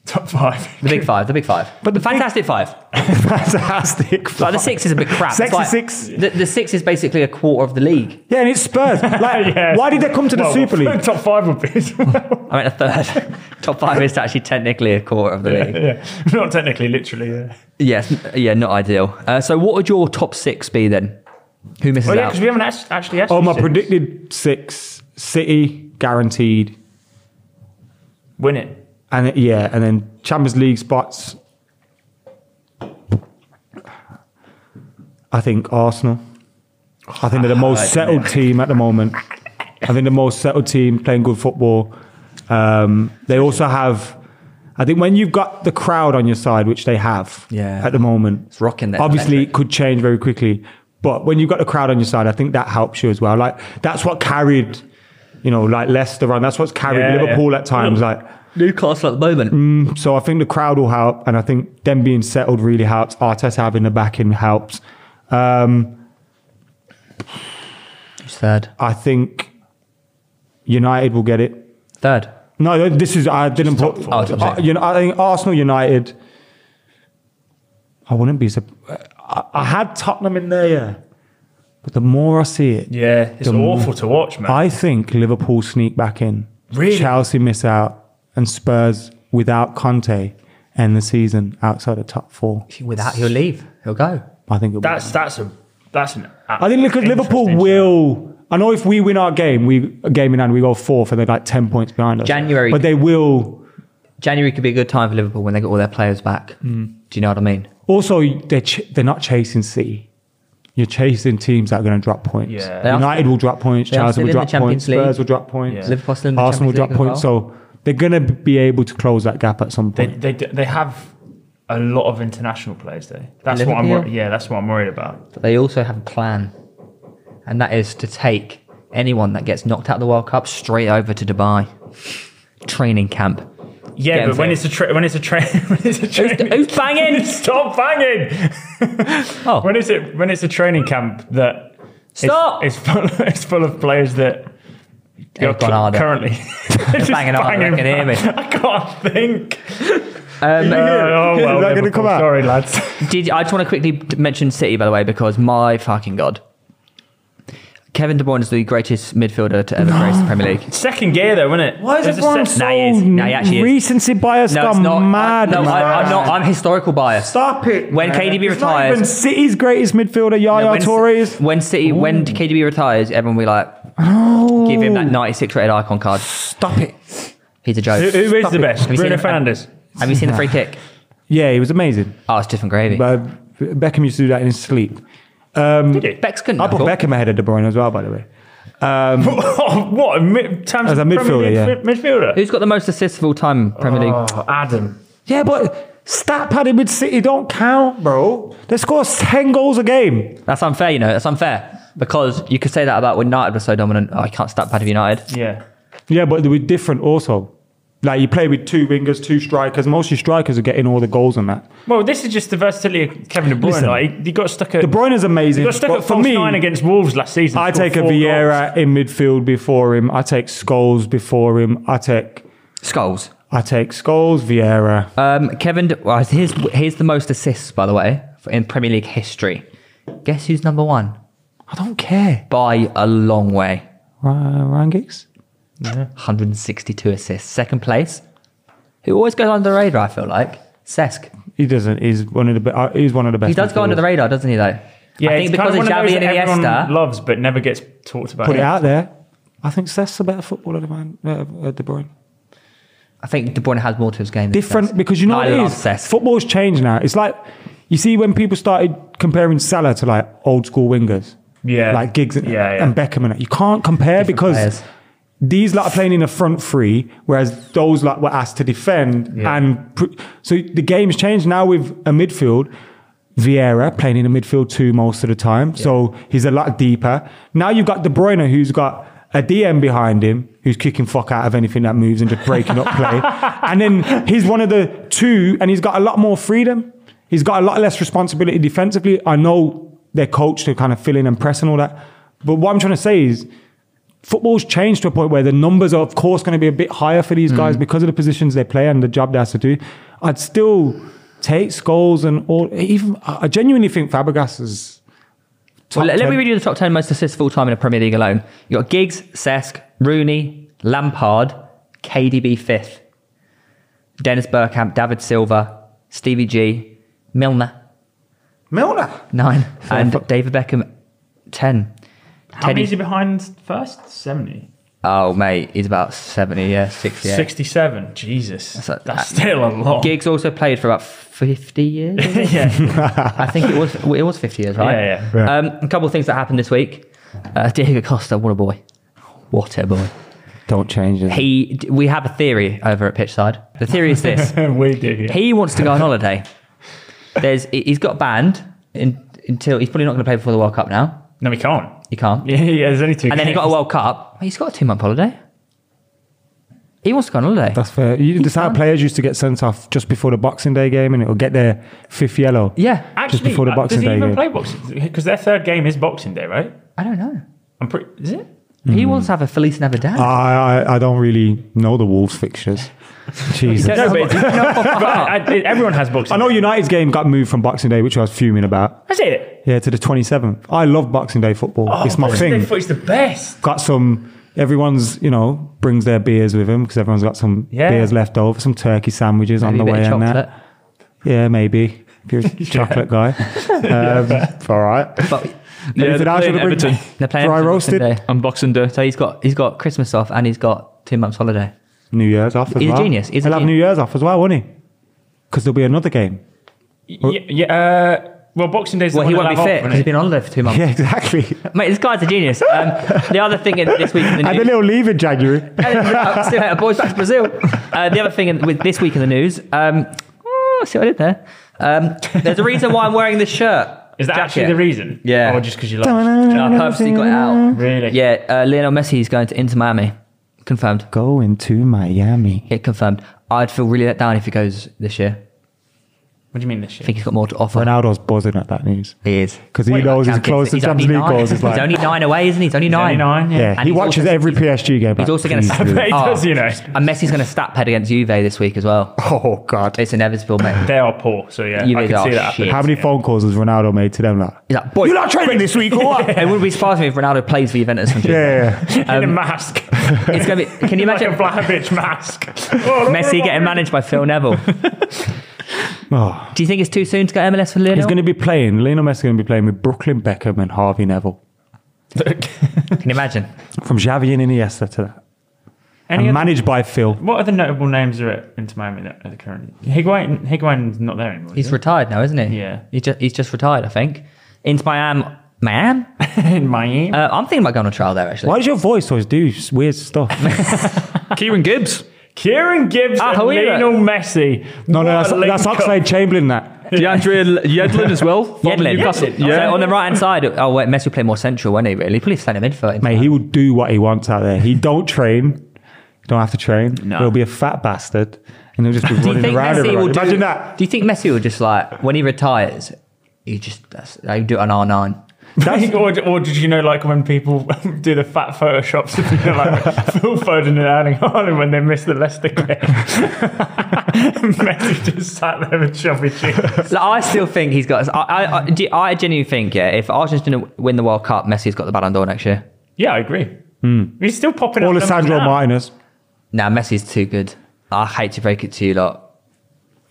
Speaker 2: Top
Speaker 3: [LAUGHS]
Speaker 2: five.
Speaker 3: the big five, the big five. But the,
Speaker 4: the big-
Speaker 3: fantastic five.
Speaker 4: [LAUGHS] fantastic.
Speaker 3: Like the six is a bit crap. It's
Speaker 4: Six is
Speaker 3: like-
Speaker 4: six.
Speaker 3: The, the six is basically a quarter of the league.
Speaker 4: Yeah, and it's Spurs.
Speaker 2: [LAUGHS]
Speaker 4: Like,
Speaker 2: Yeah.
Speaker 4: why did they come to the
Speaker 2: Well,
Speaker 4: Super
Speaker 2: [LAUGHS]
Speaker 4: League?
Speaker 2: Top five would be as well. [LAUGHS]
Speaker 3: I mean, a
Speaker 4: [LAUGHS]
Speaker 3: third. top five is actually technically a quarter of the league.
Speaker 2: yeah. Not technically, literally. Yeah.
Speaker 3: Yes, yeah, not ideal. Uh, so, what would your top six be then? Who misses
Speaker 2: Well, yeah,
Speaker 3: out?
Speaker 2: because we haven't asked, actually asked.
Speaker 4: Oh,
Speaker 2: you
Speaker 4: my
Speaker 2: since.
Speaker 4: predicted six. City guaranteed,
Speaker 2: Win it.
Speaker 4: and it- yeah, and then Champions League spots. I think Arsenal. I think they're the most settled team at the moment. I think the most settled team playing good football. Um, they also have. I think when you've got the crowd on your side, which they have
Speaker 3: Yeah.
Speaker 4: at the moment,
Speaker 3: It's rocking that
Speaker 4: Obviously,
Speaker 3: electric.
Speaker 4: it could change very quickly, but when you've got the crowd on your side, I think that helps you as well. Like that's what carried, you know, like Leicester on. That's what's carried
Speaker 2: Yeah,
Speaker 4: Liverpool
Speaker 2: yeah.
Speaker 4: at times. Like
Speaker 3: Newcastle at the moment.
Speaker 4: Mm. so, I think the crowd will help, and I think them being settled really helps. Arteta having the backing helps. Um,
Speaker 3: Who's third?
Speaker 4: I think United will get it.
Speaker 3: Third.
Speaker 4: No, this is I didn't put.
Speaker 3: four. Oh, top
Speaker 4: I-
Speaker 3: six.
Speaker 4: you know, I think Arsenal, United. I wouldn't be. sup- I, I had Tottenham in there, yeah. But the more I see it,
Speaker 2: Yeah, it's
Speaker 4: Dumb.
Speaker 2: awful to watch, man.
Speaker 4: I think Liverpool sneak back in.
Speaker 2: Really?
Speaker 4: Chelsea miss out, and Spurs without Conte end the season outside the top four.
Speaker 3: Without he'll leave. He'll go.
Speaker 4: I think it'll be-
Speaker 2: that's that's a that's an.
Speaker 4: I think because Liverpool
Speaker 2: interesting
Speaker 4: will. I know if we win our game, we a game in hand, we go fourth, and they're like ten points behind us.
Speaker 3: January.
Speaker 4: but they will.
Speaker 3: January could be a good time for Liverpool when they get all their players back.
Speaker 4: Mm.
Speaker 3: Do you know what I mean?
Speaker 4: Also, they're ch- they're not chasing City. You're chasing teams that are going to drop points.
Speaker 2: Yeah.
Speaker 3: They are
Speaker 4: United
Speaker 3: still-
Speaker 4: will drop points.
Speaker 3: they are
Speaker 4: Chelsea
Speaker 3: still
Speaker 4: will
Speaker 3: in
Speaker 4: drop
Speaker 3: the Champions
Speaker 4: points.
Speaker 3: League.
Speaker 4: Spurs will drop points.
Speaker 2: Yeah.
Speaker 3: Liverpool still in the
Speaker 4: Arsenal will
Speaker 3: Champions
Speaker 4: drop
Speaker 3: League
Speaker 4: points.
Speaker 3: as well.
Speaker 4: So they're going to be able to close that gap at some
Speaker 2: They,
Speaker 4: point.
Speaker 2: they d- they have a lot of international players though. That's what I'm. Wor-
Speaker 3: Liverpool?
Speaker 2: yeah, that's what I'm worried about.
Speaker 3: But they also have a plan, and that is to take anyone that gets knocked out of the World Cup straight over to Dubai [LAUGHS] training camp.
Speaker 2: Yeah,
Speaker 3: Getting
Speaker 2: but when
Speaker 3: fit.
Speaker 2: it's a tra- [LAUGHS] when it's a train when it's a train
Speaker 3: who's
Speaker 2: [LAUGHS]
Speaker 3: banging?
Speaker 2: Stop banging!
Speaker 3: Oh.
Speaker 2: when is it? When it's a training camp that it's-
Speaker 3: Stop!
Speaker 2: It's, full. [LAUGHS] It's full of players that
Speaker 3: They've
Speaker 2: are
Speaker 3: gone harder. [LAUGHS]
Speaker 2: currently [LAUGHS] just
Speaker 3: banging harder, I can hear
Speaker 2: [LAUGHS]
Speaker 3: me.
Speaker 2: I can't think.
Speaker 3: Um,
Speaker 2: [LAUGHS] Uh, oh well,
Speaker 4: that gonna
Speaker 2: Liverpool,
Speaker 4: come out?
Speaker 2: Sorry, lads.
Speaker 3: Did I just want to quickly d- mention City, by the way, because my fucking god, Kevin De Bruyne is the greatest midfielder
Speaker 4: [LAUGHS]
Speaker 3: to ever grace the Premier
Speaker 2: [LAUGHS]
Speaker 3: League.
Speaker 2: Second gear though, wasn't it?
Speaker 4: Why is
Speaker 2: It was a
Speaker 4: everyone
Speaker 2: sec-
Speaker 4: so
Speaker 3: Nah, he is. Nah, he actually is.
Speaker 4: recency bias
Speaker 3: No, it's
Speaker 4: gone
Speaker 3: not.
Speaker 4: mad?
Speaker 3: I, no,
Speaker 4: man.
Speaker 3: I, I'm not. I'm historical bias.
Speaker 4: Stop it.
Speaker 3: When
Speaker 4: man.
Speaker 3: KDB
Speaker 4: It's not even
Speaker 3: retires-
Speaker 4: City's greatest midfielder Yaya
Speaker 3: when,
Speaker 4: Toure is.
Speaker 3: when City, when KDB retires, everyone will be like, give him that 96 rated icon card.
Speaker 4: Stop it.
Speaker 3: He's a
Speaker 2: Who
Speaker 3: joke.
Speaker 2: who is the best?
Speaker 3: Have you seen
Speaker 2: Bruno
Speaker 3: him?
Speaker 2: Fernandes.
Speaker 3: Have you seen the free kick?
Speaker 4: Yeah, he was amazing.
Speaker 3: Oh, it's different gravy.
Speaker 4: But Beckham used to do that in his sleep.
Speaker 3: Did it? Beck's couldn't.
Speaker 4: I put
Speaker 3: knuckle.
Speaker 4: Beckham ahead of De Bruyne as well, by the way.
Speaker 2: [LAUGHS] what? Mid- terms
Speaker 4: As
Speaker 2: of
Speaker 4: a
Speaker 2: Premier
Speaker 4: midfielder,
Speaker 2: League
Speaker 4: yeah.
Speaker 2: mid- midfielder.
Speaker 3: Who's got the most assists of all time in Premier League?
Speaker 2: Oh, Adam.
Speaker 4: Yeah, but stat padded with City don't count, bro. They score 10 goals a game.
Speaker 3: That's unfair, you know. That's unfair. Because you could say that about when United were so dominant. Oh, I can't stat pad of United.
Speaker 2: Yeah.
Speaker 4: Yeah, but they were different also. Like you play with two wingers, two strikers. Mostly strikers are getting all the goals on that.
Speaker 2: Well, this is just the versatility of Kevin De Bruyne.
Speaker 4: Listen,
Speaker 2: like, he- he got stuck at
Speaker 4: De Bruyne is amazing.
Speaker 2: He got stuck
Speaker 4: but
Speaker 2: at
Speaker 4: for
Speaker 2: false
Speaker 4: me,
Speaker 2: nine against Wolves last season.
Speaker 4: I
Speaker 2: scored
Speaker 4: take a
Speaker 2: four
Speaker 4: Vieira
Speaker 2: goals.
Speaker 4: in midfield before him. I take Scholes before him. I take
Speaker 3: Skulls.
Speaker 4: I take Scholes, Vieira.
Speaker 3: Um, Kevin, De- well, here's here's the most assists by the way in Premier League history. Guess who's number one
Speaker 4: I don't care.
Speaker 3: by a long way?
Speaker 4: Uh, Ryan Giggs?
Speaker 3: 162 assists. Second place. Who always goes under the radar? I feel like Sesk.
Speaker 4: He doesn't. He's one of the. Be- uh, he's one of the best.
Speaker 3: He does go
Speaker 4: midfielders.
Speaker 3: under the radar, doesn't he? Though.
Speaker 2: Yeah,
Speaker 3: I think
Speaker 2: it's
Speaker 3: because
Speaker 2: kind
Speaker 3: of
Speaker 2: one
Speaker 3: Xavi
Speaker 2: those
Speaker 3: and
Speaker 2: that everyone
Speaker 3: Iniesta.
Speaker 2: loves but never gets talked about.
Speaker 4: Put it
Speaker 2: Yeah.
Speaker 4: out there. I think Seth's a better footballer than mine, uh, uh, De Bruyne.
Speaker 3: I think De Bruyne has more to his game. than
Speaker 4: Different
Speaker 3: Sesk.
Speaker 4: because you know what
Speaker 3: I
Speaker 4: it
Speaker 3: love
Speaker 4: is?
Speaker 3: Sesk.
Speaker 4: Football's changed now. It's like you see when people started comparing Salah to like old school wingers.
Speaker 2: Yeah.
Speaker 4: Like Giggs and,
Speaker 2: Yeah, yeah.
Speaker 4: and Beckham and that. You can't compare because
Speaker 3: players.
Speaker 4: these lot are playing in a front three, whereas those lot were asked to defend. And pr- so the game's changed now with a midfield. Vieira playing in the midfield too most of the time, so he's a lot deeper. Now you've got De Bruyne, who's got a DM behind him, who's kicking fuck out of anything that moves and just breaking up play. And then he's one of the two, and he's got a lot more freedom. He's got a lot less responsibility defensively. I know they're coached to kind of fill in and press and all that, but what I'm trying to say is football's changed to a point where the numbers are, of course, going to be a bit higher for these guys because of the positions they play and the job they have to do. I'd still take Scholes and all. Even I I genuinely think Fabregas is.
Speaker 3: Well, let,
Speaker 4: top
Speaker 3: let me
Speaker 4: 10.
Speaker 3: read you the top 10 most assists full time in the Premier League alone. you got Giggs, Sesk, Rooney, Lampard, KDB fifth, Dennis Burkamp, David Silva, Stevie G, Milner,
Speaker 4: Milner.
Speaker 3: nine, and
Speaker 4: fuck.
Speaker 3: David Beckham, 10.
Speaker 2: How many is he behind first? 70.
Speaker 3: Oh, mate, he's about 70, yeah, 68.
Speaker 2: 67. Jesus. That's,
Speaker 3: a-
Speaker 2: still a lot. [LAUGHS]
Speaker 3: Giggs also played for about 50 years. I think. I think it was it was 50 years, right?
Speaker 2: Yeah,
Speaker 4: yeah.
Speaker 3: Um, a couple of things that happened this week. Uh, Diego Costa, what a boy. What a boy.
Speaker 4: Don't change [LAUGHS] it.
Speaker 3: He, we have a theory over at Pitchside. The theory is this:
Speaker 2: we do. yeah.
Speaker 3: he wants to go on holiday. There's, he- he's got banned in, until he's probably not going to play before the World Cup. Now
Speaker 2: No, we
Speaker 4: [LAUGHS]
Speaker 2: can't.
Speaker 3: he can't.
Speaker 2: Yeah, yeah, there's only two.
Speaker 3: And then he got a
Speaker 2: games.
Speaker 3: World Cup. He's got a two month holiday. He wants to go on holiday.
Speaker 4: That's fair. You, that's how
Speaker 3: done.
Speaker 4: players used to get sent off just before the Boxing Day game, and it'll get their fifth yellow.
Speaker 3: yeah,
Speaker 2: Actually,
Speaker 4: before the
Speaker 2: uh,
Speaker 4: Boxing
Speaker 2: does he
Speaker 4: Day
Speaker 2: even
Speaker 4: game.
Speaker 2: play boxing? Because their third game is Boxing Day, right?
Speaker 3: I don't know.
Speaker 2: I'm pretty. Is it?
Speaker 4: Hmm.
Speaker 3: He wants to have a Feliz Navidad.
Speaker 4: Ah, I, I I don't really know the Wolves [LAUGHS] fixtures. Jesus.
Speaker 3: Don't know
Speaker 2: but
Speaker 3: what- know what-
Speaker 2: I,
Speaker 4: [LAUGHS]
Speaker 2: I, everyone has Boxing.
Speaker 4: I know
Speaker 2: Day.
Speaker 4: United's game got moved from Boxing Day, which I was fuming about.
Speaker 2: That's it.
Speaker 4: Yeah, to the 27th. I love Boxing Day football. Oh, it's my
Speaker 2: Boxing Day
Speaker 4: thing.
Speaker 2: foot is the best.
Speaker 4: got some. Everyone's, you know, brings their beers with them because everyone's got some
Speaker 2: Yeah.
Speaker 4: beers left over, some turkey sandwiches
Speaker 3: Maybe a
Speaker 4: on the
Speaker 3: bit
Speaker 4: way
Speaker 3: of
Speaker 4: and
Speaker 3: chocolate.
Speaker 4: that. Yeah, maybe. If you're
Speaker 3: [LAUGHS]
Speaker 4: a [LAUGHS] chocolate guy. Um, All right.
Speaker 3: But
Speaker 5: Yeah,
Speaker 4: Anything
Speaker 5: they're
Speaker 4: else you wanna
Speaker 5: playing
Speaker 4: bring-
Speaker 5: Everton
Speaker 3: they're playing
Speaker 4: Dry
Speaker 3: for Boxing
Speaker 4: roasted.
Speaker 3: Day.
Speaker 5: on Boxing Day.
Speaker 3: So he's got he's got Christmas off and he's got two months holiday.
Speaker 4: New Year's off as
Speaker 3: He's a
Speaker 4: well.
Speaker 3: genius. He's a
Speaker 4: He'll have
Speaker 3: genius.
Speaker 4: New Year's off as well, won't he? Because there'll be another game.
Speaker 2: Yeah. yeah uh, well, Boxing Day's.
Speaker 3: Well,
Speaker 2: the
Speaker 3: he
Speaker 2: one
Speaker 3: won't
Speaker 2: that
Speaker 3: be
Speaker 2: I'll have
Speaker 3: fit because he's
Speaker 2: off,
Speaker 3: been on holiday for two months.
Speaker 4: [LAUGHS] Yeah, [LAUGHS] exactly.
Speaker 3: Mate, this guy's a genius. Um, the other thing in, this
Speaker 4: [LAUGHS]
Speaker 3: week in the
Speaker 4: and then
Speaker 3: news.
Speaker 4: he'll leave in
Speaker 3: [LAUGHS]
Speaker 4: January.
Speaker 3: See you later, boys back to Brazil. Uh, the other thing in, with this week in the news. Um, oh, see what I did there? Um, there's a reason why I'm wearing this shirt.
Speaker 2: Is that actually
Speaker 3: jacket.
Speaker 2: the reason?
Speaker 3: Yeah.
Speaker 2: Or just because you like?
Speaker 3: No, I purposely got it out.
Speaker 2: Really?
Speaker 3: Yeah, uh, Lionel Messi is going to Inter Miami. Confirmed.
Speaker 4: [LAUGHS] Going to Miami.
Speaker 3: It confirmed. I'd feel really let down if he goes this year.
Speaker 2: What do you mean this
Speaker 3: I
Speaker 2: shit?
Speaker 3: think he's got more to offer.
Speaker 4: Ronaldo's buzzing at that news.
Speaker 3: He is.
Speaker 4: Because he
Speaker 3: Wait,
Speaker 4: knows he's
Speaker 3: Champions-
Speaker 4: close to
Speaker 3: he's
Speaker 4: Champions
Speaker 3: only
Speaker 4: League
Speaker 3: nine.
Speaker 4: goals. It's like,
Speaker 3: He's only nine away, isn't he? He's only nine.
Speaker 2: Only nine.
Speaker 4: yeah,
Speaker 3: and
Speaker 4: he
Speaker 3: he's
Speaker 4: watches
Speaker 3: also-
Speaker 4: every PSG
Speaker 3: He's
Speaker 4: game. back,
Speaker 3: also going
Speaker 4: please,
Speaker 3: to.
Speaker 2: I bet he
Speaker 3: [LAUGHS] Oh.
Speaker 2: does, you know.
Speaker 3: And Messi's going to stat pad against Juve this week as well.
Speaker 4: Oh, God.
Speaker 3: It's inevitable, mate.
Speaker 2: They are poor, so yeah,
Speaker 3: You
Speaker 2: I
Speaker 3: is
Speaker 2: can
Speaker 3: our
Speaker 2: see that.
Speaker 3: shit.
Speaker 2: happening.
Speaker 4: [LAUGHS] How many phone calls has Ronaldo made to them? Like,
Speaker 3: He's like, boy, [LAUGHS]
Speaker 4: you're not training this week, or what? yeah,
Speaker 3: it wouldn't be surprising me if Ronaldo plays for Juventus. from Tuesday.
Speaker 4: yeah, yeah.
Speaker 2: in a
Speaker 3: [LAUGHS]
Speaker 2: mask?
Speaker 3: It's going to be.
Speaker 4: [LAUGHS]
Speaker 3: Can um, you
Speaker 2: like a
Speaker 3: imagine
Speaker 2: Vlahovic
Speaker 3: [LAUGHS]
Speaker 2: mask. Oh,
Speaker 3: Messi getting managed by Phil Neville?
Speaker 4: [LAUGHS] Oh.
Speaker 3: Do you think it's too soon to get MLS for Lionel?
Speaker 4: He's going to be playing. Lionel Messi going to be playing with Brooklyn Beckham and Harvey Neville.
Speaker 3: Can you imagine?
Speaker 4: From Xavi and Iniesta to that.
Speaker 2: Any
Speaker 4: And
Speaker 2: other,
Speaker 4: managed by Phil.
Speaker 2: what other notable names are at Inter Miami that are currently? Higuain, Higuain's not there anymore.
Speaker 3: He's
Speaker 2: is
Speaker 3: retired now, isn't he?
Speaker 2: Yeah.
Speaker 3: He just, he's just retired, I think. Into Miami. Miami?
Speaker 2: he? [LAUGHS] in Miami.
Speaker 3: Uh, I'm thinking about going on trial there, actually.
Speaker 4: Why does your voice always do s- weird stuff?
Speaker 5: Kieran Gibbs.
Speaker 2: Kieran Gibbs
Speaker 3: Ah,
Speaker 2: and
Speaker 3: who are you?
Speaker 2: Lionel Messi.
Speaker 4: Oh, no, no,
Speaker 2: What
Speaker 4: that's,
Speaker 2: a link
Speaker 4: that's
Speaker 2: up.
Speaker 4: Oxlade Chamberlain, that.
Speaker 5: DeAndre Yedlin as well. former
Speaker 3: Yedlin.
Speaker 5: Newcastle.
Speaker 2: Yedlin.
Speaker 5: Yeah.
Speaker 3: So on the right hand side, oh wait, Messi will play more central, won't he? Really, probably centre midfield.
Speaker 4: Mate, he will do what he wants out there. He don't train. don't have to train.
Speaker 5: No.
Speaker 4: He'll be a fat bastard and he'll just be
Speaker 3: Do you
Speaker 4: running
Speaker 3: think
Speaker 4: around.
Speaker 3: Messi
Speaker 4: everywhere.
Speaker 3: will do,
Speaker 4: Imagine that.
Speaker 3: Do you think Messi will just like when he retires, he just that's, they do it on R nine?
Speaker 2: or, or did you know, like when people [LAUGHS] do the fat photoshops of you know, [LAUGHS] like Phil Foden and Erling Haaland when they miss the Leicester [LAUGHS] game? Messi just sat there with chubby cheeks.
Speaker 3: Like, I still think he's got. I, I, I, do- I genuinely think yeah. If Argentina's going to win the World Cup, Messi's got the Ballon d'Or next year.
Speaker 2: Yeah, I agree. He's still popping
Speaker 4: All
Speaker 2: up.
Speaker 4: the
Speaker 2: numbers
Speaker 4: Sandro
Speaker 2: now.
Speaker 4: Martinez.
Speaker 3: Now nah, Messi's too good. I hate to break it to you lot,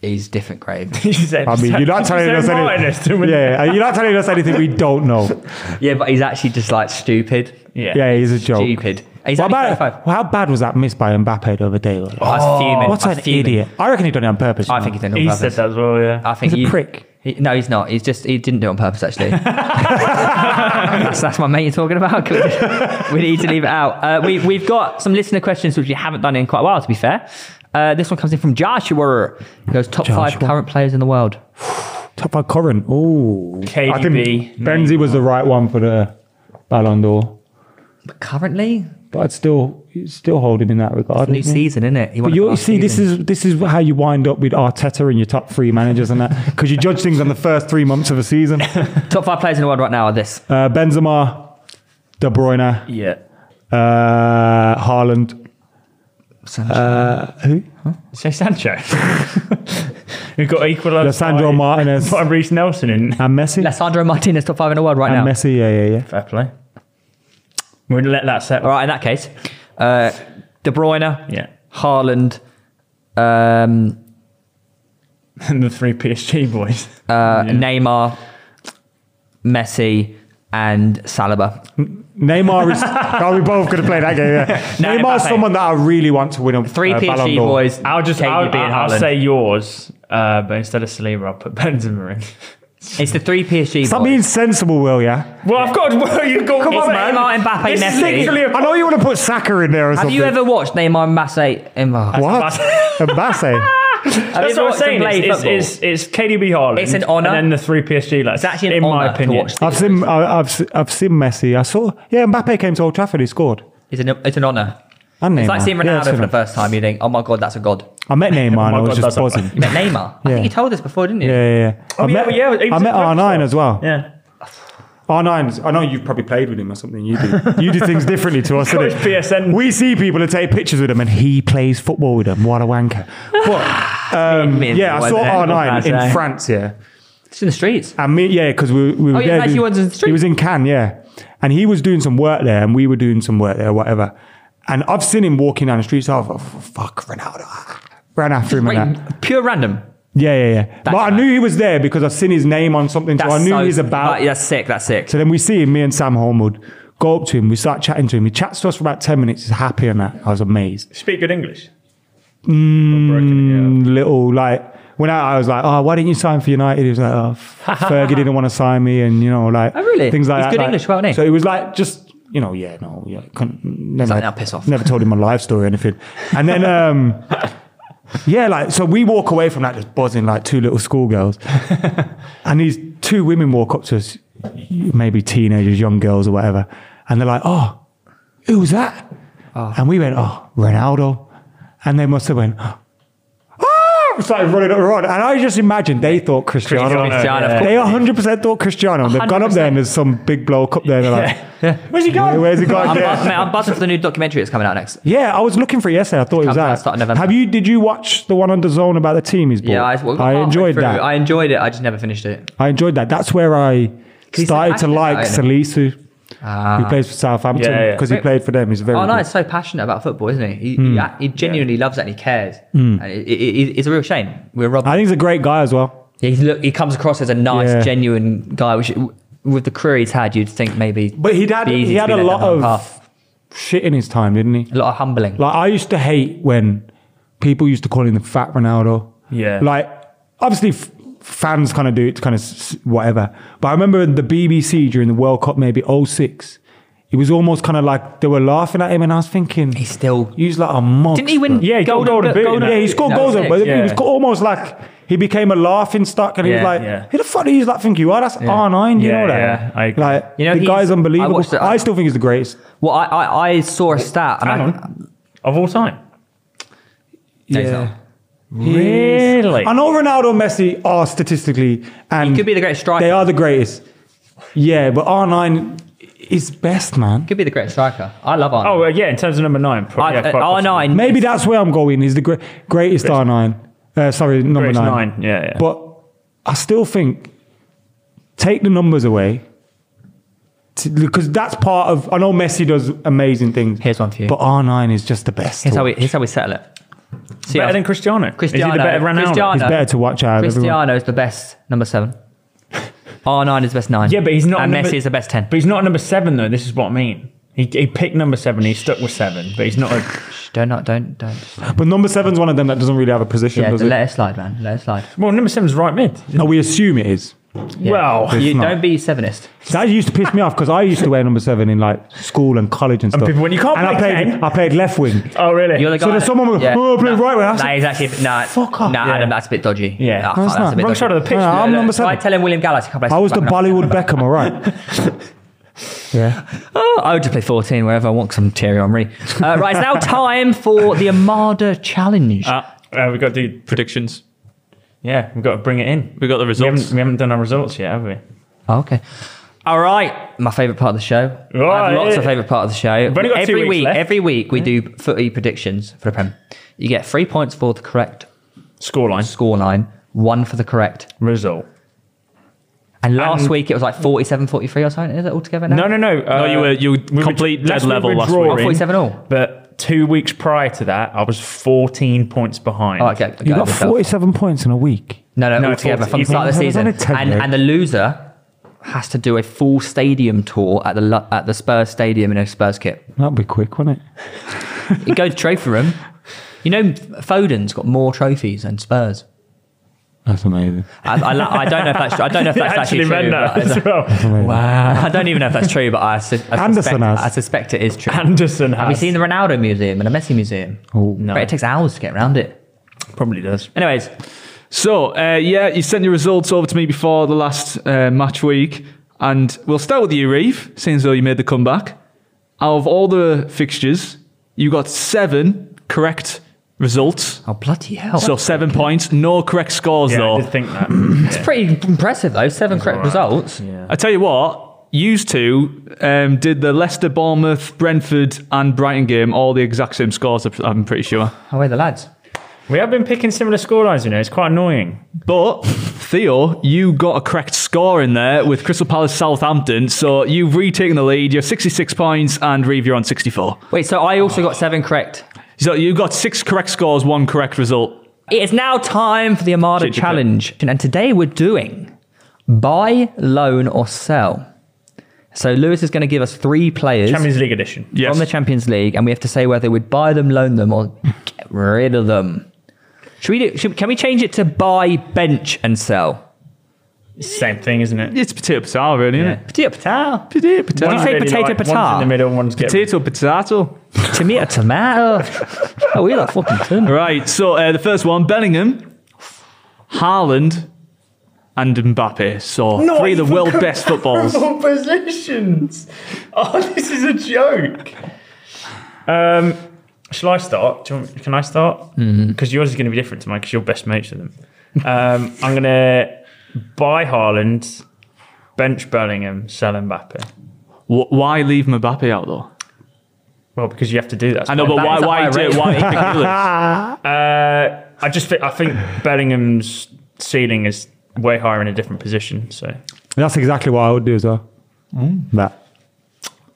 Speaker 3: he's different grade.
Speaker 2: He's said-
Speaker 4: I mean, you're
Speaker 2: [LAUGHS]
Speaker 4: not
Speaker 2: he's
Speaker 4: telling
Speaker 2: said
Speaker 4: us
Speaker 2: Martinez
Speaker 4: anything.
Speaker 2: to win.
Speaker 4: Yeah, you're not telling us anything we don't know.
Speaker 3: yeah, but he's actually just like stupid.
Speaker 2: yeah.
Speaker 4: Yeah, he's a joke.
Speaker 3: Stupid. He's
Speaker 4: What
Speaker 3: only
Speaker 4: about-
Speaker 3: 35.
Speaker 4: well, how bad was that miss by Mbappe the other day? though?
Speaker 3: I was fuming.
Speaker 4: what
Speaker 3: I
Speaker 4: an
Speaker 3: was fuming.
Speaker 4: idiot! I reckon he done it on purpose.
Speaker 3: I think he's done it on
Speaker 2: Oh, He
Speaker 3: purpose.
Speaker 2: said that as well, yeah.
Speaker 3: I think
Speaker 4: He's a
Speaker 3: he-
Speaker 4: prick.
Speaker 3: he- no, he's not. He's just he didn't do it on purpose.
Speaker 4: [LAUGHS]
Speaker 3: Actually, that's, that's my mate you're talking about. [LAUGHS] Can we, we need to leave it out. Uh, we we've got some listener questions which we haven't done in quite a while. To be fair, uh, this one comes in from Joshua. He goes top five
Speaker 4: Joshua.
Speaker 3: current players in the world.
Speaker 4: top five current. Oh,
Speaker 2: KDB,
Speaker 4: Benzi was the right one for the Ballon d'Or,
Speaker 3: But currently,
Speaker 4: but I'd still you'd still hold him in that regard.
Speaker 3: new
Speaker 4: wouldn't you?
Speaker 3: season, isn't it? He won
Speaker 4: But
Speaker 3: it
Speaker 4: you
Speaker 3: last
Speaker 4: see, this
Speaker 3: season.
Speaker 4: is this is how you wind up with Arteta and your top three managers and that because you judge things on the first three months of
Speaker 3: [LAUGHS]
Speaker 4: a season. Uh,
Speaker 3: top five players in the world right now. Are this
Speaker 4: Benzema, De Bruyne,
Speaker 2: yeah.
Speaker 4: uh, Haaland.
Speaker 2: Say Sancho. [LAUGHS] We've got
Speaker 4: Yeah,
Speaker 2: equalised.
Speaker 4: Sandro
Speaker 2: by-
Speaker 3: [LAUGHS]
Speaker 4: Martinez.
Speaker 2: by Reece Nelson in
Speaker 4: And Messi.
Speaker 3: Alessandro Martinez top five in the world right
Speaker 4: and
Speaker 3: now.
Speaker 4: Messi, yeah, yeah, yeah.
Speaker 2: fair play. We're gonna let that settle.
Speaker 3: All right, in that case, uh, De Bruyne,
Speaker 2: Yeah. [LAUGHS]
Speaker 3: Haaland, um,
Speaker 2: And the three PSG boys.
Speaker 3: uh, Neymar, Messi, and Saliba.
Speaker 4: Neymar
Speaker 3: [LAUGHS]
Speaker 4: is. oh, we both could have played that game. Yeah.
Speaker 3: No,
Speaker 4: Neymar's
Speaker 3: Mbappe.
Speaker 4: someone that I really want to win a
Speaker 3: Three
Speaker 4: uh, Ballon
Speaker 3: PSG
Speaker 4: d'Or.
Speaker 3: boys.
Speaker 2: I'll just
Speaker 3: KDB
Speaker 2: I'll,
Speaker 3: and
Speaker 2: I'll, I'll
Speaker 3: Haaland.
Speaker 2: say yours, uh, but instead of Saliba, I'll put [LAUGHS] Benzema in.
Speaker 3: it's the three PSG
Speaker 4: Stop
Speaker 3: boys.
Speaker 4: being sensible, Will. Yeah.
Speaker 2: Well, I've got. Well, you've got.
Speaker 3: Come on, man. Neymar, Mbappe,
Speaker 2: This is
Speaker 3: Messi.
Speaker 2: literally a-
Speaker 4: I know you want to put Saka in there or
Speaker 3: Have
Speaker 4: something.
Speaker 3: you ever watched Neymar, Messi, and Mbappe?
Speaker 4: What? Mbappe.
Speaker 3: [LAUGHS] Have you
Speaker 2: That's
Speaker 3: ever
Speaker 2: what I'm
Speaker 3: watched them
Speaker 2: saying.
Speaker 3: play
Speaker 2: It's,
Speaker 3: football?
Speaker 2: it's, it's, it's KDB Haaland.
Speaker 3: It's an honour.
Speaker 2: And then the three PSG lads.
Speaker 3: It's actually an
Speaker 2: in
Speaker 3: honour
Speaker 2: my
Speaker 3: to
Speaker 2: opinion.
Speaker 3: watch.
Speaker 4: I've seen, I- I've, se- I've seen Messi. I saw, yeah, Mbappe came to Old Trafford. He scored.
Speaker 3: It's an, it's an honour.
Speaker 4: And
Speaker 3: It's
Speaker 4: Neymar.
Speaker 3: like seeing
Speaker 4: Yeah,
Speaker 3: Ronaldo
Speaker 4: I've seen
Speaker 3: for the
Speaker 4: him.
Speaker 3: first time. You think, oh my god, that's a god.
Speaker 4: I met
Speaker 3: [LAUGHS]
Speaker 4: Neymar and
Speaker 2: my
Speaker 4: I was
Speaker 2: God, that's
Speaker 4: just
Speaker 2: a-
Speaker 4: buzzing.
Speaker 3: You met Neymar. I
Speaker 4: Yeah.
Speaker 3: think you told us before, didn't you?
Speaker 4: Yeah, yeah, yeah. I
Speaker 3: Oh,
Speaker 2: yeah,
Speaker 4: met,
Speaker 2: well, yeah, he
Speaker 4: I
Speaker 2: was
Speaker 4: met
Speaker 2: at Brentford.
Speaker 4: R9 as well.
Speaker 2: Yeah.
Speaker 4: R9, I know you've probably played with him or something. You
Speaker 3: [LAUGHS]
Speaker 4: do. You do things differently to us,
Speaker 2: Coach
Speaker 4: didn't
Speaker 2: PSN.
Speaker 4: We see people and take pictures with him, and he plays football with them. What a wanker! But um,
Speaker 3: Me and
Speaker 4: yeah, I
Speaker 3: Paul
Speaker 4: saw
Speaker 3: went there.
Speaker 4: R9
Speaker 3: That's
Speaker 4: in
Speaker 3: right.
Speaker 4: France. Yeah,
Speaker 3: It's in the streets.
Speaker 4: And me, yeah, because we, we were
Speaker 3: Oh, you
Speaker 4: there.
Speaker 3: actually
Speaker 4: doing-
Speaker 3: was in the street?
Speaker 4: He was in Cannes, yeah. And he was doing some work there, and we were doing some work there, whatever. And I've seen him walking down the streets. So I thought, "Oh, fuck, Ronaldo. [SIGHS] Ran after him and
Speaker 3: Wait,
Speaker 4: that.
Speaker 3: pure random.
Speaker 4: Yeah, yeah, yeah. But I
Speaker 3: mad.
Speaker 4: knew he was there because I've seen his name on something, so I knew he's about.
Speaker 3: That's sick. That's sick.
Speaker 4: So then we see him, me and Sam Holmwood, go up to him. We start chatting to him. He chats to us for about 10 minutes. He's happy and that. I was amazed.
Speaker 2: Speak good English.
Speaker 4: Mm, little like when I, I was like, oh, why didn't you sign for United? He was like, oh,
Speaker 3: [LAUGHS]
Speaker 4: Fergie didn't want to sign me, and you know, like
Speaker 3: Oh, really?
Speaker 4: things like
Speaker 3: He's
Speaker 4: that.
Speaker 3: good
Speaker 4: like-
Speaker 3: English, well, isn't he?
Speaker 4: So it was like just you know, yeah, no, yeah, couldn't, never,
Speaker 3: like, "Now piss off."
Speaker 4: Never told him my life story or anything, and then. um [LAUGHS] yeah, like so we walk away from that just buzzing like two little
Speaker 3: [LAUGHS]
Speaker 4: schoolgirls, and these two women walk up to us, maybe teenagers, young girls or whatever, and they're like, "Oh, who was that?"
Speaker 3: Ah.
Speaker 4: And we went, "Oh, Ronaldo," and they must have went, "Oh!" Started running up around, and I just imagined they thought Cristiano.
Speaker 2: Cristiano, Cristiano, of
Speaker 4: they 100 percent thought Cristiano. They've gone up there and there's some big bloke up there. And they're like, "Where's he going? Where's he going?"
Speaker 3: I'm,
Speaker 4: [LAUGHS] Yeah.
Speaker 3: bu- mate, I'm buzzing for the new documentary that's coming out next.
Speaker 4: Yeah, I was looking for it yesterday. I thought it was
Speaker 3: Comes out
Speaker 4: that.
Speaker 3: start of November.
Speaker 4: Have you? Did you watch the one on the zone about the team? He's bought?
Speaker 3: Yeah, I, well,
Speaker 4: I
Speaker 3: halfway
Speaker 4: enjoyed
Speaker 3: through.
Speaker 4: that.
Speaker 3: I enjoyed it. I just never finished it.
Speaker 4: I enjoyed that. That's where I
Speaker 3: he's
Speaker 4: started to
Speaker 3: passionate
Speaker 4: like
Speaker 3: about it,
Speaker 4: Salisu, who plays for
Speaker 2: Yeah,
Speaker 4: Southampton
Speaker 2: yeah.
Speaker 4: because he played for them. He's very.
Speaker 3: Ah. Oh no,
Speaker 4: good. Hmm.
Speaker 3: he's so passionate about football, isn't he? He, he, he genuinely loves it and he cares. And it, it, it- it's a real shame. We're robbed.
Speaker 4: I think he's a great guy as well.
Speaker 3: He's look, he comes across as a nice,
Speaker 4: Yeah.
Speaker 3: genuine guy. Which, with the career he's had, you'd think maybe.
Speaker 4: But he'd had
Speaker 3: be easy
Speaker 4: he
Speaker 3: to
Speaker 4: had
Speaker 3: be
Speaker 4: a
Speaker 3: led down
Speaker 4: lot
Speaker 3: the wrong
Speaker 4: of
Speaker 3: path.
Speaker 4: shit in his time, didn't he?
Speaker 3: a lot of humbling.
Speaker 4: Like I used to hate when people used to call him the Fat Ronaldo.
Speaker 2: Yeah.
Speaker 4: Like obviously f- fans kind of do it, to kind of s- whatever. But I remember the BBC during the World Cup, maybe 06. It was almost kind of like they were laughing at him, and I was thinking
Speaker 3: He's still-
Speaker 4: he's like a monster.
Speaker 3: Didn't he win?
Speaker 2: Yeah, he got golden
Speaker 3: golden,
Speaker 2: boot in
Speaker 4: Yeah, he scored
Speaker 3: No,
Speaker 4: goals,
Speaker 3: sick.
Speaker 4: but it
Speaker 2: Yeah.
Speaker 4: was almost like he became a laughing stock, and he was
Speaker 2: Yeah,
Speaker 4: like,
Speaker 2: yeah.
Speaker 4: "Who the fuck do you like think you are? That's R nine, you
Speaker 2: Yeah,
Speaker 4: know that?
Speaker 2: yeah, I agree.
Speaker 4: like,
Speaker 3: You know,
Speaker 4: the
Speaker 3: he's-
Speaker 4: guy's
Speaker 3: I
Speaker 4: unbelievable.
Speaker 3: watched it-
Speaker 4: I still think he's the greatest.
Speaker 3: Well, I, I, I saw a stat. And
Speaker 2: Hang
Speaker 3: I,
Speaker 2: on. Of all time.
Speaker 3: No, he's not.
Speaker 2: Really?
Speaker 4: I know Ronaldo and Messi are statistically and
Speaker 3: He could be the greatest striker.
Speaker 4: They are the greatest. Yeah, but R9 is best, man.
Speaker 3: Could be the great striker. I love Arnold.
Speaker 2: Oh, uh, yeah, in terms of number nine. Pro-
Speaker 3: I,
Speaker 2: yeah,
Speaker 3: uh,
Speaker 2: quite possibly.
Speaker 3: R9.
Speaker 4: Maybe that's where I'm going. Is the gre- greatest R9. Uh, sorry, number
Speaker 2: Greatest
Speaker 4: nine.
Speaker 2: nine, yeah, yeah.
Speaker 4: But I still think take the numbers away to- because that's part of. I know Messi does amazing things.
Speaker 3: Here's one for you.
Speaker 4: But R9 is just the best.
Speaker 3: Here's
Speaker 4: to
Speaker 3: how we
Speaker 4: watch.
Speaker 3: here's how we settle it. See,
Speaker 2: Better
Speaker 3: I-
Speaker 2: than Cristiano.
Speaker 3: Cristiano.
Speaker 2: Is he the better Ronaldo?
Speaker 3: Cristiano.
Speaker 4: It's better to watch out. of everyone.
Speaker 3: Cristiano is the best number seven. R9 is the best nine.
Speaker 2: Yeah, but he's not.
Speaker 3: And
Speaker 2: number-
Speaker 3: Messi is the best ten.
Speaker 2: But he's not number seven though. This is what I mean. He, he picked number seven. He stuck with seven, but he's not. A,
Speaker 3: Shh, don't not don't don't.
Speaker 4: But number seven's one of them that doesn't really have a position,
Speaker 3: Yeah,
Speaker 4: does it?
Speaker 3: let it slide, man. Let it slide.
Speaker 2: well, number seven's right mid.
Speaker 4: No, we assume it is.
Speaker 3: Yeah.
Speaker 2: Well,
Speaker 3: you
Speaker 4: not.
Speaker 3: don't be sevenist.
Speaker 4: That used to piss me off because I used to wear number seven in like school and college and stuff.
Speaker 2: people went, "You can't
Speaker 4: and I
Speaker 2: play
Speaker 4: played,
Speaker 2: 10."
Speaker 4: I played left wing.
Speaker 2: oh really?
Speaker 3: You're the guy.
Speaker 4: So there's
Speaker 3: that-
Speaker 4: someone who- oh, I play
Speaker 3: Nah,
Speaker 4: right wing. I said,
Speaker 3: Nah, he's actually nah.
Speaker 4: fuck off.
Speaker 3: Nah,
Speaker 4: Yeah.
Speaker 3: Adam, that's a bit dodgy.
Speaker 2: Yeah.
Speaker 3: Nah,
Speaker 2: No,
Speaker 4: it's
Speaker 3: that's a
Speaker 4: not.
Speaker 3: bit
Speaker 2: Wrong
Speaker 3: dodgy.
Speaker 2: side of the pitch.
Speaker 4: Yeah, I'm
Speaker 2: Look,
Speaker 4: number
Speaker 2: look.
Speaker 4: seven.
Speaker 3: Try telling William Gallas he can play.
Speaker 4: I was the
Speaker 3: centre-back now.
Speaker 4: Bollywood Beckham, all right.
Speaker 3: Oh, I would just play 14 wherever I want because I'm Thierry Henry. Uh, right, it's now time for the Armada Challenge.
Speaker 2: Uh, we got to. do-
Speaker 5: Predictions.
Speaker 2: Yeah, we've got to bring it in.
Speaker 5: We got the
Speaker 2: We
Speaker 5: results.
Speaker 2: haven't, we haven't done our results yet, have we?
Speaker 3: Oh, okay. All right, my favourite part of the show. I have
Speaker 2: Right.
Speaker 3: lots of favourite part of the show.
Speaker 2: only got two
Speaker 3: every
Speaker 2: weeks
Speaker 3: week,
Speaker 2: left.
Speaker 3: every week we do footy predictions for the Prem. You get three points for the correct
Speaker 2: Scoreline.
Speaker 3: scoreline, one for the correct.
Speaker 2: Result.
Speaker 3: And last
Speaker 2: And-
Speaker 3: week it was like 47, 43 or something. Is it all together now?
Speaker 2: No, no, no. Uh,
Speaker 5: No, you were- you were
Speaker 2: were-
Speaker 5: complete
Speaker 2: that's
Speaker 5: dead
Speaker 2: what
Speaker 5: level
Speaker 2: we were
Speaker 5: last week.
Speaker 3: Oh, 47 all.
Speaker 2: But two weeks prior to that, I was 14 points behind. [LAUGHS]
Speaker 3: All right, go, go
Speaker 4: You got
Speaker 3: with yourself.
Speaker 4: 47 points in a week.
Speaker 3: No, no,
Speaker 2: No,
Speaker 3: all together
Speaker 2: 40.
Speaker 3: from the start of the
Speaker 4: You've
Speaker 3: season.
Speaker 4: only done it
Speaker 3: And,
Speaker 4: 10,
Speaker 3: and the loser has to do a full stadium tour at the Lu- at the Spurs stadium in a Spurs kit.
Speaker 4: That'd be quick, wouldn't it?
Speaker 3: You go to trophy room. You know, Foden's got more trophies than Spurs.
Speaker 4: That's amazing.
Speaker 3: I, I, la- I don't know if that's true. I don't know if that's actually,
Speaker 2: actually meant
Speaker 3: true.
Speaker 2: that
Speaker 3: but I-
Speaker 2: as well.
Speaker 3: [LAUGHS] Wow. I don't even know if that's true, but I, su- I,
Speaker 4: Anderson
Speaker 3: suspect,
Speaker 4: has.
Speaker 3: I suspect it is true.
Speaker 2: Anderson has.
Speaker 3: Have you seen the Ronaldo Museum and the Messi Museum?
Speaker 4: Oh.
Speaker 3: But it takes hours to get around it.
Speaker 2: Probably does.
Speaker 3: Anyways,
Speaker 5: So, uh, yeah, you sent your results over to me before the last uh, match week. And we'll start with you, Reeve, seeing as though you made the comeback. Out of all the fixtures, you got seven correct results.
Speaker 3: oh bloody hell!
Speaker 5: So, seven points, no correct scores,
Speaker 2: Yeah,
Speaker 5: though.
Speaker 2: I did think that. [CLEARS THROAT]
Speaker 3: it's pretty impressive though. Seven correct results.
Speaker 5: I tell you what, used to um, did the Leicester, Bournemouth, Brentford, and Brighton game all the exact same scores. I'm pretty sure.
Speaker 3: Away the lads.
Speaker 2: we have been picking similar scorelines, you know. It's quite annoying.
Speaker 5: But Theo, you got a correct score in there with Crystal Palace, Southampton. So you've retaken the lead. You're 66 points, and Reeve, you're on 64.
Speaker 3: Wait, so I also got seven correct.
Speaker 5: So you got six correct scores, one correct result.
Speaker 3: It is now time for the Armada
Speaker 5: Chit-chit.
Speaker 3: Challenge. And today we're doing buy, loan, or sell. So Lewis is going to give us three players
Speaker 2: Champions League edition.
Speaker 5: Yes.
Speaker 3: from the Champions League, and we have to say whether we'd buy them, loan them, or get rid of them. Should we do, should, can we change it to buy, bench, and sell?
Speaker 2: Same thing, isn't it?
Speaker 5: It's potato potato, really, isn't it?
Speaker 3: Potato, potato.
Speaker 5: Potato potato.
Speaker 3: Did you say
Speaker 2: Really
Speaker 3: potato,
Speaker 2: like-
Speaker 3: potato?
Speaker 2: One's in the middle, one's getting
Speaker 5: potato potato?
Speaker 3: tomato, tomato. oh, we like fucking tuna.
Speaker 5: Right. So uh, the first one: Bellingham, Haaland, and Mbappe. So three of the world best [LAUGHS] footballs.
Speaker 2: positions. Oh, this is a joke. Um, shall I start? Do you want, can I start? Because yours is going to be different to mine because you're best mates with them. Um, I'm going to buy Haaland, bench Bellingham, sell Mbappe.
Speaker 5: Wh- Why leave Mbappe out though?
Speaker 2: Well, because you have to do that.
Speaker 5: I know, but
Speaker 3: That
Speaker 5: why?
Speaker 3: is a
Speaker 5: Why?
Speaker 3: high
Speaker 5: Do,
Speaker 3: rate.
Speaker 5: why pick [LAUGHS] Grealish?
Speaker 2: Uh, I just think, I think Bellingham's ceiling is way higher in a different position. So
Speaker 4: That's exactly what I would do as well. That.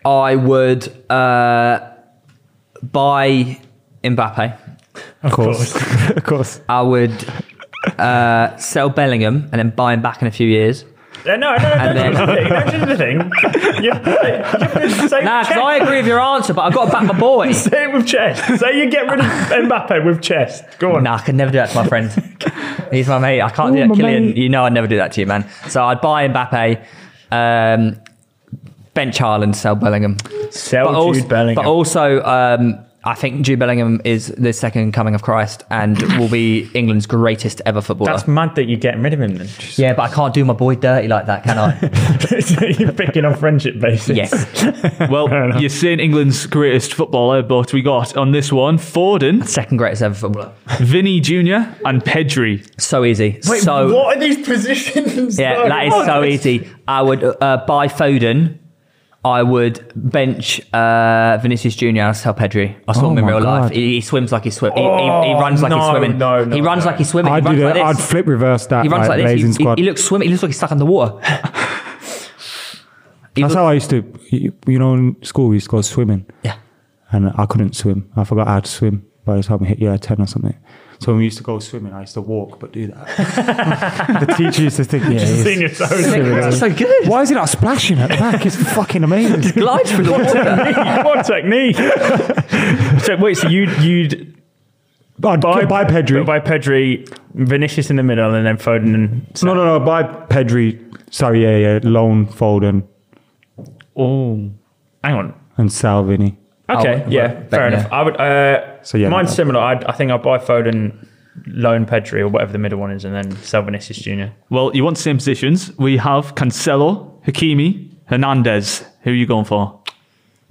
Speaker 3: I would uh, buy Mbappe.
Speaker 4: Of course. [LAUGHS] of course.
Speaker 3: I would uh, sell Bellingham and then buy him back in a few years.
Speaker 2: Uh, no, no, no,
Speaker 3: And
Speaker 2: don't do
Speaker 3: then-
Speaker 2: the thing. Don't do the thing. You have to say- you have to say
Speaker 3: Nah, 'cause
Speaker 2: chest.
Speaker 3: I agree with your answer, but I've got to back my
Speaker 4: [LAUGHS]
Speaker 3: boy.
Speaker 2: Say it with chest. Say you get rid of Mbappe with chest. Go on.
Speaker 3: Nah, I could never do that to my friend. He's my mate. I can't
Speaker 4: Ooh,
Speaker 3: do that,
Speaker 4: my
Speaker 3: Killian.
Speaker 4: mate.
Speaker 3: You know I'd never do that to you, man. So I'd buy Mbappe, um, bench Haaland, sell Bellingham.
Speaker 2: Sell
Speaker 3: but also, but also um, I think Jude Bellingham is the second coming of Christ and will be England's greatest ever footballer.
Speaker 2: That's mad that you're getting rid of him then. [LAUGHS]
Speaker 3: yeah, but I can't do my boy dirty like that, can I?
Speaker 2: you're picking on friendship basis.
Speaker 3: yes.
Speaker 5: Well, you're saying England's greatest footballer, but we got on this one Foden,
Speaker 3: Second greatest ever footballer.
Speaker 5: Vinny Jr., and Pedri.
Speaker 3: So easy. so
Speaker 2: what are these positions?
Speaker 3: Yeah,
Speaker 2: though?
Speaker 3: that is
Speaker 2: What?
Speaker 3: so easy. I would uh, buy Foden. I would bench uh, Vinicius Junior. I'll sell Pedri. I saw
Speaker 4: Oh
Speaker 3: him in
Speaker 4: my
Speaker 3: real life.
Speaker 4: God.
Speaker 3: He, he swims like he's swimming. he, he,
Speaker 2: Oh,
Speaker 3: runs like he's
Speaker 2: no,
Speaker 3: swimming.
Speaker 2: no, no,
Speaker 3: he runs
Speaker 2: no.
Speaker 3: like he's swimming.
Speaker 4: I'd
Speaker 3: he runs
Speaker 4: do that.
Speaker 3: like
Speaker 4: I'd
Speaker 3: this.
Speaker 4: flip reverse that.
Speaker 3: He runs
Speaker 4: like,
Speaker 3: like, this.
Speaker 4: Blazing
Speaker 3: He- He,
Speaker 4: squad.
Speaker 3: he looks swimming. He looks like he's stuck underwater. He
Speaker 4: That's
Speaker 3: look-
Speaker 4: how I used to. You, you know, in school we used to go swimming,
Speaker 3: yeah.
Speaker 4: and I couldn't swim. I forgot how to swim by the time we hit year ten or something. So when we used to go swimming, I used to walk but do that.
Speaker 2: [LAUGHS]
Speaker 4: the teacher used to think, yeah, he's-
Speaker 2: Seeing your toes.
Speaker 3: That's so good.
Speaker 4: why is he not splashing at the back? It's
Speaker 2: [LAUGHS]
Speaker 4: fucking
Speaker 3: [LAUGHS]
Speaker 4: amazing.
Speaker 3: Glides through the [LAUGHS] water.
Speaker 2: [LAUGHS] What technique? [LAUGHS] so wait, so you'd you'd
Speaker 4: I'd buy, buy Pedri.
Speaker 2: buy Pedri, Vinicius in the middle, and then Foden and
Speaker 4: no, no, no. Buy Pedri. Sorry, yeah, yeah. Loan Foden
Speaker 2: oh, hang on.
Speaker 4: and Salvini.
Speaker 2: Okay,
Speaker 3: Oh,
Speaker 2: yeah,
Speaker 3: right,
Speaker 2: fair
Speaker 3: yeah.
Speaker 2: enough. I would. Uh,
Speaker 4: So, yeah,
Speaker 2: mine's
Speaker 4: no.
Speaker 2: similar. I'd, I think I'd buy Foden, loan Pedri or whatever the middle one is, and then sell Vinicius Junior.
Speaker 5: Well, you want the same positions. We have Cancelo, Hakimi, Hernandez. Who are you going for?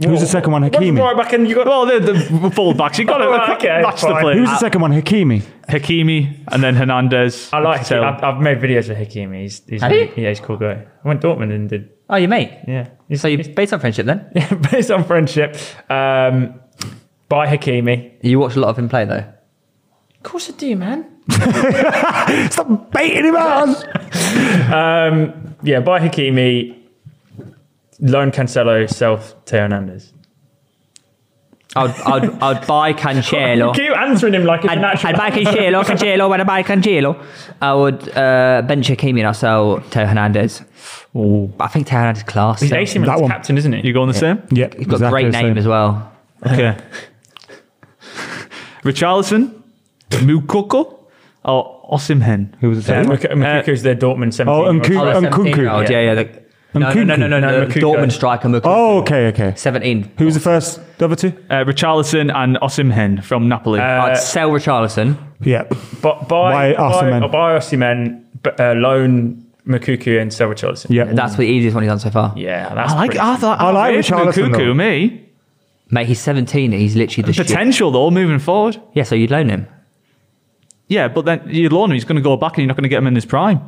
Speaker 4: Who's the second one? Hakimi.
Speaker 2: back in. You got
Speaker 5: Well, they're the full backs. You've got to
Speaker 2: Oh, [LAUGHS] okay,
Speaker 5: match the
Speaker 2: fine.
Speaker 5: play.
Speaker 4: Who's the second one? Hakimi.
Speaker 5: Hakimi and then Hernandez.
Speaker 2: I like him.
Speaker 5: Cancelo.
Speaker 2: I've, I've made videos with Hakimi. He's, he's
Speaker 3: Have you?
Speaker 2: yeah, he's a cool guy. I went Dortmund and did
Speaker 3: Oh, you mate.
Speaker 2: yeah. He's,
Speaker 3: So you based on friendship then?
Speaker 2: [LAUGHS] based on friendship. Um, buy Hakimi.
Speaker 3: You watch a lot of him play though.
Speaker 2: Of course I do, man.
Speaker 4: Stop baiting him out.
Speaker 2: Um, yeah, buy Hakimi. Loan Cancelo, sell Teo Hernandez.
Speaker 3: I'd I'd, I'd
Speaker 2: [LAUGHS]
Speaker 3: buy Cancelo.
Speaker 2: Keep answering him like it's
Speaker 3: I'd,
Speaker 2: an actual.
Speaker 3: I'd buy Cancelo, Cancelo, when I buy Cancelo, I would uh, bench Hakimi and I'll sell Teo Hernandez. But I think Teo Hernandez is class.
Speaker 2: He's
Speaker 3: So-
Speaker 2: AC
Speaker 4: That
Speaker 2: Milan's
Speaker 4: one.
Speaker 2: captain, isn't he?
Speaker 5: you going the same?
Speaker 4: Yeah,
Speaker 3: He's got a great name as well.
Speaker 5: Okay. Richarlison, Mukoko, or Osimhen? Uh,
Speaker 4: Who was the
Speaker 2: Yeah,
Speaker 4: second one? Uh,
Speaker 2: Muk- Mukuku's their Dortmund 17.
Speaker 4: Oh, and
Speaker 2: year old.
Speaker 4: Ku-
Speaker 3: the
Speaker 4: and Kunku.
Speaker 3: 17-year-old, Yeah, yeah. the- no, no, no, no, no,
Speaker 2: No,
Speaker 3: no,
Speaker 2: Mukuku.
Speaker 3: Dortmund striker Mukuku.
Speaker 4: Oh, okay, okay.
Speaker 3: 17.
Speaker 4: Who was the first? The other two?
Speaker 5: Uh, Richarlison and Osimhen from
Speaker 4: Uh,
Speaker 5: Napoli.
Speaker 3: I'd sell Richarlison.
Speaker 4: Yeah.
Speaker 2: Bu- buy,
Speaker 4: Buy
Speaker 2: buy,
Speaker 4: Osimhen.
Speaker 2: buy, buy Osimhen, but, uh, loan Mukuku and sell Richarlison.
Speaker 4: Yeah.
Speaker 3: That's the easiest one he's done so far.
Speaker 2: Yeah, that's
Speaker 5: I like.
Speaker 2: pretty-
Speaker 5: I thought. I,
Speaker 4: I like
Speaker 5: like
Speaker 4: Richarlison,
Speaker 5: Mukoko.
Speaker 4: though.
Speaker 5: Me
Speaker 3: Mate, he's 17. He's literally the shit.
Speaker 5: potential though moving forward.
Speaker 3: Yeah, so you'd loan him.
Speaker 5: Yeah, but then you loan him. He's going to go back, and you're not going to get him in his prime.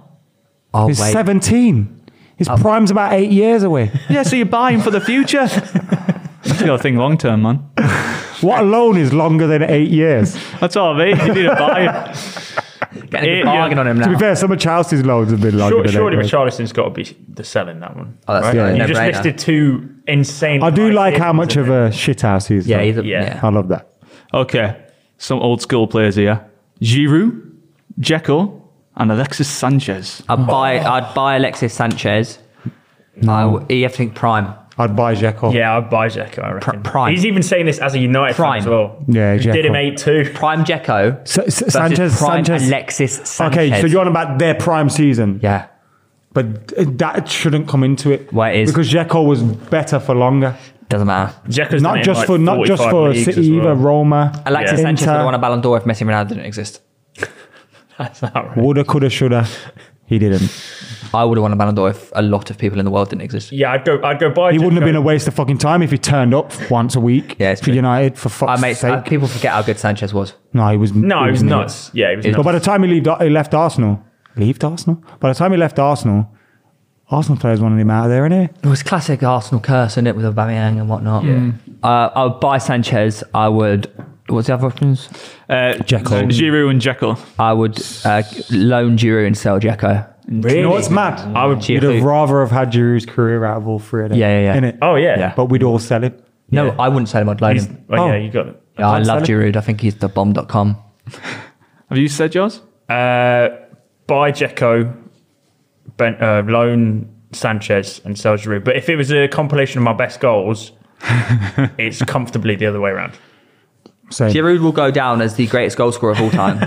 Speaker 3: Oh,
Speaker 4: He's
Speaker 3: wait.
Speaker 4: 17. His prime's about eight years away.
Speaker 5: Yeah, so you buy him for the future. [LAUGHS] you got to think long term, man.
Speaker 4: What alone is longer than eight years?
Speaker 5: That's all I mean. You need to buy him.
Speaker 3: Getting a
Speaker 5: Yeah.
Speaker 3: good bargain on him
Speaker 4: to be
Speaker 3: now.
Speaker 4: fair, some of Chelsea's loans have been longer
Speaker 2: Sure,
Speaker 4: than
Speaker 2: surely
Speaker 4: eight years.
Speaker 2: Richarlison's got to be the selling that one.
Speaker 3: Oh, that's
Speaker 2: right?
Speaker 3: the only
Speaker 2: You just
Speaker 3: no-brainer.
Speaker 2: listed two insane.
Speaker 4: I do
Speaker 2: prices,
Speaker 4: like how much
Speaker 2: isn't
Speaker 4: of
Speaker 2: it?
Speaker 4: a shithouse he is.
Speaker 3: yeah,
Speaker 4: though.
Speaker 3: he's a,
Speaker 2: Yeah.
Speaker 3: yeah.
Speaker 4: I love that.
Speaker 5: Okay, some old school players here: Giroud, Jekyll, and Alexis Sanchez.
Speaker 3: I'd buy
Speaker 4: Oh.
Speaker 3: I'd buy Alexis Sanchez. I w- you have to think prime.
Speaker 4: I'd buy Jekyll.
Speaker 2: Yeah, I'd buy Zeko, I reckon.
Speaker 3: prime.
Speaker 2: He's even saying this as a United fan
Speaker 3: Prime.
Speaker 2: as well.
Speaker 4: Yeah,
Speaker 2: He Did
Speaker 4: Dzeko.
Speaker 2: him 8 2.
Speaker 3: Prime Jekko.
Speaker 4: S- S-
Speaker 3: versus
Speaker 4: Sanchez-
Speaker 3: Prime
Speaker 4: Sanchez-
Speaker 3: Alexis Sanchez.
Speaker 4: Okay, so you're on about their prime season.
Speaker 3: Yeah.
Speaker 4: But uh, that shouldn't come into it.
Speaker 3: Why it is.
Speaker 4: Because Jekyll was better for longer.
Speaker 3: Doesn't matter.
Speaker 2: Dzeko's done it
Speaker 4: not
Speaker 2: in,
Speaker 4: just
Speaker 2: like,
Speaker 4: for not just
Speaker 2: 45
Speaker 4: for
Speaker 2: leagues as
Speaker 4: City,
Speaker 2: well. [LAUGHS]
Speaker 4: either Roma,
Speaker 3: Alexis
Speaker 4: Inter,
Speaker 3: Sanchez would have won a Ballon d'Or if Messi and Ronaldo didn't exist.
Speaker 2: That's not right.
Speaker 4: woulda, coulda, shoulda. He didn't.
Speaker 3: I would have won a Ballon d'Or if a lot of people in the world didn't exist.
Speaker 2: Yeah, I'd go, I'd go buy
Speaker 4: He wouldn't have
Speaker 2: Dzeko.
Speaker 4: been a waste of fucking time if he turned up once a week
Speaker 3: Yeah, it's
Speaker 4: for
Speaker 3: true.
Speaker 4: United for fuck's
Speaker 3: I mate, uh,
Speaker 4: sake.
Speaker 3: people forget how good Sanchez was.
Speaker 4: no, he was.
Speaker 2: No, he was
Speaker 4: nuts.
Speaker 2: nuts. Yeah, he was nuts.
Speaker 4: But by the time he left, he left Arsenal. Left Arsenal. By the time he left Arsenal, Arsenal players wanted him out of there, innit?
Speaker 3: It was classic Arsenal curse, is it, with Aubameyang and whatnot. Uh, I would buy Sanchez. I would. What's the other options?
Speaker 5: Uh,
Speaker 4: Jekyll.
Speaker 5: Giroud, and Jekyll.
Speaker 3: I would uh, loan Giroud and sell Jekko.
Speaker 2: Really?
Speaker 4: You know what's mad?
Speaker 2: I would.
Speaker 4: You'd have rather have had Giroud's career out of all three of them.
Speaker 3: Yeah, yeah, yeah.
Speaker 4: Innit?
Speaker 2: Oh, yeah. Yeah.
Speaker 4: But we'd all sell him.
Speaker 3: No, I wouldn't sell him. I'd loan
Speaker 2: He's-
Speaker 3: him.
Speaker 2: oh, yeah,
Speaker 4: Oh.
Speaker 2: you got it.
Speaker 3: Yeah, I
Speaker 4: I'd
Speaker 3: love
Speaker 4: sell
Speaker 3: Giroud. I think he's the bomb.com.
Speaker 5: Have you said yours?
Speaker 2: Uh, buy Jekko, ben, uh, loan Sanchez, and sell Giroud. But if it was a compilation of my best
Speaker 4: [LAUGHS]
Speaker 2: goals, it's comfortably the other way around.
Speaker 3: [LAUGHS]
Speaker 4: Same.
Speaker 3: Giroud will go down as the greatest goal scorer of all time.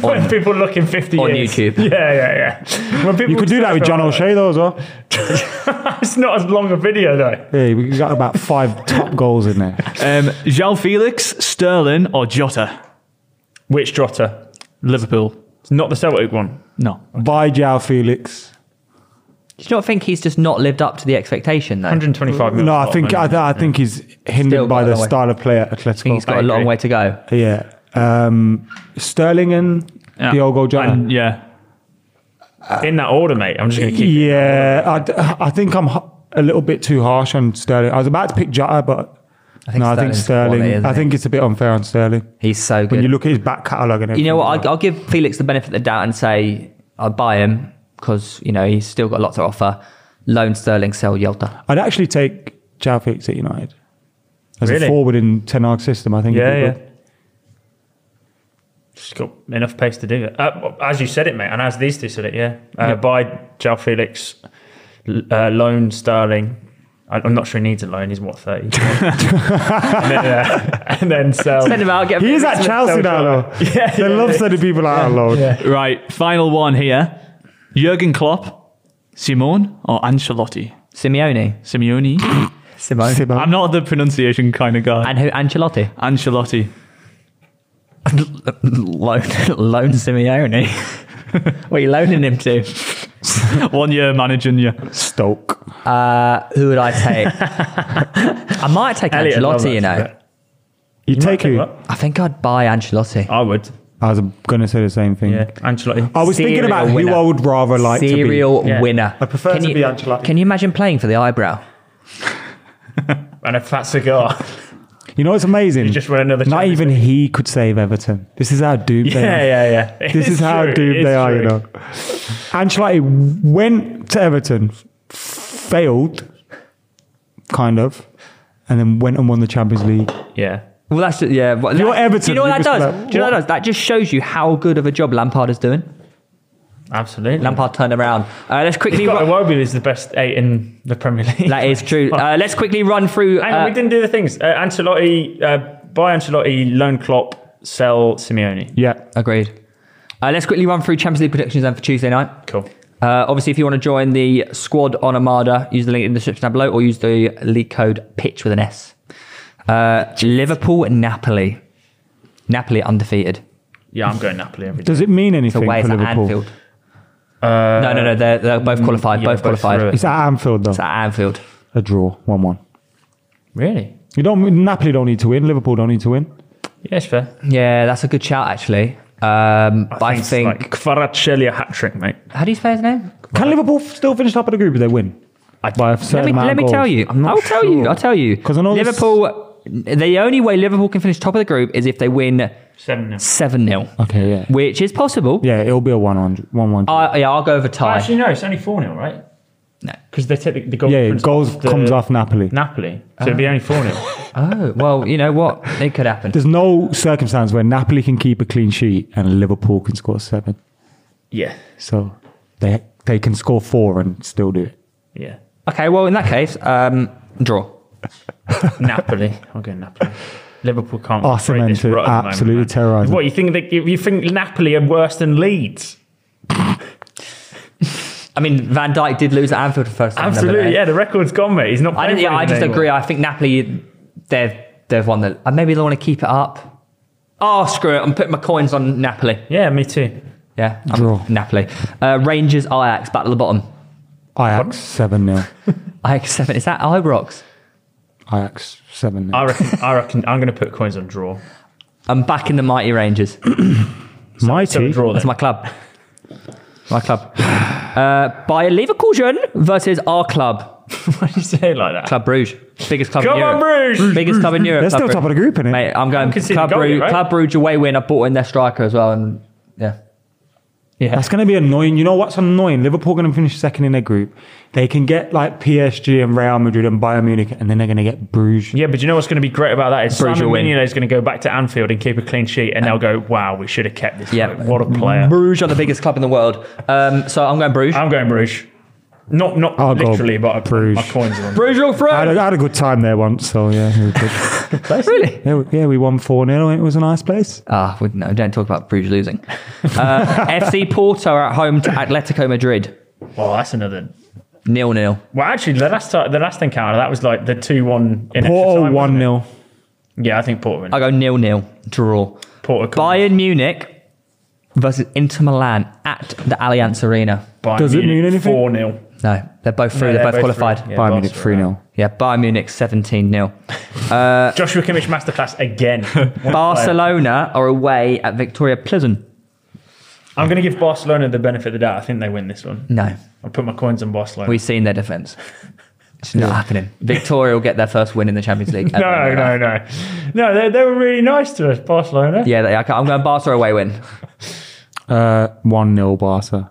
Speaker 2: when
Speaker 3: On-
Speaker 2: people look in 50
Speaker 3: on
Speaker 2: years.
Speaker 3: YouTube.
Speaker 2: [LAUGHS] Yeah, yeah, yeah. When people
Speaker 4: You could do that
Speaker 2: [LAUGHS]
Speaker 4: with John O'Shea though as well.
Speaker 2: It's not as long a video though.
Speaker 4: Yeah, we got about five top goals in there.
Speaker 5: Um, João Felix, Sterling, or Jota?
Speaker 2: Which Trotter?
Speaker 5: Liverpool.
Speaker 2: It's not the Celtic one.
Speaker 5: No.
Speaker 4: By Jao Felix.
Speaker 3: Do you not think he's just not lived up to the expectation though? I
Speaker 2: 125 million.
Speaker 4: No, I think I, I think he's hindered
Speaker 3: Still
Speaker 4: by
Speaker 3: got a
Speaker 4: the
Speaker 3: long way.
Speaker 4: style of play at
Speaker 3: think he's
Speaker 4: Atletico.
Speaker 3: got a long
Speaker 2: agree.
Speaker 3: way to go.
Speaker 4: Yeah, um, Sterling and
Speaker 5: Yeah.
Speaker 4: Diogo Jota.
Speaker 5: And yeah.
Speaker 2: in that order, mate. I'm just going to keep.
Speaker 4: yeah, I d- I, think I'm h- a little bit too harsh on Sterling. I was about to pick Jota, but
Speaker 3: I
Speaker 4: no, I think
Speaker 3: Sterling's
Speaker 4: Sterling.
Speaker 3: quality, isn't
Speaker 4: I
Speaker 3: he?
Speaker 4: think it's a bit unfair on Sterling.
Speaker 3: he's so good.
Speaker 4: When you look at his back catalogue and
Speaker 3: You
Speaker 4: everything,
Speaker 3: know what? I'll, I'll give Felix the benefit of the doubt and say I'll buy him because you know he's still got a lot to offer. Loan Sterling, sell Yelta.
Speaker 4: I'd actually take Jao Felix at United as
Speaker 2: Really?
Speaker 4: a forward in Ten Hag system. I think.
Speaker 2: Yeah,
Speaker 4: it'd be
Speaker 2: yeah.
Speaker 4: good.
Speaker 2: Just got enough pace to do it. Uh, as you said it, mate, and as these two said it, yeah. Uh, By Jao Felix, l- uh, loan Sterling. I- I'm not sure he needs a loan. He's what
Speaker 4: [LAUGHS]
Speaker 2: thirty. and, then, uh, [LAUGHS] and then sell.
Speaker 3: Send him [LAUGHS] out. Get
Speaker 4: He is at Chelsea now, though.
Speaker 2: [LAUGHS] Yeah,
Speaker 4: they
Speaker 2: yeah,
Speaker 4: love
Speaker 2: yeah.
Speaker 4: sending people out alone.
Speaker 5: [CLEARS THROAT] Right. Final one here. Jurgen Klopp, Simone, or Ancelotti?
Speaker 3: Simeone.
Speaker 5: Simeone?
Speaker 2: [LAUGHS]
Speaker 3: Simone.
Speaker 4: Simo.
Speaker 5: I'm not the pronunciation kind of guy.
Speaker 3: and who? Ancelotti.
Speaker 5: Ancelotti.
Speaker 3: Loan, [LAUGHS] loan Simeone. [LAUGHS] what are you loaning him to?
Speaker 5: One year managing you.
Speaker 4: Stoke.
Speaker 3: Uh, who would I [LAUGHS] take? I might take
Speaker 2: Elliot Lovett,
Speaker 3: Ancelotti. You know,
Speaker 2: but
Speaker 4: You take
Speaker 2: might
Speaker 4: who?
Speaker 2: what?
Speaker 3: I think I'd buy Ancelotti.
Speaker 2: I would.
Speaker 4: I was going to say the same thing.
Speaker 2: Yeah, Ancelotti.
Speaker 4: I was thinking
Speaker 3: Serial
Speaker 4: about
Speaker 3: winner.
Speaker 4: who I would rather like
Speaker 3: Serial
Speaker 2: Yeah.
Speaker 3: winner.
Speaker 4: I prefer to
Speaker 3: you,
Speaker 4: be Ancelotti.
Speaker 3: Can you imagine playing for the eyebrow?
Speaker 2: and a fat
Speaker 4: [LAUGHS]
Speaker 2: cigar.
Speaker 4: to be. You know what's amazing?
Speaker 2: You just won another
Speaker 4: Not
Speaker 2: Champions
Speaker 4: even he could save Everton. This is how doomed
Speaker 2: yeah,
Speaker 4: they are.
Speaker 2: yeah, [LAUGHS] yeah. It
Speaker 4: This is, how
Speaker 2: true,
Speaker 4: doomed
Speaker 2: it
Speaker 4: they are, you
Speaker 2: true.
Speaker 4: know. Ancelotti went to Everton, f- failed, kind of, and then went and won the Champions League.
Speaker 2: Yeah.
Speaker 3: Well, that's yeah. But
Speaker 4: You're
Speaker 3: that-
Speaker 4: Everton,
Speaker 3: Do you know what
Speaker 4: you
Speaker 3: that
Speaker 4: just
Speaker 3: does?
Speaker 4: like,
Speaker 3: do you know what that does? That just shows you how good of a job Lampard is doing.
Speaker 2: Absolutely.
Speaker 3: Lampard turned around. Uh, let's quickly.
Speaker 2: Scott
Speaker 3: Run,
Speaker 2: Iwobi is the best eight in the Premier League. [LAUGHS]
Speaker 3: that is true. Uh, let's quickly run through.
Speaker 2: Oh. Hang on,
Speaker 3: uh,
Speaker 2: we didn't do the things. Uh, Ancelotti, uh, buy Ancelotti, loan Klopp, sell Simeone.
Speaker 4: Yeah.
Speaker 3: Agreed. Uh, let's quickly run through Champions League predictions then for Tuesday night.
Speaker 2: Cool.
Speaker 3: Uh, obviously, if you want to join the squad on Armada, use the link in the description down below or use the league code PITCH with an S. Uh, Liverpool, Napoli. Napoli undefeated.
Speaker 2: Yeah, I'm going Napoli every day.
Speaker 4: Does it mean
Speaker 3: It's
Speaker 4: anything
Speaker 3: away
Speaker 4: for
Speaker 3: it's at
Speaker 4: Liverpool?
Speaker 3: Anfield. no, no, no. They're, they're both
Speaker 2: Uh,
Speaker 3: qualified.
Speaker 2: Mm, yeah,
Speaker 3: both
Speaker 2: both through
Speaker 3: qualified.
Speaker 2: it.
Speaker 3: It's
Speaker 4: It's at Anfield, though.
Speaker 3: at Anfield.
Speaker 4: a draw, 1 1.
Speaker 2: Really?
Speaker 4: You don't, Napoli don't need to win. Liverpool don't need to win.
Speaker 2: Yeah, it's fair.
Speaker 3: Yeah, that's a good shout, actually. Um, but I
Speaker 2: it's
Speaker 3: think.
Speaker 2: like Kvaratskhelia hat trick, mate.
Speaker 3: how do you say his name?
Speaker 4: Can Liverpool still finish top of the group if they win? By a certain
Speaker 3: Let me,
Speaker 4: amount
Speaker 3: let
Speaker 4: of
Speaker 3: me
Speaker 4: goals?
Speaker 3: tell you.
Speaker 4: I'm not
Speaker 3: I'll tell you.
Speaker 4: sure.
Speaker 3: I'll tell you.
Speaker 4: 'Cause I know this-
Speaker 3: Liverpool. The only way Liverpool can finish top of the group is if they win
Speaker 2: 7 0.
Speaker 3: 7 0,
Speaker 4: Okay, yeah.
Speaker 3: which is possible.
Speaker 4: Yeah, it'll be a 1 on- 1 1.
Speaker 3: I, yeah, I'll go over tie.
Speaker 2: Actually, no, it's only 4 0, right?
Speaker 3: No.
Speaker 2: Because they take the, the goal.
Speaker 4: yeah,
Speaker 2: difference
Speaker 4: goals
Speaker 2: off the-
Speaker 4: comes off Ah. Napoli.
Speaker 2: Napoli. So it'd be only 4
Speaker 4: [LAUGHS]
Speaker 2: 0.
Speaker 3: oh, well, you know what? It could happen.
Speaker 4: There's no circumstance where Napoli can keep a clean sheet and Liverpool can score seven.
Speaker 2: yeah.
Speaker 4: So they they can score four and still do it.
Speaker 2: Yeah.
Speaker 3: Okay, well, in that case, um,
Speaker 4: [LAUGHS]
Speaker 3: draw.
Speaker 2: Napoli. I'll go Napoli. Liverpool can't.
Speaker 4: Arsenal
Speaker 2: break this
Speaker 4: to
Speaker 2: rut at the
Speaker 4: absolutely
Speaker 2: moment, man.
Speaker 4: terrorise them.
Speaker 2: What you think? That you you think Napoli are worse than Leeds?
Speaker 3: I mean, Van Dyke did lose at Anfield for the first time. the other
Speaker 2: Absolutely.
Speaker 3: day.
Speaker 2: Yeah, the record's gone, mate. He's not.
Speaker 3: I, didn't,
Speaker 2: playing
Speaker 3: yeah,
Speaker 2: for
Speaker 3: I
Speaker 2: Leeds
Speaker 3: just
Speaker 2: anymore.
Speaker 3: agree. I think Napoli, they've, they've won the. uh, Maybe they want to keep it up. Oh, screw it. I'm putting my coins on Napoli.
Speaker 2: Yeah, me too.
Speaker 3: Yeah. I'm-
Speaker 4: Draw.
Speaker 3: Napoli. Uh, Rangers, Ajax, battle of the bottom.
Speaker 4: Ajax seven 0
Speaker 2: [LAUGHS]
Speaker 3: Ajax 7. Is that Ibrox?
Speaker 4: Ajax seven 0
Speaker 2: I reckon. I reckon. I'm going to put coins on
Speaker 5: [LAUGHS]
Speaker 2: draw.
Speaker 3: I'm back in the mighty Rangers.
Speaker 4: Mighty.
Speaker 2: So draw.
Speaker 3: That's
Speaker 2: Then.
Speaker 3: my club. My club. [SIGHS] Uh, Bayer Leverkusen versus our club,
Speaker 2: [LAUGHS] Why do you say it like that?
Speaker 3: Club Bruges. Biggest club
Speaker 2: Come
Speaker 3: in Europe.
Speaker 2: on, Bruges!
Speaker 3: Biggest club in Europe.
Speaker 4: They're
Speaker 3: Club
Speaker 4: still top of
Speaker 3: Brugge.
Speaker 4: the group, innit?
Speaker 3: Mate, I'm going
Speaker 2: can see
Speaker 3: Club
Speaker 2: the goal,
Speaker 3: Bruges,
Speaker 2: right?
Speaker 3: Club Bruges away win. I bought in their striker as well. And yeah.
Speaker 4: That's going to be annoying. You know what's annoying? Liverpool going to finish second in their group. They can get like PSG and Real Madrid and Bayern Munich, and then they're going to get Bruges.
Speaker 2: Yeah, but you know what's going to be great about that is
Speaker 3: Bruges
Speaker 2: Simon
Speaker 3: will win.
Speaker 2: Mignolet is going to go back to Anfield and keep a clean sheet, and they'll go, "Wow, we should have kept this.
Speaker 3: Yeah.
Speaker 2: bloke. what a player."
Speaker 3: Bruges are the biggest club in the world. Um, so I'm going Bruges.
Speaker 2: I'm going Bruges. Not not
Speaker 4: I'll go
Speaker 2: literally, but I,
Speaker 4: Bruges.
Speaker 2: my coins are on.
Speaker 1: Where's your
Speaker 4: I had,
Speaker 1: friend?
Speaker 4: a, I had a good time there once, so yeah. It was
Speaker 2: [LAUGHS]
Speaker 4: good.
Speaker 3: Really?
Speaker 4: yeah, we, yeah, we won 4 0. It was a nice place.
Speaker 3: Ah, we- no, don't talk about Bruges losing. Uh, [LAUGHS] FC Porto are at home to Atletico Madrid.
Speaker 2: Well, that's another.
Speaker 3: Nil nil.
Speaker 2: Well, actually, the last ti- the last encounter that was like the two one in extra
Speaker 4: Porto
Speaker 2: time, wasn't
Speaker 4: 1
Speaker 2: it?
Speaker 4: 0.
Speaker 2: Yeah, I think Porto. win.
Speaker 3: I go nil nil draw.
Speaker 2: Porto come-
Speaker 3: Bayern Munich versus Inter Milan at the Allianz Arena.
Speaker 2: Bayern
Speaker 4: Does it mean anything?
Speaker 2: Four 0
Speaker 3: No, they're both through. they're, both qualified.
Speaker 2: By
Speaker 3: Yeah.
Speaker 4: Bayern Munich 3 0.
Speaker 3: Bayern Munich 17 0.
Speaker 2: [LAUGHS] Joshua Kimmich masterclass again.
Speaker 3: Barcelona are away at Victoria Pleasant.
Speaker 2: I'm going to give Barcelona the benefit of the doubt. I think they win this one.
Speaker 3: No,
Speaker 2: I'll put my coins on Barcelona.
Speaker 3: we've seen their defence. It's not happening. Victoria will get their first win in the Champions
Speaker 2: [LAUGHS]
Speaker 3: League.
Speaker 2: no, no, no, no. They, they were really nice to us, Barcelona.
Speaker 3: Yeah, they, I can't- I'm going Barca away win.
Speaker 4: 1 0 Uh, Barca.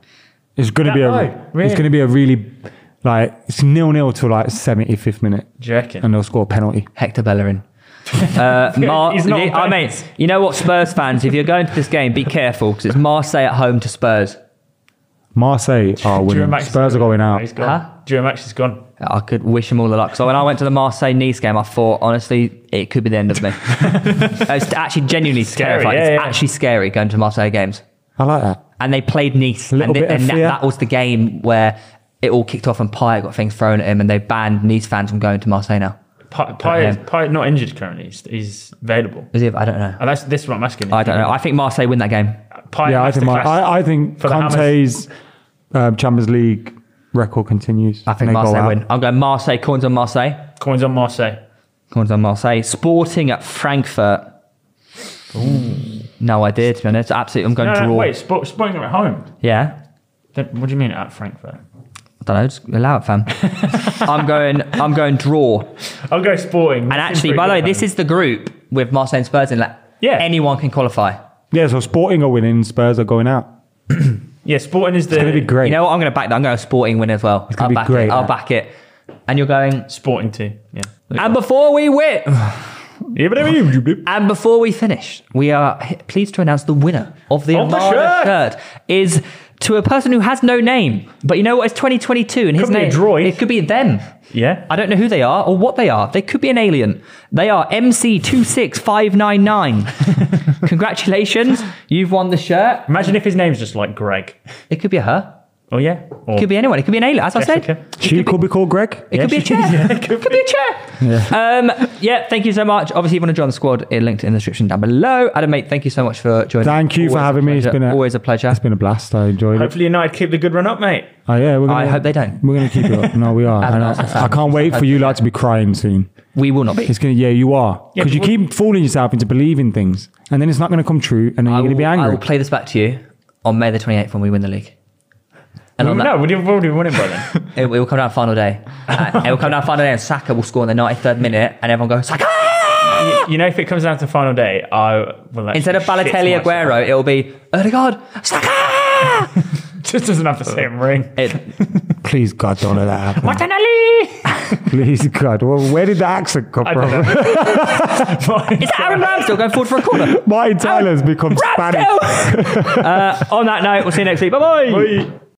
Speaker 4: It's going to be a
Speaker 2: Oh, really?
Speaker 4: it's going to be a really like it's nil nil to like 75th minute
Speaker 2: Do you reckon?
Speaker 4: and they'll score a penalty.
Speaker 3: Hector
Speaker 2: [LAUGHS]
Speaker 3: Bellerin. Uh, Mar-
Speaker 2: He's not
Speaker 3: the-
Speaker 2: on
Speaker 3: I mean,
Speaker 2: purpose.
Speaker 3: you know what, Spurs fans, if you're going to this game, be careful because it's Marseille at home to Spurs.
Speaker 4: Marseille are winning.
Speaker 2: Max-
Speaker 4: Spurs are going out.
Speaker 2: He's gone.
Speaker 3: Huh?
Speaker 2: Drew Max is gone.
Speaker 3: I could wish them all the luck. So when I went to the Marseille Nice game, I thought honestly it could be the end
Speaker 4: [LAUGHS]
Speaker 3: of me. it's actually genuinely
Speaker 2: Scary,
Speaker 3: scary. Terrifying.
Speaker 2: yeah,
Speaker 3: it's
Speaker 2: yeah.
Speaker 3: actually scary going to Marseille games.
Speaker 4: I like that.
Speaker 3: And they played Nice,
Speaker 4: Little
Speaker 3: and, they-
Speaker 4: bit of
Speaker 3: and that,
Speaker 4: fear.
Speaker 3: that was the game where it all kicked off, and Payet got things thrown at him, and they banned Nice fans from going to Marseille now.
Speaker 2: Pi Pi-
Speaker 3: Yeah.
Speaker 2: Pi- not injured currently. He's, he's available.
Speaker 3: Is it? I don't know.
Speaker 2: And that's this is what I'm asking.
Speaker 3: I don't know. I think Marseille win that game.
Speaker 2: Pi
Speaker 4: yeah, I think my,
Speaker 2: masterclass.
Speaker 4: I, I think
Speaker 2: for the Hammers.
Speaker 4: Conte's um, Champions League record continues.
Speaker 3: I think
Speaker 4: They go
Speaker 3: Marseille
Speaker 4: out.
Speaker 3: win. I'm going Marseille. Coins on Marseille.
Speaker 2: coins on Marseille.
Speaker 3: Coins on Marseille. Sporting at Frankfurt. No idea to be honest. Absolutely, I'm going
Speaker 2: No,
Speaker 3: draw.
Speaker 2: no, wait. Sp- Sporting are at home.
Speaker 3: Yeah.
Speaker 2: Then, what do you mean at Frankfurt?
Speaker 3: don't know, just allow
Speaker 2: [LAUGHS]
Speaker 3: it, fam. I'm going. I'm going draw.
Speaker 2: I'll go Sporting.
Speaker 3: And actually, by the way, this is the group with Marseille and Spurs in. Like,
Speaker 2: Yeah.
Speaker 3: anyone can qualify.
Speaker 4: Yeah, so Sporting are winning, Spurs are going out.
Speaker 2: yeah. Sporting is the
Speaker 4: It's going to be great.
Speaker 3: You know what? I'm going to back that. I'm going to Sporting win as well.
Speaker 4: gonna
Speaker 3: I'll
Speaker 4: be
Speaker 3: back
Speaker 4: great,
Speaker 3: it. I'll
Speaker 4: that.
Speaker 3: back it. And you're going.
Speaker 2: Sporting too. Yeah.
Speaker 3: And before
Speaker 2: [SIGHS]
Speaker 3: we win,
Speaker 2: Yeah, but I mean,
Speaker 3: and before we finish, we are h- pleased to announce the winner of the
Speaker 2: Of the
Speaker 3: Armada
Speaker 2: shirt!
Speaker 3: is to a person who has no name. But you know what? It's 2022, and his
Speaker 2: Could be a
Speaker 3: name.
Speaker 2: droid.
Speaker 3: It could be them.
Speaker 2: yeah.
Speaker 3: I don't know who they are or what they are. They could be an alien. They are
Speaker 4: [LAUGHS]
Speaker 3: MC26599. Congratulations. You've won the shirt.
Speaker 2: Imagine if his name's just like Greg.
Speaker 3: It could be a her.
Speaker 2: Oh yeah. Or
Speaker 3: It could be anyone. It could be an alien, as I
Speaker 2: Jessica.
Speaker 3: said.
Speaker 4: she could be called Greg.
Speaker 3: It could be a
Speaker 4: [LAUGHS]
Speaker 3: chair. it, could be. a chair. Yeah. Um, yeah, thank you so much. Obviously, if you want to join the squad, it linked in the description down below. Adam, mate, thank you so much for joining.
Speaker 4: Thank you for
Speaker 3: Always a
Speaker 4: having me. It's
Speaker 3: pleasure.
Speaker 4: been a,
Speaker 3: always a pleasure.
Speaker 4: It's been a blast. I enjoyed it.
Speaker 2: Hopefully, United keep the good run up, mate.
Speaker 4: Oh, yeah, we're gonna,
Speaker 3: I hope they don't.
Speaker 4: We're going to keep it up. No, we
Speaker 3: [LAUGHS]
Speaker 4: are.
Speaker 3: Adam,
Speaker 4: And
Speaker 3: that's a
Speaker 4: I,
Speaker 3: fan.
Speaker 4: I can't wait for you lot to be crying soon.
Speaker 3: we will not be.
Speaker 4: It's gonna, yeah, you are,
Speaker 2: Yeah,
Speaker 4: because you
Speaker 2: but we-
Speaker 4: keep fooling yourself into believing things, and then it's not gonna come true, and then
Speaker 3: I
Speaker 4: you're gonna
Speaker 3: will,
Speaker 4: be
Speaker 3: I
Speaker 4: angry.
Speaker 3: will play this back to you on May the 28th when we win the league. And on that-
Speaker 2: No, we've already won it by
Speaker 3: [LAUGHS]
Speaker 2: then.
Speaker 3: It, it will come down final day. Uh, it will come down final day, and Saka will score in the 93rd minute, and everyone goes Saka
Speaker 2: you, you know, if it comes down to final day, I will. actually
Speaker 3: instead of
Speaker 2: shit
Speaker 3: Balotelli
Speaker 2: myself.
Speaker 3: Aguero. It will be Odegaard Saka.
Speaker 2: just doesn't have the same ring.
Speaker 3: It,
Speaker 4: Please God, don't let that [LAUGHS]
Speaker 2: [LAUGHS]
Speaker 4: happen.
Speaker 3: Martinelli.
Speaker 4: Please God, well, where did the accent come
Speaker 2: I don't
Speaker 4: from?
Speaker 2: know.
Speaker 3: It's Aaron Ramsdale going forward for a corner.
Speaker 4: Martin Tyler's become Spanish.
Speaker 3: Ramsdale. uh, on that note, we'll see you next week. Bye bye.